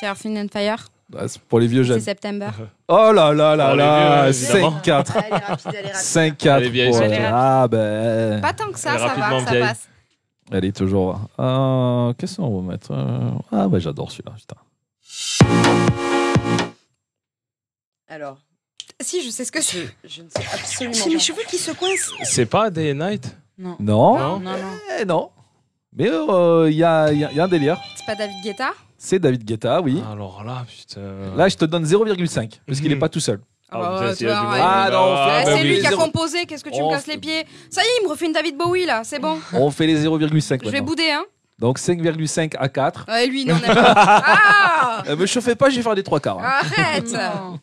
Speaker 2: C'est Earthling and Fire.
Speaker 1: Bah, c'est pour les vieux
Speaker 2: C'est
Speaker 1: jeunes.
Speaker 2: September.
Speaker 1: Oh là là là
Speaker 8: Pour les
Speaker 1: là.
Speaker 8: vieux, hein, évidemment.
Speaker 1: 5-4.
Speaker 7: Allez, rapide, allez, rapide.
Speaker 1: 5-4.
Speaker 8: Les vieilles
Speaker 1: pour-
Speaker 8: sont
Speaker 10: vieilles.
Speaker 1: Ah ben.
Speaker 2: Pas tant que ça,
Speaker 8: Elle est
Speaker 2: ça va,
Speaker 8: rapidement
Speaker 2: ça
Speaker 8: vieille.
Speaker 2: passe.
Speaker 1: Elle est toujours. Euh, Qu'est-ce qu'on va mettre Euh, Ah ouais, j'adore celui-là. Putain.
Speaker 7: Alors,
Speaker 2: Si, je sais ce que
Speaker 7: je,
Speaker 2: c'est.
Speaker 7: je ne sais absolument
Speaker 2: J'ai mes cheveux qui se coincent.
Speaker 8: C'est pas Day and Night
Speaker 1: Non.
Speaker 8: Non.
Speaker 10: Non, non.
Speaker 1: Eh non. Mais euh, il y, a, il y a- il y a un délire.
Speaker 2: C'est pas David Guetta
Speaker 1: C'est David Guetta, oui.
Speaker 8: Alors là, putain.
Speaker 1: Là, je te donne 0,5 parce qu'il n'est
Speaker 8: Mhm.
Speaker 1: pas tout seul.
Speaker 2: Ah bah
Speaker 8: putain,
Speaker 2: ouais,
Speaker 8: s'il y a
Speaker 2: tu
Speaker 8: du
Speaker 2: vois,
Speaker 8: monde.
Speaker 2: ouais.
Speaker 1: Ah, non, on fait-
Speaker 2: Ouais,
Speaker 1: bah
Speaker 2: c'est
Speaker 1: oui,
Speaker 2: lui qui a
Speaker 1: zéro.
Speaker 2: composé, qu'est-ce que tu
Speaker 1: Oh,
Speaker 2: me casses les
Speaker 1: c'est- Oh,
Speaker 2: pieds Ça y est, il me refait une David Bowie là, c'est bon.
Speaker 1: On fait les 0,5
Speaker 2: Je vais
Speaker 1: maintenant.
Speaker 2: bouder, hein.
Speaker 1: Donc 5,5 à 4.
Speaker 2: Ouais, lui, non, on aime pas. Ah
Speaker 1: Euh, me chauffez pas, je vais faire des trois quarts. hein.
Speaker 2: Arrête
Speaker 10: Non.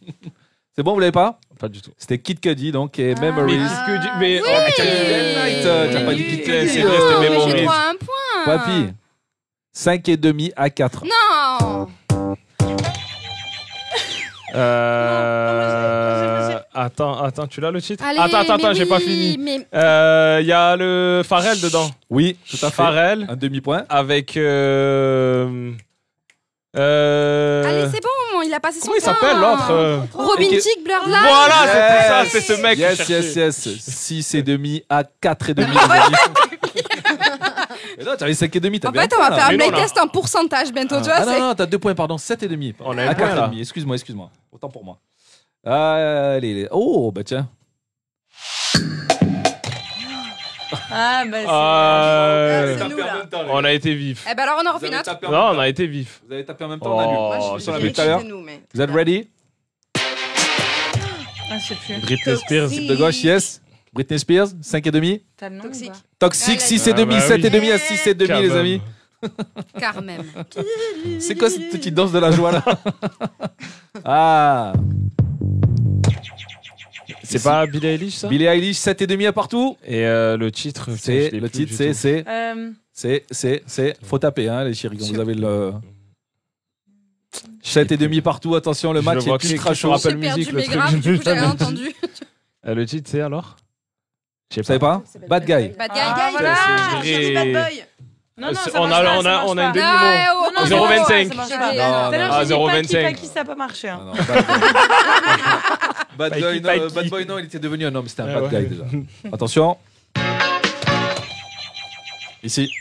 Speaker 1: C'est bon, vous l'avez pas
Speaker 8: Pas du tout.
Speaker 1: C'était Kid Cudi donc et Memories.
Speaker 8: qu'est-ce que tu- Ah. Mais.
Speaker 2: Oui.
Speaker 8: oh, putain,
Speaker 1: Day and Night, euh, t'as pas dit
Speaker 8: Oui.
Speaker 1: Kid
Speaker 8: C'est
Speaker 1: Cudi.
Speaker 8: vrai,
Speaker 1: euh,
Speaker 8: c'était
Speaker 2: Non, mais j'ai
Speaker 8: Memories.
Speaker 2: droit à un point
Speaker 1: Papy, 5 et demi à 4.
Speaker 2: Non
Speaker 8: Euh... Attends, attends, tu l'as le titre
Speaker 2: Allez,
Speaker 8: Attends, attends,
Speaker 2: mais
Speaker 8: attends, j'ai
Speaker 2: oui,
Speaker 8: pas fini.
Speaker 2: mais-
Speaker 8: Il y a le Pharrell dedans.
Speaker 1: Oui, tout à fait.
Speaker 8: Pharrell
Speaker 1: Un demi point.
Speaker 8: avec. Euh... euh,
Speaker 2: Allez, c'est bon, il a passé son
Speaker 8: Comment il
Speaker 2: temps. hein.
Speaker 8: s'appelle l'autre euh,
Speaker 2: Robin
Speaker 1: Ok.
Speaker 2: Thicke, Blurred Lines
Speaker 8: Voilà,
Speaker 1: Yes.
Speaker 8: c'est ça, c'est ce mec. que je
Speaker 1: Yes,
Speaker 8: cherchais.
Speaker 1: yes, yes. 6 et demi à 4 et demi. les amis. Mais non, t'avais 5 et demi.
Speaker 2: Ah En
Speaker 1: t'avais un
Speaker 2: fait, on
Speaker 1: point,
Speaker 2: va
Speaker 1: là.
Speaker 2: faire un
Speaker 8: Mais non,
Speaker 2: blind
Speaker 8: là.
Speaker 2: test en pourcentage bientôt, tu vois.
Speaker 1: Ah non,
Speaker 2: c'est-
Speaker 1: non, t'as 2 points, pardon, 7 et demi.
Speaker 8: On a
Speaker 1: À
Speaker 8: un point
Speaker 1: 4 et
Speaker 8: là.
Speaker 1: demi, excuse-moi, excuse-moi. Autant pour moi. Allez, les- oh, bah tiens.
Speaker 10: Ah, bah, c'est.
Speaker 8: Euh,
Speaker 7: C'est nous, là.
Speaker 8: On a été vif.
Speaker 2: Eh ben alors, on en refait une autre.
Speaker 8: Non, on a été vif.
Speaker 1: Vous avez tapé en même
Speaker 8: temps, on annule.
Speaker 7: Moi,
Speaker 8: Oh,
Speaker 7: je
Speaker 8: ça
Speaker 1: l'a
Speaker 7: dirais
Speaker 1: vu
Speaker 7: que
Speaker 1: tout à l'heure.
Speaker 7: c'est nous, mais-
Speaker 1: Vous êtes ready
Speaker 10: Ah, je sais plus.
Speaker 8: Britney Spears.
Speaker 1: De gauche, yes. Britney Spears, 5 et demi.
Speaker 10: T'as le nom ou
Speaker 7: Toxique.
Speaker 10: pas
Speaker 1: Toxique,
Speaker 2: Ah,
Speaker 1: 6 et
Speaker 8: là,
Speaker 1: demi,
Speaker 8: bah
Speaker 1: 7 et
Speaker 8: oui.
Speaker 1: demi à 6 et demi,
Speaker 8: Quand
Speaker 1: les
Speaker 8: même.
Speaker 1: amis.
Speaker 2: Car même.
Speaker 1: C'est quoi cette petite danse de la joie là Ah,
Speaker 8: C'est pas Billie Eilish ça
Speaker 1: Billie Eilish, 7 et demi à partout.
Speaker 8: Et euh, le titre putain,
Speaker 1: C'est
Speaker 8: je l'ai
Speaker 1: le
Speaker 8: plus
Speaker 1: titre,
Speaker 8: du
Speaker 1: c'est
Speaker 8: tout.
Speaker 1: c'est
Speaker 10: Euh,
Speaker 1: c'est c'est c'est faut taper hein les chéris, quand vous
Speaker 2: Sûr.
Speaker 1: avez le 7 et demi partout. Attention, le
Speaker 8: Je
Speaker 1: match
Speaker 8: vois
Speaker 1: est
Speaker 8: que c'est
Speaker 1: ultra
Speaker 8: écrit sur
Speaker 1: chaud.
Speaker 8: Apple
Speaker 2: J'ai perdu
Speaker 8: Music, le
Speaker 2: mes
Speaker 8: truc,
Speaker 2: graves,
Speaker 8: je
Speaker 2: du coup,
Speaker 8: l'ai
Speaker 2: j'avais
Speaker 8: jamais
Speaker 2: entendu.
Speaker 8: Euh, le titre c'est alors Je sais
Speaker 1: Vous savez pas Bad Guy.
Speaker 2: Bad guy.
Speaker 10: Ah,
Speaker 7: Bad guy,
Speaker 10: voilà.
Speaker 7: ah, j'ai dit bad boy.
Speaker 10: Non, non,
Speaker 8: C'est-
Speaker 10: ça
Speaker 8: on
Speaker 10: marche
Speaker 8: a-
Speaker 10: pas,
Speaker 8: on
Speaker 10: ça
Speaker 8: a-
Speaker 10: marche
Speaker 8: on a
Speaker 10: pas. Ah,
Speaker 8: une demi-
Speaker 10: oh,
Speaker 8: Demi-mot.
Speaker 2: ouais, ouais,
Speaker 10: Non, non,
Speaker 8: 0,25.
Speaker 10: ça marche
Speaker 2: J'ai
Speaker 10: pas.
Speaker 2: dit,
Speaker 1: Non,
Speaker 10: Tout à l'heure,
Speaker 8: Ah,
Speaker 10: j'ai dit pas
Speaker 8: 0,25.
Speaker 10: qui, pas qui, ça n'a pas marché. hein.
Speaker 1: Non, non, Bad Guy. Bad
Speaker 8: Mikey,
Speaker 1: Guy, non, euh,
Speaker 8: Mikey.
Speaker 1: Bad Boy, non, il était devenu un homme, c'était un
Speaker 8: Ah
Speaker 1: Bad
Speaker 8: ouais.
Speaker 1: Guy déjà. Attention. Ici.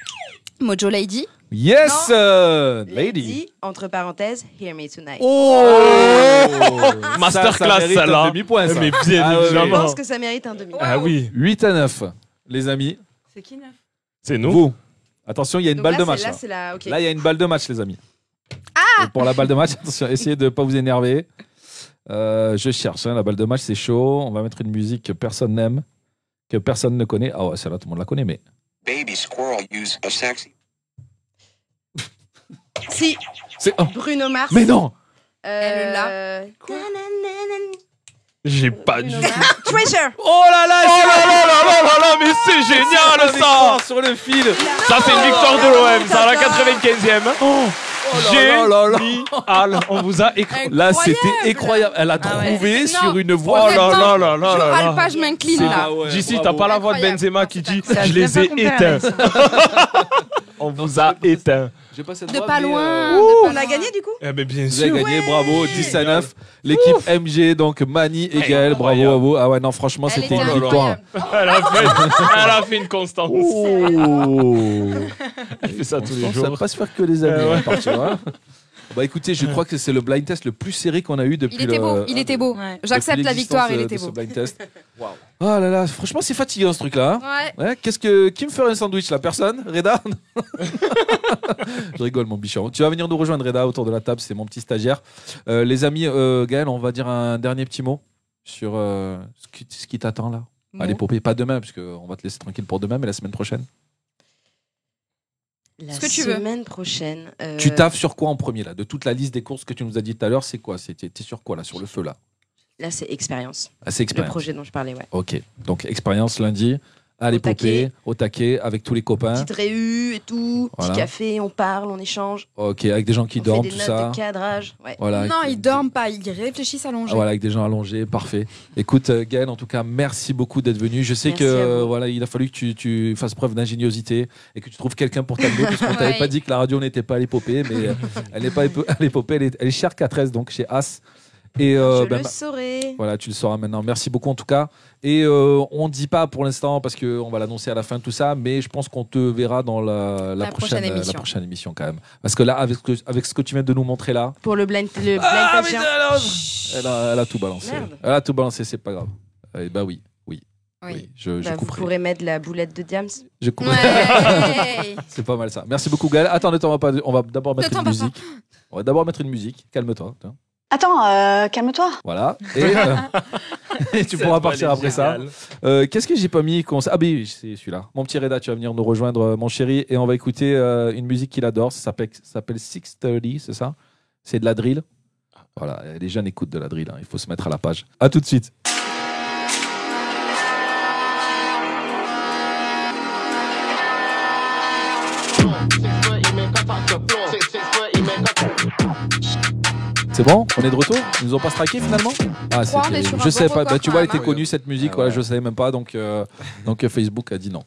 Speaker 3: Mojo Lady.
Speaker 1: Yes, euh, lady.
Speaker 7: Lady, entre parenthèses, Hear Me Tonight.
Speaker 1: Oh
Speaker 8: Masterclass,
Speaker 1: mérite
Speaker 8: ça, là.
Speaker 1: un demi-point, ça.
Speaker 8: Mais bien
Speaker 1: Ah, ouais,
Speaker 7: Je
Speaker 8: évidemment.
Speaker 1: ouais.
Speaker 7: pense que ça mérite un demi.
Speaker 8: Ah oui,
Speaker 1: 8 à 9, les amis.
Speaker 10: C'est qui, neuf
Speaker 8: c'est nous.
Speaker 1: Vous. Attention, il y a une
Speaker 7: Donc
Speaker 1: balle
Speaker 7: là,
Speaker 1: de
Speaker 7: c'est-
Speaker 1: match.
Speaker 7: Là,
Speaker 1: Là,
Speaker 7: c'est la. ok.
Speaker 1: Là, il y a une balle de match, les amis. Ah pour la balle de match, attention, essayez de ne pas vous énerver. Euh, je cherche, hein, la balle de match, c'est chaud. On va mettre une musique que personne n'aime, que personne ne connaît. Ah ouais, celle-là, tout le monde la connaît, mais.
Speaker 9: Baby squirrel use a sexy.
Speaker 7: Si,
Speaker 1: C'est- oh,
Speaker 7: Bruno Mars. Euh,
Speaker 1: Mais non
Speaker 2: Elle
Speaker 7: là.
Speaker 8: J'ai pas du
Speaker 7: Bruno
Speaker 8: tout.
Speaker 7: Mars. Treasure.
Speaker 1: Oh là là
Speaker 8: Oh là là là là là là, mais c'est
Speaker 1: Ah,
Speaker 8: génial ça
Speaker 1: victoire sur le fil Oh,
Speaker 8: Ça c'est une victoire de l'OM, ça à la 95e.
Speaker 1: là là là.
Speaker 8: Génial, on vous a écrit.
Speaker 1: Là, c'était incroyable. Elle a
Speaker 10: Ah ouais.
Speaker 1: trouvé
Speaker 2: Non.
Speaker 1: sur une
Speaker 8: Oh
Speaker 1: voie.
Speaker 8: là là là là
Speaker 2: Je
Speaker 8: là
Speaker 2: râle
Speaker 8: là.
Speaker 2: pas, je m'incline là.
Speaker 8: D'ici, t'as pas la voix de
Speaker 2: Incroyable.
Speaker 8: Benzema qui dit
Speaker 10: Ça,
Speaker 8: je
Speaker 10: viens
Speaker 8: les
Speaker 10: pas
Speaker 8: ai
Speaker 10: qu'on perd
Speaker 8: éteints.
Speaker 10: avec ça.
Speaker 8: On vous a éteints.
Speaker 1: J'ai pas cette
Speaker 2: De
Speaker 1: voix,
Speaker 2: pas
Speaker 1: mais, euh,
Speaker 2: loin.
Speaker 1: ouh,
Speaker 7: On a gagné du coup
Speaker 8: Eh ben bien
Speaker 1: Vous avez
Speaker 8: sûr.
Speaker 1: gagné, bravo, 10 à 9. L'équipe MG, donc Mani et
Speaker 8: Hey,
Speaker 1: Gaël, bravo à
Speaker 8: incroyable.
Speaker 1: vous. Ah ouais, non, franchement,
Speaker 2: Elle
Speaker 1: c'était
Speaker 2: était
Speaker 1: une
Speaker 8: incroyable.
Speaker 1: victoire.
Speaker 8: Elle a fait, elle a fait une constance.
Speaker 1: Oh
Speaker 8: Elle fait ça tous les
Speaker 1: Ça va
Speaker 8: jours.
Speaker 1: pas se faire que les amis,
Speaker 8: Euh, ouais.
Speaker 1: à part, tu vois. Bah écoutez, je crois que c'est le blind test le plus serré qu'on a eu depuis
Speaker 2: Il était
Speaker 1: le-
Speaker 2: beau, il était beau.
Speaker 10: Ouais.
Speaker 2: J'accepte
Speaker 1: depuis
Speaker 2: la victoire, il
Speaker 1: l'existence, euh,
Speaker 2: était
Speaker 1: de ce
Speaker 2: beau.
Speaker 1: blind test. Oh là là, franchement, c'est fatigant ce truc-là. hein.
Speaker 2: Ouais.
Speaker 1: Ouais, qu'est-ce que qui me ferait un sandwich la personne Reda Je rigole mon bichon. Tu vas venir nous rejoindre Reda autour de la table, c'est mon petit stagiaire. Euh, les amis, euh, Gaël, on va dire un dernier petit mot sur euh, ce qui, ce qui t'attend là. Allez popé, pas demain parce que on va te laisser tranquille pour demain, mais la semaine prochaine.
Speaker 7: La
Speaker 2: Ce que tu veux.
Speaker 7: semaine prochaine. euh,
Speaker 1: Tu taffes sur quoi en premier là De toute la liste des courses que tu nous as dit tout à l'heure, c'est quoi C'est- T'es t'es sur quoi là Sur le feu là
Speaker 7: Là, c'est expérience.
Speaker 1: Ah, C'est
Speaker 7: Le
Speaker 1: expérience.
Speaker 7: projet dont je parlais, ouais.
Speaker 1: Ok. Donc expérience lundi. Allez
Speaker 7: Au
Speaker 1: popé,
Speaker 7: taquet.
Speaker 1: au taquet avec tous les copains.
Speaker 7: Petite réu et tout,
Speaker 1: Hein? Voilà.
Speaker 7: petit café, on parle, on échange,
Speaker 1: Ok, avec des gens qui
Speaker 7: on
Speaker 1: dorment
Speaker 7: fait des
Speaker 1: tout
Speaker 7: notes
Speaker 1: ça.
Speaker 7: de cadrage. Ouais.
Speaker 1: Voilà.
Speaker 2: Non,
Speaker 1: Avec-
Speaker 2: ils dorment pas, ils réfléchissent à
Speaker 1: Ah,
Speaker 2: longer.
Speaker 1: Voilà, avec des gens allongés, parfait. Écoute, euh, Gaël, en tout cas, merci beaucoup d'être venu. Je sais
Speaker 7: Merci
Speaker 1: que
Speaker 7: à vous.
Speaker 1: euh, voilà, il a fallu que tu, tu fasses preuve d'ingéniosité et que tu trouves quelqu'un pour t'amener, parce qu'on t'avait
Speaker 2: Ouais.
Speaker 1: pas dit que la radio n'était pas à l'épopée, mais euh, elle n'est pas épo- à l'épopée, elle est, elle est chère 13 donc chez As. Et euh,
Speaker 7: je
Speaker 1: ben,
Speaker 7: le
Speaker 1: ma-
Speaker 7: saurai.
Speaker 1: voilà, tu le sauras maintenant. Merci beaucoup en tout cas. Et euh, on ne dit pas pour l'instant parce qu'on va l'annoncer à la fin tout ça, mais je pense qu'on te verra dans la, la
Speaker 2: La prochaine
Speaker 1: euh, la
Speaker 2: émission.
Speaker 1: prochaine émission quand même. Parce que là, avec, ce que- avec ce que tu viens de nous montrer là,
Speaker 7: Pour le blind, le blind
Speaker 1: Ah,
Speaker 7: test, hein.
Speaker 1: elle a, elle a tout balancé.
Speaker 7: Merde.
Speaker 1: Elle a tout balancé, c'est pas grave. Eh bah oui, oui, oui.
Speaker 2: Oui.
Speaker 1: Je, je
Speaker 7: Bah, vous
Speaker 1: couperai.
Speaker 7: pourrez mettre la boulette de Diams.
Speaker 1: Je couperai.
Speaker 2: Ouais.
Speaker 1: C'est pas mal ça. Merci beaucoup, Gaël. Attends, ne t'en va pas. On va d'abord mettre
Speaker 2: Ne t'en
Speaker 1: une
Speaker 2: va pas.
Speaker 1: musique. On va d'abord mettre une musique. Calme-toi. tiens.
Speaker 6: Attends, euh, calme-toi.
Speaker 1: Voilà. Et, euh, et tu pourras partir après ça. Euh, Qu'est-ce que j'ai pas mis qu'on s- Ah, oui, c'est celui-là. Mon petit Reda, tu vas venir nous rejoindre, euh, mon chéri. Et on va écouter euh, une musique qu'il adore. Ça s'appelle- ça s'appelle 630, c'est ça C'est de la drill. Voilà, euh, les jeunes écoutent de la drill. hein. Il faut se mettre à la page. À tout de suite. C'est bon On est de retour Ils nous ont pas straqué finalement
Speaker 2: crois,
Speaker 1: Ah, c'est
Speaker 2: on est
Speaker 1: terrible.
Speaker 2: sur un
Speaker 1: Je
Speaker 2: bon
Speaker 1: sais pas.
Speaker 2: record
Speaker 1: Bah, tu vois, elle
Speaker 2: quand
Speaker 1: était
Speaker 2: même,
Speaker 1: connue cette musique.
Speaker 8: Ah
Speaker 1: voilà,
Speaker 8: ouais.
Speaker 1: je savais même pas. Donc, euh, donc euh, Facebook a dit non.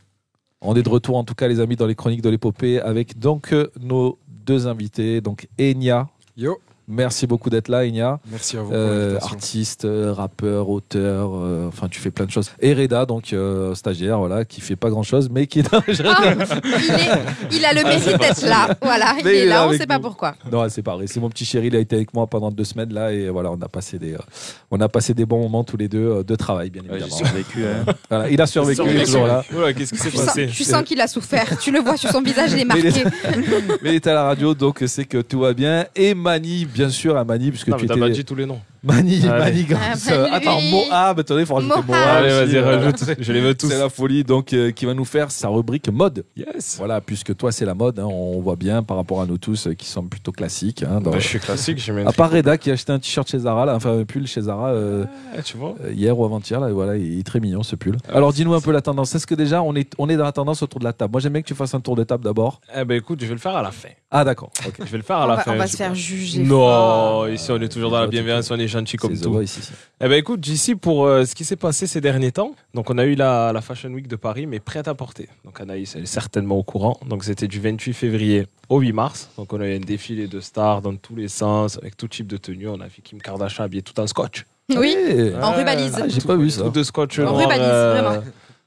Speaker 1: On est de retour en tout cas, les amis, dans les chroniques de l'épopée avec donc euh, nos deux invités. Donc Enya.
Speaker 11: Yo.
Speaker 1: Merci beaucoup d'être là, Enya.
Speaker 11: Merci à vous.
Speaker 1: Euh,
Speaker 11: pour l'invitation.
Speaker 1: artiste, euh, rappeur, auteur, euh, enfin tu fais plein de choses. Et Reda, donc euh, stagiaire, voilà, qui fait pas grand chose, mais qui est
Speaker 2: Ah, il, est- il
Speaker 1: Ah,
Speaker 2: a le mérite d'être là. Voilà, il
Speaker 1: Mais
Speaker 2: est là, on
Speaker 1: avec
Speaker 2: sait pas
Speaker 1: nous.
Speaker 2: pourquoi.
Speaker 1: Non, c'est pas vrai. C'est mon petit chéri, il a été avec moi pendant deux semaines là et voilà, on a passé des, euh, on a passé des bons moments tous les deux euh, de travail, bien
Speaker 8: J'ai
Speaker 1: évidemment.
Speaker 8: survécu. hein.
Speaker 1: Voilà, il a survécu, il est
Speaker 8: Survécu.
Speaker 1: toujours là.
Speaker 8: Oula, qu'est-ce qui s'est
Speaker 2: Tu sens,
Speaker 8: passé
Speaker 2: tu sens qu'il a souffert. Tu le vois sur son visage, il est
Speaker 1: Mais il est-
Speaker 2: marqué.
Speaker 1: Mais il est à la radio, donc c'est que tout va bien. Et Mani, bien sûr, à Mani, puisque
Speaker 8: Non,
Speaker 1: tu
Speaker 8: mais t'as pas
Speaker 1: étais.
Speaker 8: dit tous les noms.
Speaker 1: Mani,
Speaker 8: Allez.
Speaker 1: manigance.
Speaker 2: Ah, Manu.
Speaker 1: attends, Moab, attendez, il faut rajouter
Speaker 2: Moab.
Speaker 1: Moab.
Speaker 8: Allez, vas-y,
Speaker 1: Voilà.
Speaker 8: rajoute. Je les veux tous.
Speaker 1: C'est la folie, donc, euh, qui va nous faire sa rubrique mode.
Speaker 8: Yes.
Speaker 1: Voilà, puisque toi, c'est la mode, hein, on voit bien par rapport à nous tous euh, qui sommes plutôt classiques. hein, dans-
Speaker 8: Bah, je suis classique, j'ai même.
Speaker 1: à part Reda qui a acheté un t-shirt chez Zara, là, enfin un pull chez Zara euh,
Speaker 8: Ah, tu vois Ah,
Speaker 1: euh, hier ou avant-hier, là, et voilà, il est très mignon ce pull. Alors dis-nous un peu la tendance. Est-ce que déjà on est, on est dans la tendance autour de la table Moi j'aime bien que tu fasses un tour de table d'abord.
Speaker 8: Eh ben écoute, je vais le faire à la fin.
Speaker 1: Ah d'accord. ok.
Speaker 8: Je vais le faire à
Speaker 2: On
Speaker 8: la
Speaker 2: va,
Speaker 8: fin.
Speaker 2: on va
Speaker 8: je
Speaker 2: se
Speaker 8: sais
Speaker 2: faire
Speaker 8: pas.
Speaker 2: juger.
Speaker 8: Non, ici on est toujours dans la
Speaker 1: C'est
Speaker 8: bienveillance, on est gentil comme
Speaker 1: C'est
Speaker 8: tout.
Speaker 1: Zoé, ici, ici.
Speaker 8: Eh ben écoute, JC, pour euh, ce qui s'est passé ces derniers temps, donc on a eu Ah, la, la Fashion Week de Paris, mais prête à porter. Donc Anaïs, elle est certainement au courant. Donc c'était du 28 février au 8 mars. Donc on a eu un défilé de stars dans tous les sens, avec tout type de tenue. On a vu Kim Kardashian habillée tout en scotch.
Speaker 2: Oui,
Speaker 1: Eh,
Speaker 2: En rubalise.
Speaker 1: Ah, j'ai pas vu ça.
Speaker 8: Tout de scotch
Speaker 1: En
Speaker 8: noir,
Speaker 2: rubalise,
Speaker 8: euh,
Speaker 2: vraiment.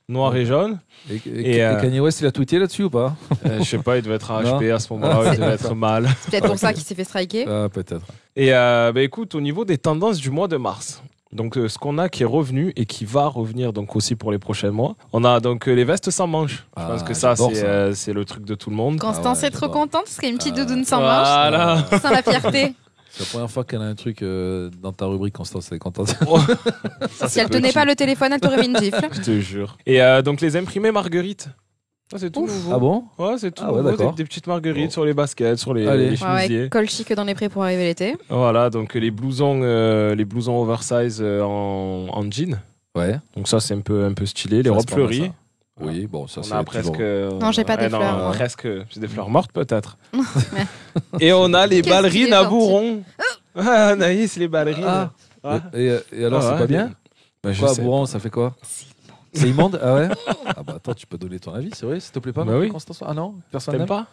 Speaker 8: noir et jaune.
Speaker 1: Et, et-
Speaker 8: Et,
Speaker 1: et
Speaker 8: euh,
Speaker 1: Kanye West il a tweeté là-dessus ou pas
Speaker 8: Euh, je sais pas, il devait être à
Speaker 1: Non.
Speaker 8: HP à ce moment-là, il devait être mal.
Speaker 2: c'est peut-être pour ça qu'il s'est fait striker.
Speaker 1: Ah peut-être.
Speaker 8: Et euh, bah, écoute, au niveau des tendances du mois de mars, donc euh, ce qu'on a qui est revenu et qui va revenir donc aussi pour les prochains mois, on a donc euh, les vestes sans manches. Je
Speaker 1: Ah,
Speaker 8: pense que ça,
Speaker 1: j'adore
Speaker 8: c'est
Speaker 1: ça. Ah
Speaker 8: euh, c'est le truc de tout le monde.
Speaker 2: Constance
Speaker 1: ouais,
Speaker 2: est trop
Speaker 1: j'adore.
Speaker 2: contente, ce serait une petite
Speaker 1: Ah ouais.
Speaker 2: doudoune sans manche,
Speaker 8: Voilà.
Speaker 1: Euh,
Speaker 2: sans la fierté.
Speaker 1: c'est la première fois qu'elle a un truc euh, dans ta rubrique Constance. Elle est contente.
Speaker 2: si elle tenait pas le téléphone, elle t'aurait mis une gifle.
Speaker 8: Je te jure. Et euh, donc les imprimés marguerites. Ah, c'est tout nouveau.
Speaker 1: ah bon
Speaker 8: Ouais, c'est tout
Speaker 1: Ah ouais,
Speaker 8: nouveau,
Speaker 1: d'accord.
Speaker 8: Des, des petites marguerites
Speaker 1: Bon.
Speaker 8: sur les baskets, sur les,
Speaker 1: Allez.
Speaker 8: les
Speaker 2: Ouais, ouais,
Speaker 8: chemisiers.
Speaker 2: col chic dans les prés pour arriver l'été.
Speaker 8: Voilà, donc euh, les blousons, euh, les blousons oversize euh, en, en jean.
Speaker 1: Ouais.
Speaker 8: Donc ça, c'est un peu, un peu stylé. Les
Speaker 1: Ça,
Speaker 8: robes
Speaker 1: c'est pas mal,
Speaker 8: fleuries. Ah.
Speaker 1: ça. Oui bon ça
Speaker 8: On
Speaker 1: c'est
Speaker 8: a
Speaker 1: toujours-
Speaker 8: presque. Non,
Speaker 2: Non, j'ai pas des fleurs, moi.
Speaker 8: Presque. J'ai des fleurs mortes, peut-être. et on a les
Speaker 2: Qu'est-ce qu'il
Speaker 8: ballerines
Speaker 2: est
Speaker 8: à
Speaker 2: gentil. Oh.
Speaker 8: bourron. Ah, Anaïs, les ballerines.
Speaker 1: Ah.
Speaker 8: Ouais.
Speaker 1: Et, et alors
Speaker 8: Ah
Speaker 1: c'est
Speaker 8: ouais.
Speaker 1: pas bien
Speaker 8: Bah, je
Speaker 1: Quoi,
Speaker 8: sais.
Speaker 1: bourron, ça fait quoi C'est immonde. Ah ouais Ah bah attends, tu peux donner ton avis, c'est vrai, s'il te plaît pas
Speaker 8: Bah
Speaker 1: non,
Speaker 8: oui.
Speaker 1: Constance Ah non Personne
Speaker 8: T'aimes
Speaker 1: n'aime
Speaker 8: pas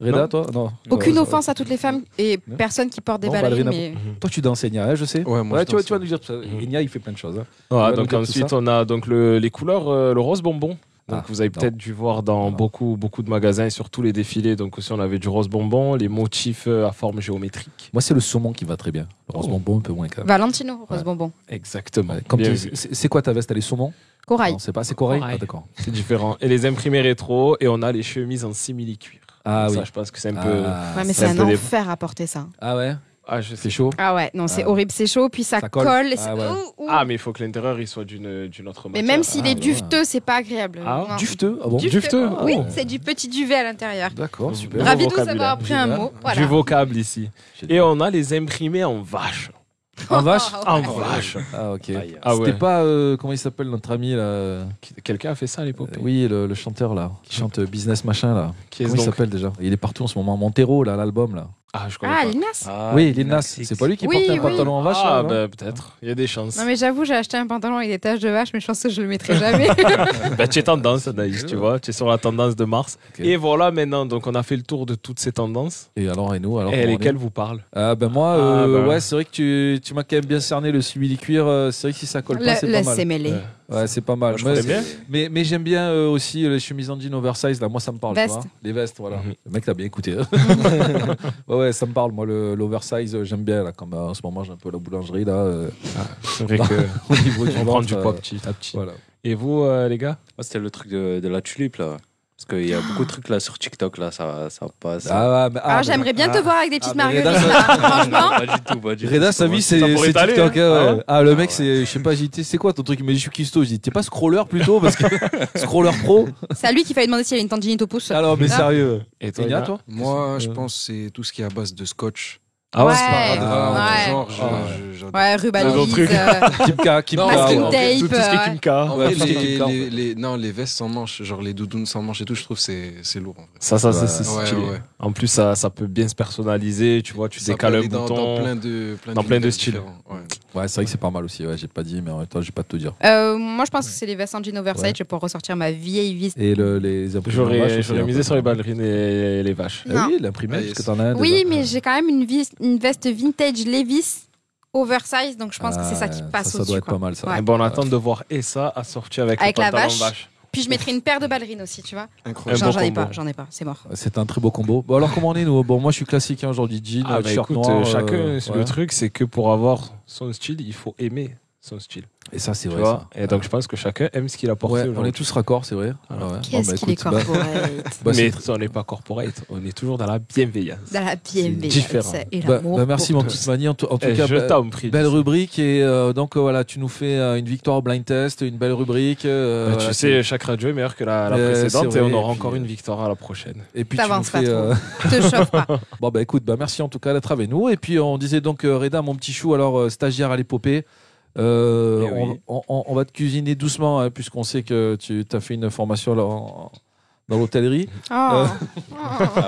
Speaker 1: Reda,
Speaker 8: Non.
Speaker 1: toi Non.
Speaker 2: Aucune
Speaker 1: Ouais, ouais,
Speaker 2: offense à toutes les femmes et
Speaker 1: Non.
Speaker 2: personne qui porte des
Speaker 1: Non,
Speaker 2: ballerines,
Speaker 1: ballerine
Speaker 2: mais
Speaker 1: ouais. Toi, tu danses Enya, hein, je sais.
Speaker 5: Ouais, moi, je
Speaker 1: tu, vas,
Speaker 5: danse,
Speaker 1: tu vas
Speaker 5: ouais.
Speaker 1: nous dire, parce que
Speaker 8: Mhm.
Speaker 1: Enya, il fait plein de choses. hein.
Speaker 8: Voilà,
Speaker 1: va
Speaker 8: donc
Speaker 1: nous dire tout
Speaker 8: ensuite,
Speaker 1: ça.
Speaker 8: on a donc le- les couleurs, euh, le rose bonbon. Donc
Speaker 1: Ah,
Speaker 8: vous avez
Speaker 1: non.
Speaker 8: peut-être dû voir dans
Speaker 1: Non.
Speaker 8: beaucoup, beaucoup de magasins et sur tous les défilés. Donc aussi, on avait du rose bonbon, les motifs euh, à forme géométrique.
Speaker 1: Moi, c'est le saumon qui va très bien. Le rose
Speaker 8: Oh.
Speaker 1: bonbon, un peu moins quand même.
Speaker 2: Valentino, rose
Speaker 1: Ouais.
Speaker 2: bonbon.
Speaker 8: Exactement.
Speaker 1: Ouais, comme
Speaker 8: Oh, Bien
Speaker 1: tu-
Speaker 8: vu.
Speaker 1: c'est c'est quoi ta veste Elle est saumon
Speaker 2: Corail.
Speaker 1: Non, c'est pas, c'est corail
Speaker 8: Corail.
Speaker 1: Ah d'accord.
Speaker 8: C'est différent. Et les imprimés rétro, et on a les chemises en simili-cuir.
Speaker 1: Ah oui.
Speaker 8: Ça, je pense que c'est un peu.
Speaker 1: Ah,
Speaker 2: ouais, mais
Speaker 8: ça
Speaker 2: c'est
Speaker 1: ça-
Speaker 2: un
Speaker 8: peut dé-
Speaker 2: enfer à porter ça.
Speaker 1: Ah ouais
Speaker 8: Ah, je sais
Speaker 1: C'est chaud.
Speaker 2: Ah ouais, non, c'est
Speaker 1: Ah.
Speaker 2: horrible, c'est chaud, puis ça,
Speaker 1: Ça colle.
Speaker 2: colle. et
Speaker 1: Ah
Speaker 2: c'est-
Speaker 1: ouais.
Speaker 2: Ouh, ouh.
Speaker 8: Ah, mais il faut que l'intérieur il soit d'une d'une autre
Speaker 2: mais
Speaker 8: matière.
Speaker 2: même s'il
Speaker 1: Ah,
Speaker 2: est
Speaker 1: ouais.
Speaker 2: dufteux, c'est pas agréable.
Speaker 8: Ah,
Speaker 2: Non.
Speaker 1: Dufteux Ah bon
Speaker 8: Dufteux. dufteux,
Speaker 2: Oui,
Speaker 8: oh.
Speaker 2: c'est du petit duvet à l'intérieur.
Speaker 1: D'accord, super.
Speaker 8: Bon
Speaker 2: Ravi de vous
Speaker 8: vocabulaire.
Speaker 2: avoir appris un
Speaker 1: Génial.
Speaker 2: mot.
Speaker 8: Du
Speaker 2: Voilà.
Speaker 8: vocable ici. Et on a les imprimés en vache.
Speaker 1: En vache
Speaker 8: En vache.
Speaker 1: Ah ok.
Speaker 8: Aïe. Ah ouais.
Speaker 1: C'était pas, euh, comment il s'appelle notre ami là euh,
Speaker 8: Quelqu'un a fait ça à l'époque
Speaker 1: Oui, le, le chanteur là, qui chante euh, Business Machin là.
Speaker 8: Qui est
Speaker 1: Comment il
Speaker 8: donc
Speaker 1: s'appelle déjà Il est partout en ce moment. Montero, là, l'album, là.
Speaker 8: Ah, je connais
Speaker 2: Ah,
Speaker 8: pas.
Speaker 2: Linas.
Speaker 1: oui, Lil Nas. C'est pas lui qui
Speaker 2: Oui,
Speaker 1: portait
Speaker 2: oui.
Speaker 1: un pantalon en vache
Speaker 8: Ah,
Speaker 1: là, non
Speaker 8: bah, peut-être. Il y a des chances.
Speaker 2: Non mais j'avoue, j'ai acheté un pantalon avec des taches de vache, mais je pense que je le mettrai jamais.
Speaker 8: Bah, tu es tendance, Anaïs, tu vois. Tu es sur la tendance de mars.
Speaker 1: Ok.
Speaker 8: Et voilà maintenant. Donc, on a fait le tour de toutes ces tendances.
Speaker 1: Et alors, et nous alors,
Speaker 8: Et
Speaker 1: comment on
Speaker 8: lesquelles
Speaker 1: est
Speaker 8: Eh, vous parlent
Speaker 1: Ah, ben moi,
Speaker 8: Ah,
Speaker 1: euh,
Speaker 8: bah.
Speaker 1: ouais, c'est vrai que tu, tu m'as quand même bien cerné le simili-cuir. euh, c'est vrai que si ça colle pas, c'est pas mal.
Speaker 2: mêlé.
Speaker 8: Ouais.
Speaker 1: Ouais, c'est pas mal.
Speaker 8: Moi, je
Speaker 1: Mais-
Speaker 8: connais bien.
Speaker 1: Mais, mais j'aime bien euh, aussi les chemises en jean oversize. Là, moi, ça me parle. tu
Speaker 2: Veste.
Speaker 1: vois. les vestes, voilà.
Speaker 8: Mhm.
Speaker 1: Le mec, t'as bien écouté. hein. ouais, ouais, ça me parle. Moi, le- l'oversize, euh, j'aime bien. Là, comme euh, en ce moment, j'ai un peu la boulangerie là. euh,
Speaker 8: C'est vrai que.
Speaker 1: au niveau du
Speaker 8: On prend
Speaker 1: ventre,
Speaker 8: du
Speaker 1: euh,
Speaker 8: poids petit à petit.
Speaker 1: Voilà.
Speaker 8: Et vous, euh, les gars
Speaker 11: Moi, c'était le truc de, de la tulipe, là. Parce qu'il y a beaucoup de trucs, là, sur TikTok, là, ça, ça passe.
Speaker 1: Ah, ouais, mais- ah,
Speaker 2: Alors
Speaker 1: mais-
Speaker 2: j'aimerais bien te voir avec des
Speaker 1: Ah,
Speaker 2: petites
Speaker 1: mais
Speaker 2: marguerites.
Speaker 1: Reda,
Speaker 2: là. Franchement,
Speaker 11: pas du tout, pas du tout.
Speaker 1: Reda, sa vie, c'est
Speaker 8: ça pourrait
Speaker 1: c'est
Speaker 8: t'aller,
Speaker 1: TikTok.
Speaker 8: hein.
Speaker 1: hein, ouais.
Speaker 8: Ah ouais
Speaker 1: Ah, le mec,
Speaker 11: Ah ouais.
Speaker 1: c'est, je sais pas, JT, c'est quoi ton truc Il m'a dit, je suis cuistot. Je dis, t'es pas scroller plutôt Parce que scroller pro
Speaker 2: c'est à lui qu'il fallait demander s'il y avait une tendinite au pouce.
Speaker 1: Alors, mais
Speaker 2: Ah.
Speaker 1: sérieux.
Speaker 8: Oh, Et
Speaker 1: Et Nia, toi
Speaker 5: Moi, je
Speaker 1: Euh.
Speaker 5: pense que c'est tout ce qui est à base de scotch.
Speaker 2: Ah ouais,
Speaker 5: Ah,
Speaker 2: ouais.
Speaker 5: grave,
Speaker 2: ouais.
Speaker 5: genre, je-
Speaker 1: Ah
Speaker 5: je- j'adore.
Speaker 2: Ouais, rubalise,
Speaker 8: Dans le truc.
Speaker 2: euh,
Speaker 1: Kimka, Kimka.
Speaker 5: Non,
Speaker 1: ouais.
Speaker 2: masking
Speaker 5: ouais.
Speaker 2: tape. euh.
Speaker 8: Tout, tout ce qui est
Speaker 2: ouais.
Speaker 8: Kimka.
Speaker 5: En
Speaker 1: Ouais,
Speaker 5: vrai,
Speaker 1: parce
Speaker 5: les,
Speaker 1: qu'il y a quelqu'un, en
Speaker 5: les-
Speaker 1: fait.
Speaker 5: les- non, les vestes sans manches, genre les doudounes sans manches et tout, je trouve que c'est c'est lourd en vrai.
Speaker 8: Ça, ça, ça, c'est
Speaker 5: Ouais,
Speaker 8: stylé.
Speaker 5: ouais.
Speaker 8: En plus, ça, ça peut bien se personnaliser. Tu vois, tu
Speaker 5: Ça peut
Speaker 8: décales un
Speaker 5: aller dans,
Speaker 8: bouton.
Speaker 5: dans plein de plein
Speaker 8: dans plein de
Speaker 5: d'univers
Speaker 8: styles.
Speaker 5: différents, ouais.
Speaker 1: Ouais, c'est vrai que c'est pas mal aussi. Ouais, j'ai pas dit, mais en même temps, j'ai pas de te dire.
Speaker 2: Euh, moi, je pense que c'est les vestes en jean oversize.
Speaker 1: Ouais.
Speaker 2: Je vais pouvoir ressortir ma vieille veste.
Speaker 1: Et le, les imprimantes en vache
Speaker 8: J'aurais
Speaker 1: aussi,
Speaker 8: j'aurais
Speaker 1: hein,
Speaker 8: misé
Speaker 1: quoi.
Speaker 8: sur les ballerines et les vaches.
Speaker 1: Ah
Speaker 2: Non.
Speaker 1: oui, l'imprimé,
Speaker 5: Ouais,
Speaker 1: parce que
Speaker 5: yes.
Speaker 1: t'en as un.
Speaker 2: Oui,
Speaker 1: déjà.
Speaker 2: mais j'ai quand même une, vis- une veste vintage Levis oversize, donc je pense que c'est ça qui
Speaker 1: Ah,
Speaker 2: passe
Speaker 1: Ça, ça
Speaker 2: au-dessus.
Speaker 1: doit être
Speaker 2: quoi.
Speaker 1: pas mal, ça.
Speaker 2: Ouais.
Speaker 8: Eh ben, on attend de voir et ça assorti avec,
Speaker 2: Avec
Speaker 8: le
Speaker 2: la
Speaker 8: pantalon
Speaker 2: vache. Puis je mettrais une paire de ballerines aussi, tu vois.
Speaker 5: Incroyable.
Speaker 8: Un
Speaker 2: J'en
Speaker 8: beau
Speaker 2: j'en ai
Speaker 8: combo.
Speaker 2: pas, j'en ai pas, c'est mort.
Speaker 1: Ah, C'est un très beau combo. Bon, alors, comment on est, nous Bon, moi, je suis classique hein, aujourd'hui. Jean,
Speaker 8: Ah, bah,
Speaker 1: t-shirt
Speaker 8: écoute,
Speaker 1: noir.
Speaker 8: euh,
Speaker 1: euh,
Speaker 8: chacun, c'est
Speaker 1: ouais.
Speaker 8: le truc, c'est que pour avoir son style, il faut aimer son style.
Speaker 1: Et ça, c'est
Speaker 8: Tu
Speaker 1: vrai.
Speaker 8: vois
Speaker 1: ça.
Speaker 8: Et donc, je pense que chacun aime ce qu'il a porté.
Speaker 1: Ouais, on
Speaker 8: aujourd'hui.
Speaker 1: est tous raccords, c'est vrai. Ah ouais.
Speaker 8: Qu'est-ce
Speaker 1: Bon, bah,
Speaker 8: qu'il est
Speaker 1: écoute, bah-
Speaker 8: corporate
Speaker 1: bah, c'est-
Speaker 8: Mais on n'est pas corporate, on est toujours dans la bienveillance.
Speaker 2: Dans la bienveillance
Speaker 8: différent.
Speaker 2: et
Speaker 1: Bah-
Speaker 2: l'amour
Speaker 1: bah, merci,
Speaker 2: pour
Speaker 1: mon
Speaker 2: tous.
Speaker 1: petit Mani. En, tout- en tout
Speaker 8: Eh,
Speaker 1: cas,
Speaker 8: je
Speaker 1: bah,
Speaker 8: t'en prie,
Speaker 1: belle
Speaker 8: Lucie.
Speaker 1: rubrique. Et euh, donc, euh, voilà, tu nous fais euh, une victoire au blind test, une belle rubrique. euh,
Speaker 8: Bah,
Speaker 1: voilà,
Speaker 8: tu sais, chaque radio est meilleure que la, la
Speaker 1: Euh,
Speaker 8: précédente
Speaker 1: c'est
Speaker 8: et
Speaker 1: vrai,
Speaker 8: on aura
Speaker 1: et puis,
Speaker 8: encore une victoire à la prochaine.
Speaker 1: Et puis tu nous
Speaker 8: T'avances
Speaker 1: fais.
Speaker 8: pas
Speaker 1: euh,
Speaker 8: trop. Te chauffe pas.
Speaker 1: bon bah écoute, bah merci en tout cas d'être avec nous. Et puis on disait donc euh, Reda, mon petit chou, alors euh, stagiaire à l'épopée. euh,
Speaker 8: Eh
Speaker 1: on,
Speaker 8: oui.
Speaker 1: on- on- on va te cuisiner doucement hein, puisqu'on sait que tu as fait une formation là, en- dans l'hôtellerie.
Speaker 2: Oh.
Speaker 1: Euh,
Speaker 2: Ah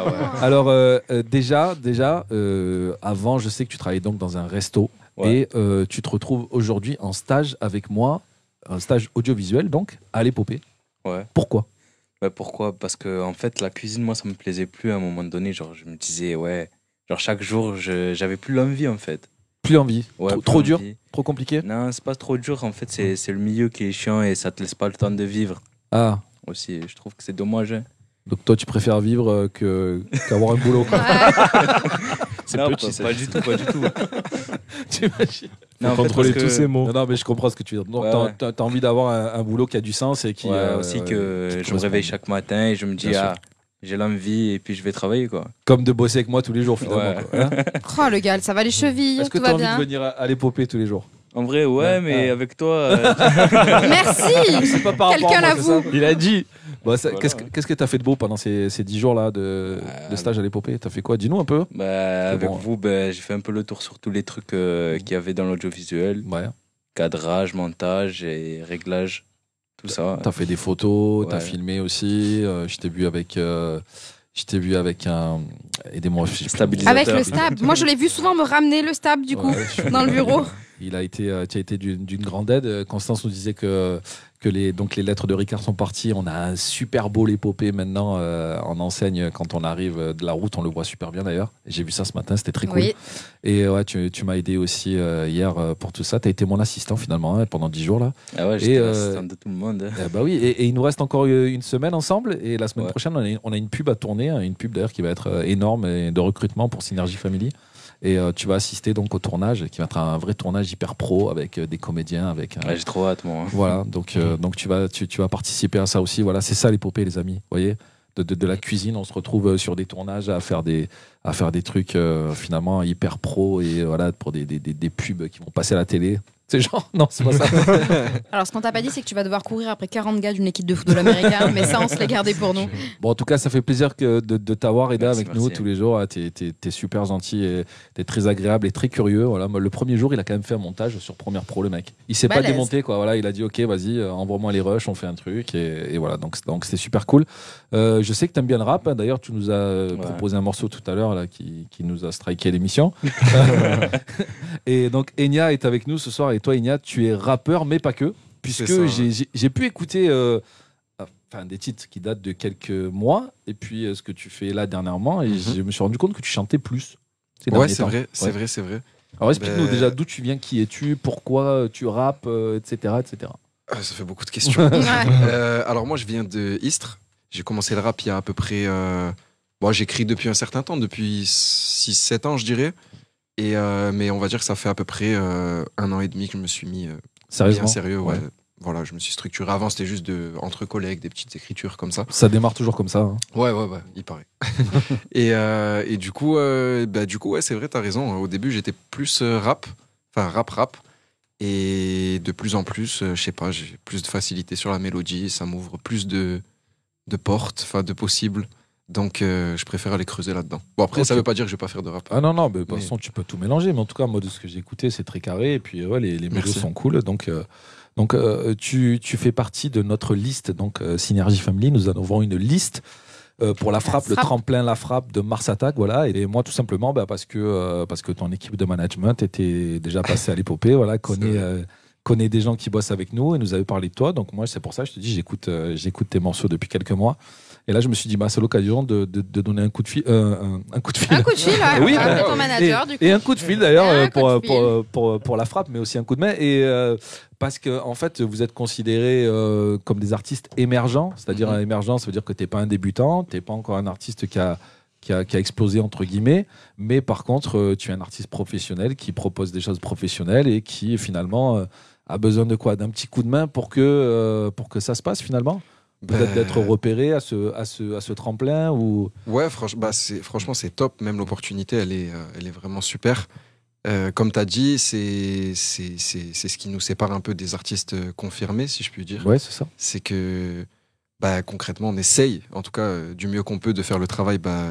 Speaker 2: ouais.
Speaker 1: alors euh, euh, déjà, déjà, euh, avant, je sais que tu travaillais donc dans un resto et euh, tu te retrouves aujourd'hui en stage avec moi, un stage audiovisuel donc à l'épopée.
Speaker 11: Ouais.
Speaker 1: Pourquoi
Speaker 11: Bah, pourquoi Parce que en fait, la cuisine, moi, ça me plaisait plus à un moment donné. Genre, je me disais, ouais, genre chaque jour, je- j'avais plus l'envie en fait.
Speaker 1: Plus envie.
Speaker 11: Ouais,
Speaker 1: Trop-
Speaker 11: plus
Speaker 1: trop dur,
Speaker 11: envie.
Speaker 1: trop compliqué.
Speaker 11: Non, c'est pas trop dur. En fait,
Speaker 1: Mm.
Speaker 11: c'est c'est le milieu qui est chiant et ça te laisse pas le temps de vivre.
Speaker 1: Ah.
Speaker 11: Aussi, je trouve que c'est dommage. hein.
Speaker 1: Donc toi, tu préfères vivre euh, que qu'avoir un boulot.
Speaker 11: C'est Non, petit, pas- ça. pas du tout, pas du tout.
Speaker 1: T'imagines
Speaker 11: Non, en fait, Contrôler parce que- tous ces
Speaker 1: mots. Non, non, mais je comprends ce que tu veux dire. Donc,
Speaker 11: Ouais,
Speaker 1: t'as-
Speaker 11: ouais.
Speaker 1: t'as t'as envie d'avoir un, un boulot qui a du sens et qui.
Speaker 11: Ouais,
Speaker 1: euh,
Speaker 11: aussi
Speaker 1: ouais, qui
Speaker 11: que
Speaker 1: te
Speaker 11: je me réveille
Speaker 1: correspond.
Speaker 11: chaque matin et je me dis,
Speaker 1: Bien
Speaker 11: ah,
Speaker 1: sûr.
Speaker 11: j'ai l'envie et puis je vais travailler quoi.
Speaker 1: Comme de bosser avec moi tous les jours finalement.
Speaker 11: Ouais.
Speaker 1: quoi, hein
Speaker 2: Oh le gars, ça va les chevilles,
Speaker 1: Est-ce que
Speaker 2: tout
Speaker 1: t'as
Speaker 2: va
Speaker 1: envie de
Speaker 2: bien.
Speaker 1: venir à, à l'épopée tous les jours
Speaker 11: En vrai, ouais, mais avec toi. euh,
Speaker 2: Merci
Speaker 1: C'est ah. pas par rapport à
Speaker 2: Quelqu'un
Speaker 1: moi, c'est
Speaker 2: l'avoue.
Speaker 1: ça Il a dit. Bah, ça- Qu'est-ce que qu'est-ce que t'as fait de beau pendant ces, ces 10 jours là de,
Speaker 11: Euh,
Speaker 1: de stage à l'épopée T'as fait quoi Dis-nous un peu.
Speaker 11: Bah,
Speaker 1: C'est
Speaker 11: avec
Speaker 1: bon,
Speaker 11: vous, bah, j'ai fait un peu le tour sur tous les trucs euh, qu'il y avait dans l'audiovisuel. Cadrage, montage et réglage, tout ça.
Speaker 1: T'as fait des photos, t'as
Speaker 11: Ouais.
Speaker 1: filmé aussi. euh, je t'ai vu avec. euh, je t'ai vu avec un. Aidez-moi. je sais plus.
Speaker 2: Avec le stab. Moi je l'ai vu souvent me ramener le stab du coup
Speaker 1: Ouais, je suis-
Speaker 2: dans le bureau.
Speaker 1: Il a été, euh, tu as été d'une d'une grande aide. Euh, Constance nous disait que, que les, donc les lettres de Ricard sont parties. On a un super beau l'épopée maintenant euh, en enseigne quand on arrive euh, de la route. On le voit super bien d'ailleurs. J'ai vu ça ce matin, c'était très cool.
Speaker 2: Oui.
Speaker 1: Et euh, ouais, tu, tu m'as aidé aussi euh, hier euh, pour tout ça. Tu as été mon assistant finalement hein, pendant 10 jours là.
Speaker 11: Ah ouais,
Speaker 1: Et,
Speaker 11: j'étais
Speaker 1: euh,
Speaker 11: l'assistant de tout le monde. hein.
Speaker 1: eh bah oui, et, et il nous reste encore euh, une semaine ensemble. Et la semaine prochaine, on a, on a une pub à tourner, hein, une pub d'ailleurs qui va être euh, énorme et de recrutement pour Synergy Family. Et euh, tu vas assister donc au tournage, qui va être un vrai tournage hyper pro avec euh, des comédiens, avec. euh,
Speaker 11: Ouais, j'ai trop Mhm. hâte, moi.
Speaker 1: Voilà, donc euh, donc tu vas tu, tu vas participer à ça aussi. Voilà, c'est ça l'épopée, les amis. Vous voyez. De, de- de la cuisine, on se retrouve euh, sur des tournages à faire des, à faire des trucs euh, finalement hyper pro et euh, voilà pour des, des, des- des pubs qui vont passer à la télé. C'est genre, non, c'est pas ça.
Speaker 2: Alors ce qu'on t'a pas dit c'est que tu vas devoir courir après 40 gars d'une équipe de football américain, mais ça on se l'est gardé pour nous.
Speaker 1: Bon, en tout cas, ça fait plaisir que de, de t'avoir, Eda, avec nous
Speaker 11: merci.
Speaker 1: tous les jours. Ah, T'es t'es- t'es super gentil, et t'es très agréable et très curieux. Voilà. Moi, Le premier jour, il a quand même fait un montage sur Première Pro, le mec. Il s'est pas
Speaker 11: Balèze.
Speaker 1: démonté, quoi. Voilà, il a dit, OK, vas-y, euh, envoie-moi les rushs, on fait un truc. Et, et voilà, donc c'est- donc c'est super cool. Euh, je sais que t'aimes bien le rap. hein. D'ailleurs, tu nous as euh, proposé un morceau tout à l'heure là, qui, qui nous a striké l'émission. et donc, Enya est avec nous ce soir. Et toi, Enya, tu es rappeur, mais pas que,
Speaker 8: C'est ça,
Speaker 1: puisque
Speaker 8: ouais.
Speaker 1: j'ai- j'ai j'ai pu écouter. euh, enfin des titres qui datent de quelques mois et puis euh, ce que tu fais là dernièrement et je me suis rendu compte que tu chantais plus ces
Speaker 12: Ouais,
Speaker 1: derniers
Speaker 12: c'est
Speaker 1: temps.
Speaker 12: vrai, c'est
Speaker 1: Ouais.
Speaker 12: vrai, c'est vrai.
Speaker 1: alors explique-nous
Speaker 12: Ben,
Speaker 1: déjà d'où tu viens qui es-tu pourquoi euh, tu rappes euh, etc etc
Speaker 12: Ah, Ça fait beaucoup de questions. Euh, alors moi, je viens de Istres. J'ai commencé le rap il y a à peu près... euh, Bon, j'écris depuis un certain temps, depuis 6-7 ans, je dirais. Et, euh, mais on va dire que ça fait à peu près euh, un an et demi que je me suis mis euh,
Speaker 1: Sérieusement
Speaker 12: bien sérieux. Ouais.
Speaker 1: Ouais.
Speaker 12: Voilà, je me suis structuré. Avant, c'était juste de, entre collègues, des petites écritures comme ça.
Speaker 1: ça démarre toujours comme ça hein.
Speaker 12: Ouais, ouais, ouais, il paraît. et, euh, et du coup, euh, bah, du coup ouais, c'est vrai, t'as raison. hein. Au début, j'étais plus euh, rap, enfin rap-rap. Et de plus en plus, euh, je sais pas, j'ai plus de facilité sur la mélodie, ça m'ouvre plus de, de portes, enfin de possibles. Donc, euh, je préfère aller creuser là-dedans. Bon, après, ça
Speaker 1: Ok.
Speaker 12: veut pas dire que je vais pas faire de rap.
Speaker 1: ah non non mais de toute
Speaker 12: Mais-
Speaker 1: façon tu peux tout mélanger mais en tout cas moi de ce que j'ai écouté c'est très carré et puis euh, ouais, les, les mélos
Speaker 12: Merci.
Speaker 1: sont cool donc euh, donc euh, tu, tu fais partie de notre liste donc euh, Synergy Family nous en avons une liste euh, pour la frappe, le
Speaker 8: frappe.
Speaker 1: tremplin, la frappe de Mars Attack, voilà. Et moi, tout simplement, bah, parce que euh, parce que ton équipe de management était déjà passée à l'épopée, voilà, connaît euh, connaît des gens qui bossent avec nous et nous avait parlé de toi. Donc moi, c'est pour ça, je te dis, j'écoute euh, j'écoute tes morceaux depuis quelques mois. Et là, je me suis dit, bah, c'est l'occasion de, de- de donner un coup de fil, euh, un, un coup de fil.
Speaker 2: Un coup de fil, ouais,
Speaker 1: oui,
Speaker 2: avec
Speaker 1: bah,
Speaker 2: ton manager,
Speaker 1: et,
Speaker 2: du coup.
Speaker 1: et un coup de fil d'ailleurs
Speaker 2: Un
Speaker 1: euh,
Speaker 2: coup
Speaker 1: pour,
Speaker 2: de
Speaker 1: euh,
Speaker 2: fil.
Speaker 1: pour, euh, pour, pour la frappe, mais aussi un coup de main. Et euh, parce que, en fait, vous êtes considérés euh, comme des artistes émergents. C'est-à-dire,
Speaker 2: Mm-hmm.
Speaker 1: un émergent, ça veut dire que tu n'es pas un débutant, tu n'es pas encore un artiste qui a, qui, a, qui a explosé, entre guillemets. Mais par contre, euh, tu es un artiste professionnel qui propose des choses professionnelles et qui, finalement, euh, a besoin de quoi D'un petit coup de main pour que, euh, pour que ça se passe finalement Peut-être
Speaker 12: Ben-
Speaker 1: d'être repéré à ce, à, ce, à ce tremplin ou...
Speaker 12: Ouais, franch- bah, c'est- franchement, c'est top. Même l'opportunité, elle est, euh, elle est vraiment super. Euh, comme tu as dit, c'est c'est- c'est- c'est ce qui nous sépare un peu des artistes euh, confirmés, si je puis dire.
Speaker 1: Ouais, c'est ça.
Speaker 12: C'est que bah, concrètement, on essaye, en tout cas, euh, du mieux qu'on peut, de faire le travail bah,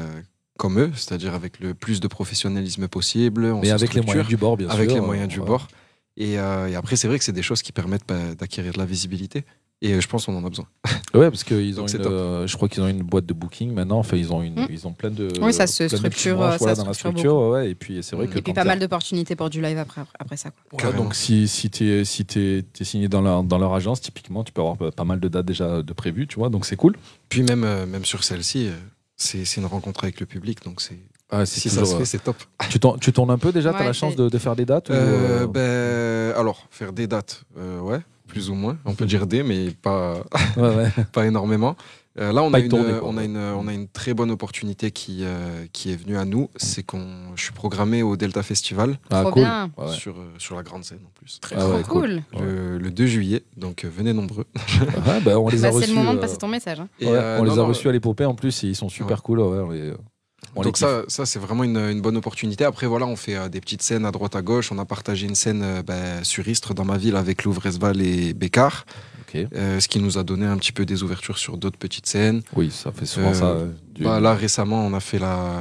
Speaker 12: comme eux, c'est-à-dire avec le plus de professionnalisme possible. on
Speaker 1: Mais
Speaker 12: se
Speaker 1: avec les
Speaker 12: structure,
Speaker 1: moyens du bord, bien
Speaker 12: avec
Speaker 1: sûr,
Speaker 12: les moyens du
Speaker 1: ouais.
Speaker 12: bord. Et, euh, et après, c'est vrai que c'est des choses qui permettent bah, d'acquérir de la visibilité. Et euh, je pense qu'on en a besoin.
Speaker 1: Ouais, parce qu'ils ont
Speaker 12: Donc, c'est
Speaker 1: une,
Speaker 12: top.
Speaker 1: euh, je crois qu'ils ont une boîte de booking maintenant. Enfin, ils ont, une,
Speaker 2: Mm.
Speaker 1: ils ont plein de.
Speaker 2: Oui, ça se
Speaker 1: plein de petites
Speaker 2: structure,
Speaker 1: branches,
Speaker 2: ça
Speaker 1: voilà,
Speaker 2: se
Speaker 1: dans la
Speaker 2: structure
Speaker 1: structure.
Speaker 2: beaucoup. Mm.
Speaker 1: ouais, et puis, et c'est vrai que.
Speaker 2: Et puis
Speaker 1: quand
Speaker 2: pas mal d'opportunités pour du live après, après ça. quoi.
Speaker 1: Ouais, donc si, si tu es, si t'es- t'es signé dans leur, dans leur agence, typiquement, tu peux avoir pas- pas mal de dates déjà de prévues, tu vois, donc c'est cool.
Speaker 12: Puis même, euh, même sur celle-ci, euh, c'est c'est une rencontre avec le public, donc c'est
Speaker 1: Ah, c'est
Speaker 12: si ça
Speaker 1: toujours,
Speaker 12: se
Speaker 1: euh,
Speaker 12: fait, c'est top.
Speaker 1: Tu, tournes- tu tournes un peu déjà, t'as
Speaker 12: Ouais,
Speaker 1: la chance de, de faire des dates ou,
Speaker 12: Euh,
Speaker 1: euh,
Speaker 12: ben, alors, faire des dates, euh, ouais, plus ou moins. On peut dire des, mais pas, pas énormément. Euh, là, on
Speaker 1: Pas
Speaker 12: a,
Speaker 1: une
Speaker 12: une,
Speaker 1: tournée, quoi,
Speaker 12: on, a une, on a une très bonne opportunité qui, euh, qui est venue à nous. C'est qu'on, je suis programmé au Delta Festival.
Speaker 1: Ah, Trop cool. bien. Ouais, ouais.
Speaker 12: Sur, euh, sur la grande scène en plus.
Speaker 1: Très Ah ouais, cool. cool.
Speaker 12: Le, le 2 juillet, donc euh, venez nombreux.
Speaker 1: Ouais, ben, on les a
Speaker 2: Bah, c'est
Speaker 1: reçus.
Speaker 2: le moment de
Speaker 1: euh,
Speaker 2: passer ton message. hein.
Speaker 12: Et,
Speaker 1: ouais,
Speaker 12: euh,
Speaker 1: on les
Speaker 12: non,
Speaker 1: a
Speaker 12: non,
Speaker 1: reçus à l'épopée en plus, et ils sont super cool. ouais, on les- on les
Speaker 12: Donc ça,
Speaker 1: kiffe.
Speaker 12: ça c'est vraiment une, une bonne opportunité. Après, voilà, on fait euh, des petites scènes à droite à gauche. On a partagé une scène euh, ben, sur Istres dans ma ville avec Louvresval et Bécard. Euh, ce qui nous a donné un petit peu des ouvertures sur d'autres petites scènes.
Speaker 1: Oui, ça fait souvent ça, euh, du-
Speaker 12: bah, là, récemment, on a fait la,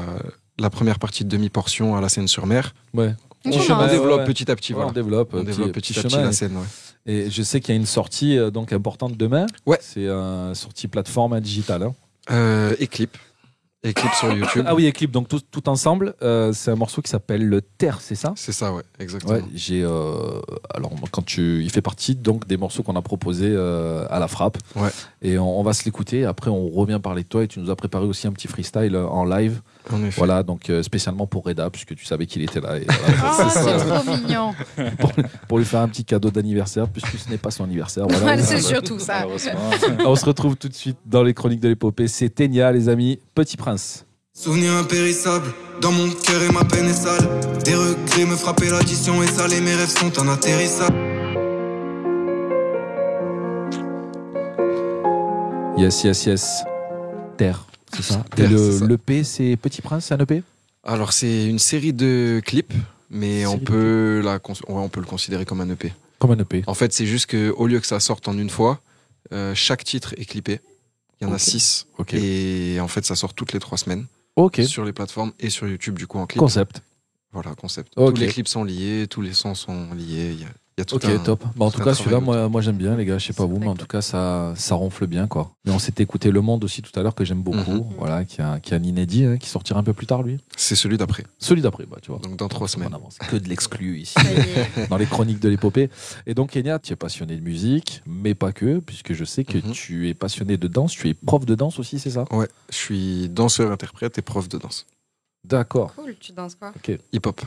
Speaker 12: la première partie de demi-portion à la Seine-sur-Mer.
Speaker 1: Ouais.
Speaker 12: On,
Speaker 1: Petit
Speaker 12: on
Speaker 1: chemin, ouais,
Speaker 12: développe
Speaker 1: ouais.
Speaker 12: petit à petit.
Speaker 1: Ouais,
Speaker 12: voilà.
Speaker 1: On développe,
Speaker 12: On
Speaker 1: euh,
Speaker 12: développe petit, à petit
Speaker 1: chemin.
Speaker 12: la scène. ouais.
Speaker 1: Et je sais qu'il y a une sortie euh, donc importante demain. C'est une sortie plateforme hein, digitale. hein.
Speaker 12: Euh, et clip. Et clip sur YouTube.
Speaker 1: Ah oui, et clip, donc tout, tout ensemble. euh, c'est un morceau qui s'appelle Le Terre, c'est ça
Speaker 12: C'est ça, ouais, exactement.
Speaker 1: j'ai. euh, alors, moi, quand tu, il fait partie donc des morceaux qu'on a proposés euh, à la frappe. Et on, on va se l'écouter. Après, on revient parler de toi. Et tu nous as préparé aussi un petit freestyle euh, en live.
Speaker 12: En effet.
Speaker 1: Voilà, donc euh, spécialement pour Reda, puisque tu savais qu'il était là. et voilà.
Speaker 2: Ah, c'est trop mignon.
Speaker 1: pour, pour lui faire un petit cadeau d'anniversaire, puisque ce n'est pas son anniversaire. Voilà, Ah,
Speaker 2: Ouais, c'est surtout ça.
Speaker 1: On se retrouve tout de suite dans les chroniques de l'épopée. C'est Ténia, les amis. Petit Prince.
Speaker 4: Souvenirs impérissables, dans mon cœur et ma peine est sale. Des regrets me frappaient, l'addition est sale et mes rêves sont un atterrissage.
Speaker 1: Yes, yes, yes. Terre, c'est ça. Et
Speaker 12: Terre,
Speaker 1: le,
Speaker 12: c'est ça.
Speaker 1: le P, c'est Petit Prince, c'est un E EP
Speaker 12: Alors, c'est une série de clips, mais on peut, la cons- ouais, on peut le considérer comme un EP.
Speaker 1: Comme un E EP.
Speaker 12: En fait, c'est juste qu'au lieu que ça sorte en une fois, euh, chaque titre est clippé. Il y en a
Speaker 1: Ok.
Speaker 12: six. Et en fait, ça sort toutes les trois semaines.
Speaker 1: Ok.
Speaker 12: Sur les plateformes et sur YouTube, du coup, en clip.
Speaker 1: Concept.
Speaker 12: Voilà, concept.
Speaker 1: Ok.
Speaker 12: Tous les clips sont liés, tous les sons sont liés. Il y a, il y a tout
Speaker 1: Ok,
Speaker 12: un-
Speaker 1: top. Bah, en
Speaker 12: tout
Speaker 1: tout
Speaker 12: un
Speaker 1: cas,
Speaker 12: travail
Speaker 1: celui-là, moi, moi j'aime bien, les gars. Je sais pas vous, mais en tout cas, ça, ça ronfle bien, quoi. Mais on s'était écouté Le Monde aussi tout à l'heure, que j'aime beaucoup. Voilà, qui a, qui a un inédit, hein, qui sortira un peu plus tard, lui.
Speaker 12: Mhm. C'est celui d'après.
Speaker 1: Celui d'après, bah, tu vois.
Speaker 12: Donc, dans trois semaines.
Speaker 1: Que de l'exclu ici, dans les chroniques de l'épopée. Et donc, Kenya, tu es passionné de musique, mais pas que, puisque je sais que tu es passionné de danse. Tu es prof de danse aussi, c'est ça
Speaker 12: Mhm. Ouais, je suis danseur, interprète et prof de danse.
Speaker 1: D'accord.
Speaker 2: Cool, tu danses quoi
Speaker 12: Hip-hop.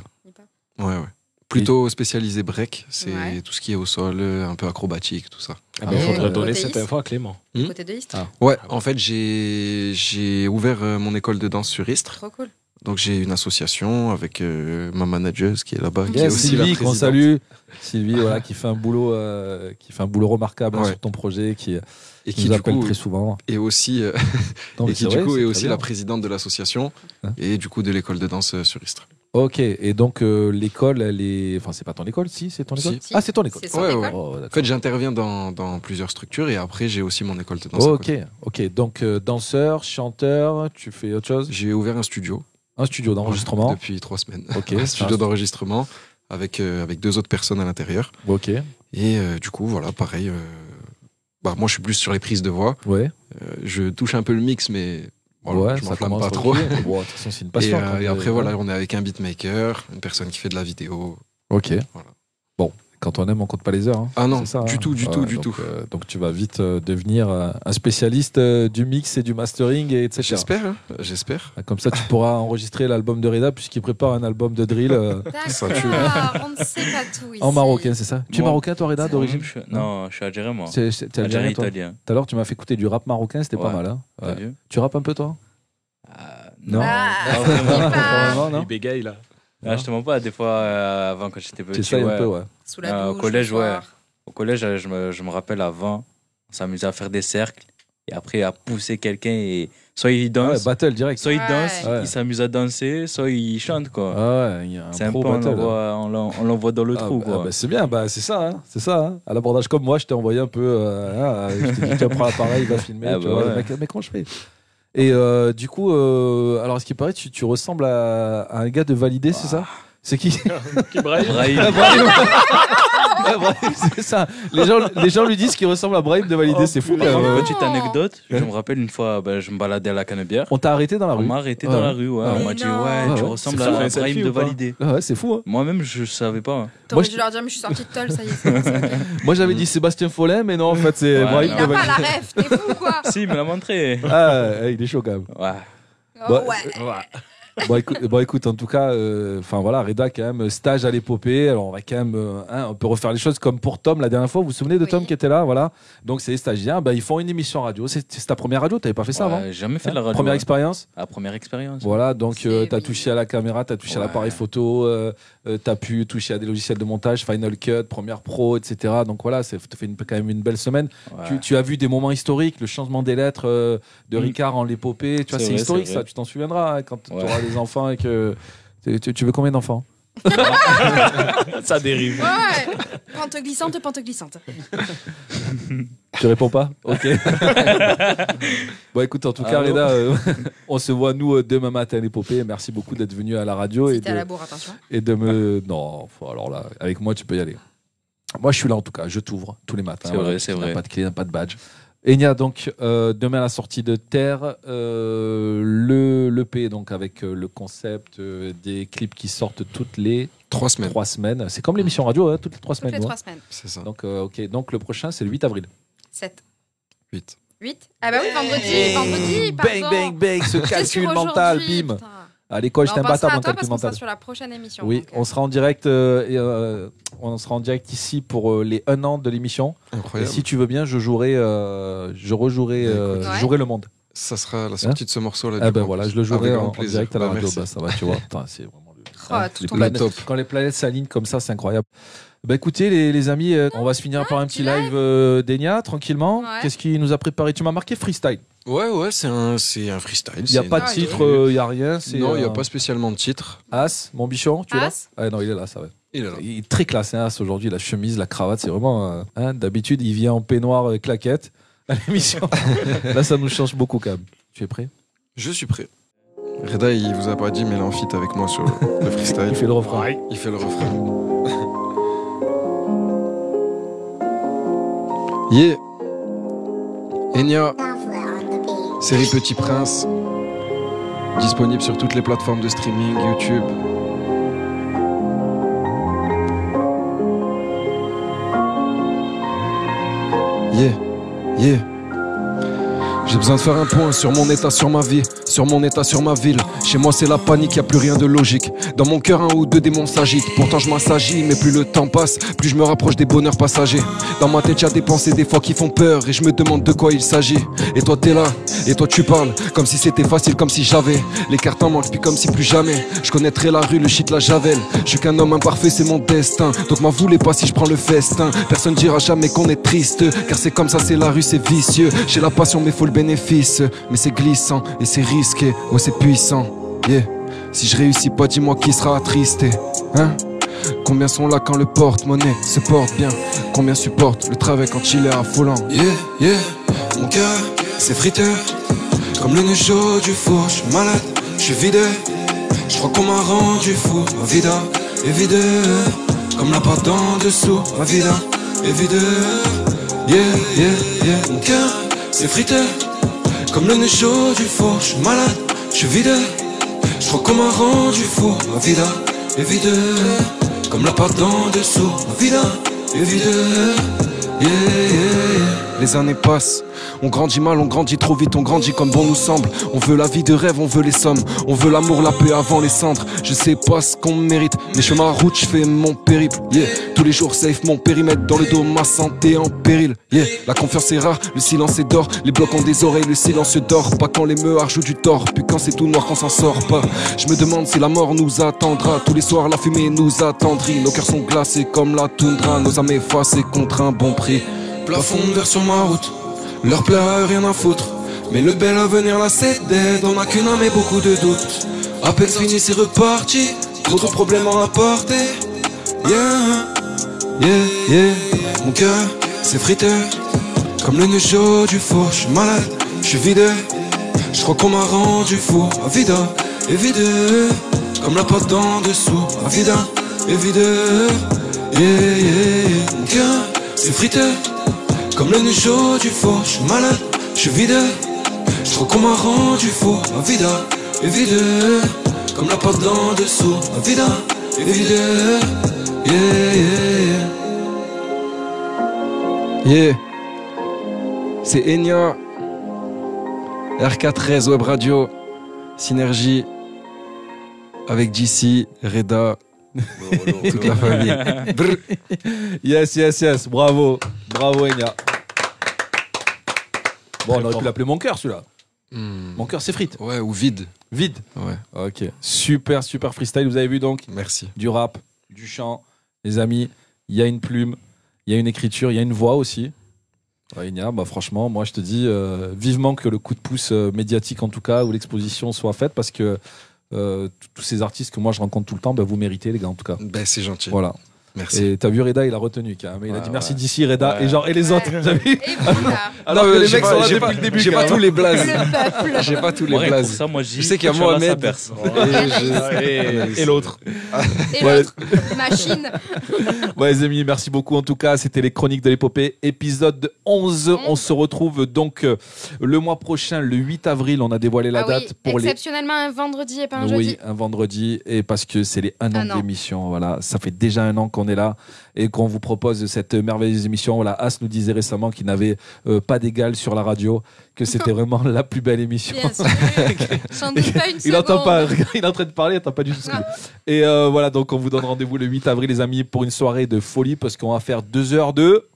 Speaker 12: Ouais, ouais. Plutôt spécialisé break, c'est
Speaker 2: Ouais.
Speaker 12: tout ce qui est au sol, euh, un peu acrobatique, tout ça.
Speaker 8: Ah ben, faudrait
Speaker 12: Et-
Speaker 8: donner cette info à Clément.
Speaker 12: Hmm
Speaker 2: Côté de
Speaker 1: Ah.
Speaker 2: Istres.
Speaker 12: Ouais, en fait, j'ai j'ai ouvert euh, mon école de danse sur Istres.
Speaker 2: Trop cool.
Speaker 12: Donc j'ai une association avec euh, ma manageuse qui est là-bas, qui est
Speaker 1: Yes,
Speaker 12: aussi
Speaker 1: Sylvie,
Speaker 12: la
Speaker 1: qu'on
Speaker 12: présidente.
Speaker 1: salue. Sylvie, voilà, qui fait un boulot, euh, qui fait un boulot remarquable hein,
Speaker 12: Ouais.
Speaker 1: sur ton projet, qui,
Speaker 12: Et
Speaker 1: nous
Speaker 12: du
Speaker 1: appelle
Speaker 12: coup,
Speaker 1: très souvent.
Speaker 12: Et aussi, euh,
Speaker 1: Non, mais
Speaker 12: et qui
Speaker 1: c'est
Speaker 12: du
Speaker 1: vrai,
Speaker 12: coup
Speaker 1: c'est
Speaker 12: est
Speaker 1: très
Speaker 12: aussi
Speaker 1: bien. Hein
Speaker 12: la présidente de l'association et du coup de l'école de danse euh, sur Istres.
Speaker 1: Ok, et donc euh, l'école, elle est. Enfin, c'est pas ton école, si C'est ton école
Speaker 12: Si.
Speaker 1: Ah, c'est ton école.
Speaker 12: Ouais, ouais. en fait, j'interviens dans, dans plusieurs structures et après j'ai aussi mon école de danse. à
Speaker 1: ok,
Speaker 12: côté.
Speaker 1: ok. Donc euh, danseur, chanteur, tu fais autre chose
Speaker 12: J'ai ouvert un studio.
Speaker 1: Un studio d'enregistrement
Speaker 12: Ouais, depuis trois semaines.
Speaker 1: Ok,
Speaker 12: un
Speaker 1: ça-
Speaker 12: studio d'enregistrement avec euh, avec deux autres personnes à l'intérieur.
Speaker 1: Ok.
Speaker 12: Et euh, du coup, voilà, pareil. euh, bah, moi, je suis plus sur les prises de voix.
Speaker 1: Ouais.
Speaker 12: Euh, je touche un peu le mix, mais voilà,
Speaker 1: Ouais,
Speaker 12: je
Speaker 1: ça
Speaker 12: m'enflamme
Speaker 1: commence
Speaker 12: pas trop.
Speaker 1: tranquille. Bon, de toute façon, c'est une passion,
Speaker 12: Et, euh,
Speaker 1: quand
Speaker 12: et
Speaker 1: même.
Speaker 12: après, voilà, on est avec un beatmaker, une personne qui fait de la vidéo.
Speaker 1: Ok. Bon, quand on aime, on compte pas les heures. hein.
Speaker 12: Ah non,
Speaker 1: C'est ça,
Speaker 12: du
Speaker 1: hein.
Speaker 12: tout, du
Speaker 1: Ouais,
Speaker 12: tout, du
Speaker 1: donc,
Speaker 12: tout.
Speaker 1: euh, donc tu vas vite euh, devenir euh, un spécialiste euh, du mix et du mastering, et etc.
Speaker 12: J'espère, hein, j'espère.
Speaker 1: Comme ça, tu pourras enregistrer l'album de Reda, puisqu'il prépare un album de drill. euh,
Speaker 2: D'accord, Ah, on ne sait pas tout ici.
Speaker 1: En marocain, c'est ça Tu es
Speaker 11: Moi-
Speaker 1: marocain, toi, Reda, d'origine
Speaker 11: Je- Non, je suis algérien, moi.
Speaker 1: C'est- c'est- t'es algérien, toi
Speaker 11: italien.
Speaker 1: Tout à l'heure, tu m'as fait écouter du rap marocain, c'était pas
Speaker 11: Ouais,
Speaker 1: mal. hein
Speaker 11: t'as
Speaker 1: Ouais.
Speaker 11: vu Euh,
Speaker 1: Tu rappes un peu, toi Non.
Speaker 11: pas
Speaker 1: Pas
Speaker 11: Ah, vraiment.
Speaker 5: Ah.
Speaker 1: vraiment, non.
Speaker 8: Il bégaye là.
Speaker 11: Ah, je te mens pas, des fois, euh, avant quand j'étais petit.
Speaker 1: T'essayes un peu, ouais.
Speaker 11: Euh, au collège, ouais. Au Au collège, euh, je me, je me rappelle à 20, on s'amusait à faire des cercles et après à pousser quelqu'un et soit il danse.
Speaker 1: battle direct.
Speaker 11: Soit il
Speaker 1: Ouais.
Speaker 11: danse,
Speaker 1: Ouais.
Speaker 11: il s'amuse à danser, soit il chante quoi.
Speaker 1: Ah
Speaker 11: C'est un peu
Speaker 1: pro
Speaker 11: on
Speaker 1: battle, hein.
Speaker 11: l'envoie- on l'en- on l'envoie dans le
Speaker 1: Ah,
Speaker 11: trou
Speaker 1: bah,
Speaker 11: quoi.
Speaker 1: bah, c'est bien, bah, c'est ça, hein, c'est ça. hein. À l'abordage comme moi, je t'ai envoyé un peu. euh, ah, je t'ai dit, tiens, prends l'appareil, va filmer.
Speaker 11: Ah
Speaker 1: tu
Speaker 11: bah
Speaker 1: vois, le
Speaker 11: ouais.
Speaker 1: mec, mais comment je fais Et euh, du coup, euh, alors ce qui paraît, tu, tu ressembles à, à un gars de validé, c'est ça C'est qui
Speaker 5: Brahim.
Speaker 1: Ah, Brahim. Ah, Brahim, c'est ça. Les gens, les gens lui disent qu'il ressemble à Brahim de validé, c'est fou. euh. quand
Speaker 11: Par
Speaker 1: même.
Speaker 11: une petite anecdote, je me rappelle une fois, ben, je me baladais à la canebière.
Speaker 1: On t'a arrêté dans la rue
Speaker 11: On m'a arrêté dans
Speaker 1: Ouais.
Speaker 11: la rue, ouais.
Speaker 1: Ah
Speaker 11: On
Speaker 1: ouais.
Speaker 11: m'a dit,
Speaker 1: Mais
Speaker 11: ouais,
Speaker 1: non. Ah
Speaker 11: tu
Speaker 1: ouais.
Speaker 11: ressembles
Speaker 1: C'est
Speaker 11: à
Speaker 1: ça, un
Speaker 11: la
Speaker 1: selfie
Speaker 11: prime
Speaker 1: ou
Speaker 11: de
Speaker 1: pas
Speaker 11: valider.
Speaker 1: Ah ouais, c'est fou.
Speaker 11: Moi-même, je savais pas.
Speaker 1: Moi,
Speaker 2: T'aurais dû
Speaker 1: je-
Speaker 2: leur dire, mais je suis sortie de tol, ça y est.
Speaker 1: Moi j'avais dit Sébastien Follet, mais non, en fait c'est
Speaker 11: Ouais,
Speaker 1: Brahim
Speaker 11: non.
Speaker 1: de
Speaker 11: Il a pas
Speaker 1: validé.
Speaker 2: La ref, t'es fou quoi
Speaker 11: Si, il me l'a montré.
Speaker 1: Ah, ouais, il est chaud quand même.
Speaker 11: Ouais.
Speaker 2: Oh,
Speaker 1: Bah,
Speaker 2: ouais.
Speaker 1: Bon écoute, bon, écoute, en tout cas, euh, enfin voilà, Reda quand même stage à l'épopée. Alors on va quand même, euh, hein, on peut refaire les choses comme pour Tom la dernière fois. Vous vous souvenez de Tom qui était là, voilà. Donc c'est les stagiaires, bah, ils font une émission radio. C'est c'est ta première radio, t'avais pas fait ça
Speaker 11: Ouais,
Speaker 1: avant
Speaker 11: jamais fait de
Speaker 1: Hein,
Speaker 11: la radio,
Speaker 1: Première
Speaker 11: ouais.
Speaker 1: expérience.
Speaker 11: La première expérience.
Speaker 1: Voilà, donc euh, t'as touché à la caméra, t'as touché à l'appareil photo, euh, euh, t'as pu toucher à des logiciels de montage, Final Cut, Premiere Pro, etc. Donc voilà, c'est t'as fait une- quand même une belle semaine.
Speaker 11: Ouais.
Speaker 1: Tu, tu as vu des moments historiques, le changement des lettres euh, de
Speaker 11: Mm.
Speaker 1: Ricard en l'épopée, tu vois,
Speaker 11: C'est
Speaker 1: c'est
Speaker 11: vrai,
Speaker 1: historique
Speaker 11: c'est vrai.
Speaker 1: ça, tu t'en souviendras hein, quand tu
Speaker 11: Ouais.
Speaker 1: auras des enfants et que... Tu, tu- tu veux combien d'enfants
Speaker 8: Ça dérive.
Speaker 2: Ouais, ouais. Pente glissante, pente glissante.
Speaker 1: Tu réponds pas Ok. bon, écoute, en tout cas,
Speaker 11: Allô
Speaker 1: Reda, euh, on se voit nous euh, demain matin à l'épopée. Merci beaucoup d'être venu à la radio. et
Speaker 2: t'es à
Speaker 1: de-
Speaker 2: la bourre, attention.
Speaker 1: Et de me. Non, faut- alors là, avec moi, tu peux y aller. Moi, je suis là en tout cas. Je t'ouvre tous les matins.
Speaker 11: C'est vrai, c'est
Speaker 1: Il n'y a
Speaker 11: vrai.
Speaker 1: Pas de clé, il n'y a pas de badge. Et il y a donc euh, demain à la sortie de Terre euh, le l'EP donc avec euh, le concept euh, des clips qui sortent toutes les
Speaker 12: trois semaines.
Speaker 1: Trois semaines. C'est comme l'émission radio hein, toutes les trois
Speaker 2: Toutes
Speaker 1: semaines.
Speaker 2: les
Speaker 1: ouais.
Speaker 2: trois semaines.
Speaker 12: C'est ça.
Speaker 1: Donc euh, ok donc le prochain c'est le 8 avril.
Speaker 2: 7.
Speaker 12: 8.
Speaker 2: 8 Ah bah oui, vendredi, vendredi,
Speaker 1: bang
Speaker 2: pardon.
Speaker 1: bang bang ce
Speaker 2: J'étais sur
Speaker 1: calcul mental
Speaker 2: aujourd'hui,
Speaker 1: bim.
Speaker 2: putain.
Speaker 1: À l'école
Speaker 2: Bah, on
Speaker 1: j'étais
Speaker 2: pensera
Speaker 1: imbattable
Speaker 2: à
Speaker 1: en
Speaker 2: toi
Speaker 1: calcul
Speaker 2: parce qu'on sera
Speaker 1: mental.
Speaker 2: sur la prochaine émission.
Speaker 1: Oui,
Speaker 2: donc.
Speaker 1: on sera en direct. euh, et, euh, on sera en direct ici pour euh, les 1 an de l'émission.
Speaker 12: Incroyable. Bah,
Speaker 1: Et si tu veux bien, je jouerai, euh, je rejouerai, euh,
Speaker 12: écoute.
Speaker 1: je jouerai le monde.
Speaker 12: Ça sera la sortie de ce morceau-là.
Speaker 1: Ah
Speaker 12: du
Speaker 1: ben
Speaker 12: coup, en
Speaker 1: voilà,
Speaker 12: plus.
Speaker 1: je le jouerai
Speaker 12: Avec grand
Speaker 1: en, en
Speaker 12: plaisir.
Speaker 1: direct à la
Speaker 12: Bah,
Speaker 1: radio.
Speaker 12: merci.
Speaker 1: Bah, ça va, tu vois. Putain, c'est vraiment le.
Speaker 12: Ah,
Speaker 2: Oh,
Speaker 1: hein,
Speaker 2: tout
Speaker 1: les
Speaker 2: ton
Speaker 1: planètes-
Speaker 12: top.
Speaker 1: Quand les planètes s'alignent comme ça, c'est incroyable. Bah écoutez les, les amis, euh, on va se finir par un petit live euh, d'Enya tranquillement.
Speaker 2: Ouais.
Speaker 1: Qu'est-ce qui nous a préparé Tu m'as marqué freestyle.
Speaker 12: Ouais, ouais, c'est un, c'est un freestyle.
Speaker 1: Il y a
Speaker 12: c'est
Speaker 1: pas
Speaker 12: une-
Speaker 1: de titre, euh, il y a rien. c'est,
Speaker 12: Non, il n'y
Speaker 1: euh,
Speaker 12: a pas spécialement de titre.
Speaker 1: As, mon bichon, tu es là
Speaker 2: As
Speaker 1: Ah non, il est là, ça va.
Speaker 12: Il est là.
Speaker 1: Il est très classé, As, aujourd'hui. La chemise, la cravate, c'est vraiment. euh, hein, D'habitude, il vient en peignoir euh, claquette à l'émission. là, ça nous change beaucoup quand même. Tu es prêt
Speaker 12: Je suis prêt. Reda, il vous a pas dit, mais il est en feat avec moi sur le freestyle.
Speaker 1: Il fait le refrain.
Speaker 12: Il fait le refrain. yeah. Enya. Série Petit Prince. Disponible sur toutes les plateformes de streaming, YouTube. Yeah. Yeah. J'ai besoin de faire un point sur mon état, sur ma vie, sur mon état, sur ma ville. Chez moi, c'est la panique, y a plus rien de logique. Dans mon cœur, un ou deux démons s'agitent. Pourtant, je m'assagis, mais plus le temps passe, plus je me rapproche des bonheurs passagers. Dans ma tête, y a des pensées, des fois qui font peur, et je me demande de quoi il s'agit. Et toi, t'es là, et toi, tu parles, comme si c'était facile, comme si j'avais. Les cartes en manquent, puis comme si plus jamais. Je connaîtrais la rue, le shit, la javel. Je suis qu'un homme imparfait, c'est mon destin. Donc, m'en voulez pas si je prends le festin. Personne dira jamais qu'on est triste, car c'est comme ça, c'est la rue, c'est vicieux. J'ai la passion, mais faut le bénéfice. Mais c'est glissant, et c'est risqué, ouais, c'est puissant. Yeah. Si je réussis pas, dis-moi qui sera attristé. Hein Combien sont là quand le porte-monnaie se porte bien Combien supporte le travail quand il est affolant Yeah, yeah, mon cœur, c'est friteur. Comme le nœud chaud du four, je suis malade, je suis vidé. Je crois qu'on m'a rendu fou, ma vida est vide. Comme la pâte en dessous, ma vida est vide. Yeah, yeah, yeah, mon cœur, c'est friteur. Comme le nez chaud du four, je suis malade, je suis vide. Je crois qu'on m'a rendu fou, ma vida est vide. Comme la pâte en dessous, ma vida est vide. Yeah, yeah, yeah. Les années passent,
Speaker 4: On grandit mal, on grandit trop vite, on grandit comme bon nous semble. On veut la vie de rêve, on veut les sommes. On veut l'amour, la paix avant les cendres. Je sais pas ce qu'on mérite, mais je ma route, je fais mon périple. Yeah. Tous les jours safe, mon périmètre dans le dos, ma santé en péril. Yeah. La confiance est rare, le silence est d'or. Les blocs ont des oreilles, le silence dort. Pas quand les meurs jouent du tort, puis quand c'est tout noir, qu'on s'en sort pas. Je me demande si la mort nous attendra. Tous les soirs, la fumée nous attendrit. Nos cœurs sont glacés comme la toundra. Nos âmes effacées contre un bon prix. Plafond de verre sur ma route, leur plaira rien à foutre. Mais le bel avenir là c'est dead, on n'a qu'une âme et beaucoup de doutes. À peine fini c'est reparti, trop de problèmes à rapporter. Yeah, yeah, yeah, mon cœur c'est friteux. Comme le nœud chaud du four, je suis malade, je suis vide. Je crois qu'on m'a rendu fou, à vide, et vide. Comme la porte d'en dessous, à vide, et vide. Yeah, yeah, yeah, mon cœur c'est friteux. Comme le nœud chaud du four, je suis malade, je suis vide. Je trouve qu'on m'a rendu fou, ma vida est vide. Comme la porte d'en dessous, ma vida est vide. Yeah, yeah,
Speaker 12: Yeah. C'est Enya. RK13 Web Radio. Synergie. Avec JC, Reda. Toute la famille.
Speaker 1: Brr. yes, yes, yes. Bravo. Bravo, Enya. Bon, on aurait pu l'appeler mon cœur, celui-là. Mon cœur, c'est frites.
Speaker 12: Ouais, ou vide.
Speaker 1: Vide.
Speaker 12: Ouais.
Speaker 1: Ok. Super, super freestyle. Vous avez vu donc
Speaker 12: Merci.
Speaker 1: Du rap, du chant. Les amis, il y a une plume, il y a une écriture, il y a une voix aussi. Ouais, Enya, bah franchement, moi je te dis euh, vivement que le coup de pouce euh, médiatique en tout cas, ou l'exposition soit faite parce que euh, t- tous ces artistes que moi je rencontre tout le temps, bah, vous méritez les gars en tout cas.
Speaker 12: Ben, c'est gentil.
Speaker 1: Voilà.
Speaker 12: Merci.
Speaker 1: Et t'as vu Reda, il a retenu quand même. Il a
Speaker 12: Ouais,
Speaker 1: dit merci
Speaker 12: ouais.
Speaker 1: d'ici Reda
Speaker 12: Ouais.
Speaker 1: et genre et les autres. T'as vu Alors
Speaker 12: Non,
Speaker 1: que
Speaker 12: mais
Speaker 1: les
Speaker 12: j'ai
Speaker 1: mecs
Speaker 12: pas-
Speaker 1: sont là
Speaker 12: j'ai
Speaker 1: depuis
Speaker 12: pas-
Speaker 1: le début.
Speaker 12: j'ai pas
Speaker 1: quand même.
Speaker 12: tous les blazes. Le peuple. J'ai pas tous les
Speaker 11: Moi, rien que pour
Speaker 12: blazes.
Speaker 11: ça, moi,
Speaker 12: Je sais qu'il y a
Speaker 11: moi
Speaker 12: Mohamed. Et je-
Speaker 11: Et,
Speaker 1: Et l'autre.
Speaker 2: Et
Speaker 1: Ouais.
Speaker 2: l'autre, machine.
Speaker 1: Ouais, les amis, merci beaucoup. En tout cas, c'était les Chroniques de l'épopée, épisode 11. On se retrouve donc euh, le mois prochain, le 8 avril. On a dévoilé la
Speaker 2: Ah oui,
Speaker 1: date pour les.
Speaker 2: exceptionnellement un vendredi et pas un
Speaker 1: oui,
Speaker 2: jeudi. Ah
Speaker 1: un vendredi, et parce que c'est les un an
Speaker 2: Un an.
Speaker 1: d'émission. Voilà, ça fait déjà un an qu'on est là et qu'on vous propose cette merveilleuse émission. Voilà, As nous disait récemment qu'il n'avait euh, pas d'égal sur la radio, que c'était vraiment la plus belle émission.
Speaker 2: Bien sûr. J'en doute pas une
Speaker 1: Il
Speaker 2: seconde.
Speaker 1: n'entend pas, regarde, il est en train de parler, il n'entend pas du tout. ce que- Et euh, voilà, donc on vous donne rendez-vous le 8 avril, les amis, pour une soirée de folie, parce qu'on va faire deux heures de.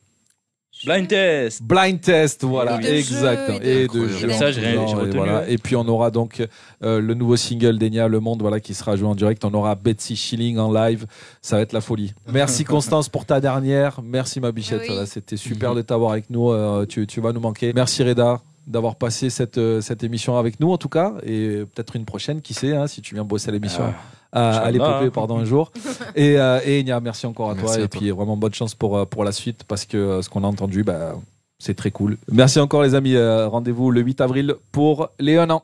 Speaker 11: Blind test.
Speaker 1: Blind test, voilà,
Speaker 11: Et de jeux,
Speaker 1: exact.
Speaker 11: et
Speaker 1: Et
Speaker 11: de-
Speaker 1: de jeux.
Speaker 11: Ça, j'ai rien- j'ai
Speaker 1: Et
Speaker 11: retenu,
Speaker 1: voilà.
Speaker 11: ouais.
Speaker 1: Et puis on aura donc euh, le nouveau single d'Enya, Le Monde, voilà, qui sera joué en direct. On aura Betsy Schilling en live. Ça va être la folie. Merci Constance pour ta dernière. Merci ma bichette.
Speaker 2: Oui.
Speaker 1: Voilà, C'était super de t'avoir avec nous. Euh, tu, tu vas nous manquer. Merci Reda d'avoir passé cette, euh, cette émission avec nous en tout cas. Et peut-être une prochaine, qui sait, hein, si tu viens bosser à l'émission. à, à
Speaker 11: Inch'Allah,
Speaker 1: l'épopée,
Speaker 11: hein.
Speaker 1: pardon, un jour. Et, euh, et Enya, merci encore à
Speaker 11: Merci
Speaker 1: toi.
Speaker 11: à
Speaker 1: et
Speaker 11: toi.
Speaker 1: puis vraiment bonne chance pour, euh, pour la suite parce que euh, ce qu'on a Euh, entendu, bah, c'est très cool. Merci encore les amis. Euh, Rendez-vous le 8 avril pour les 1 an.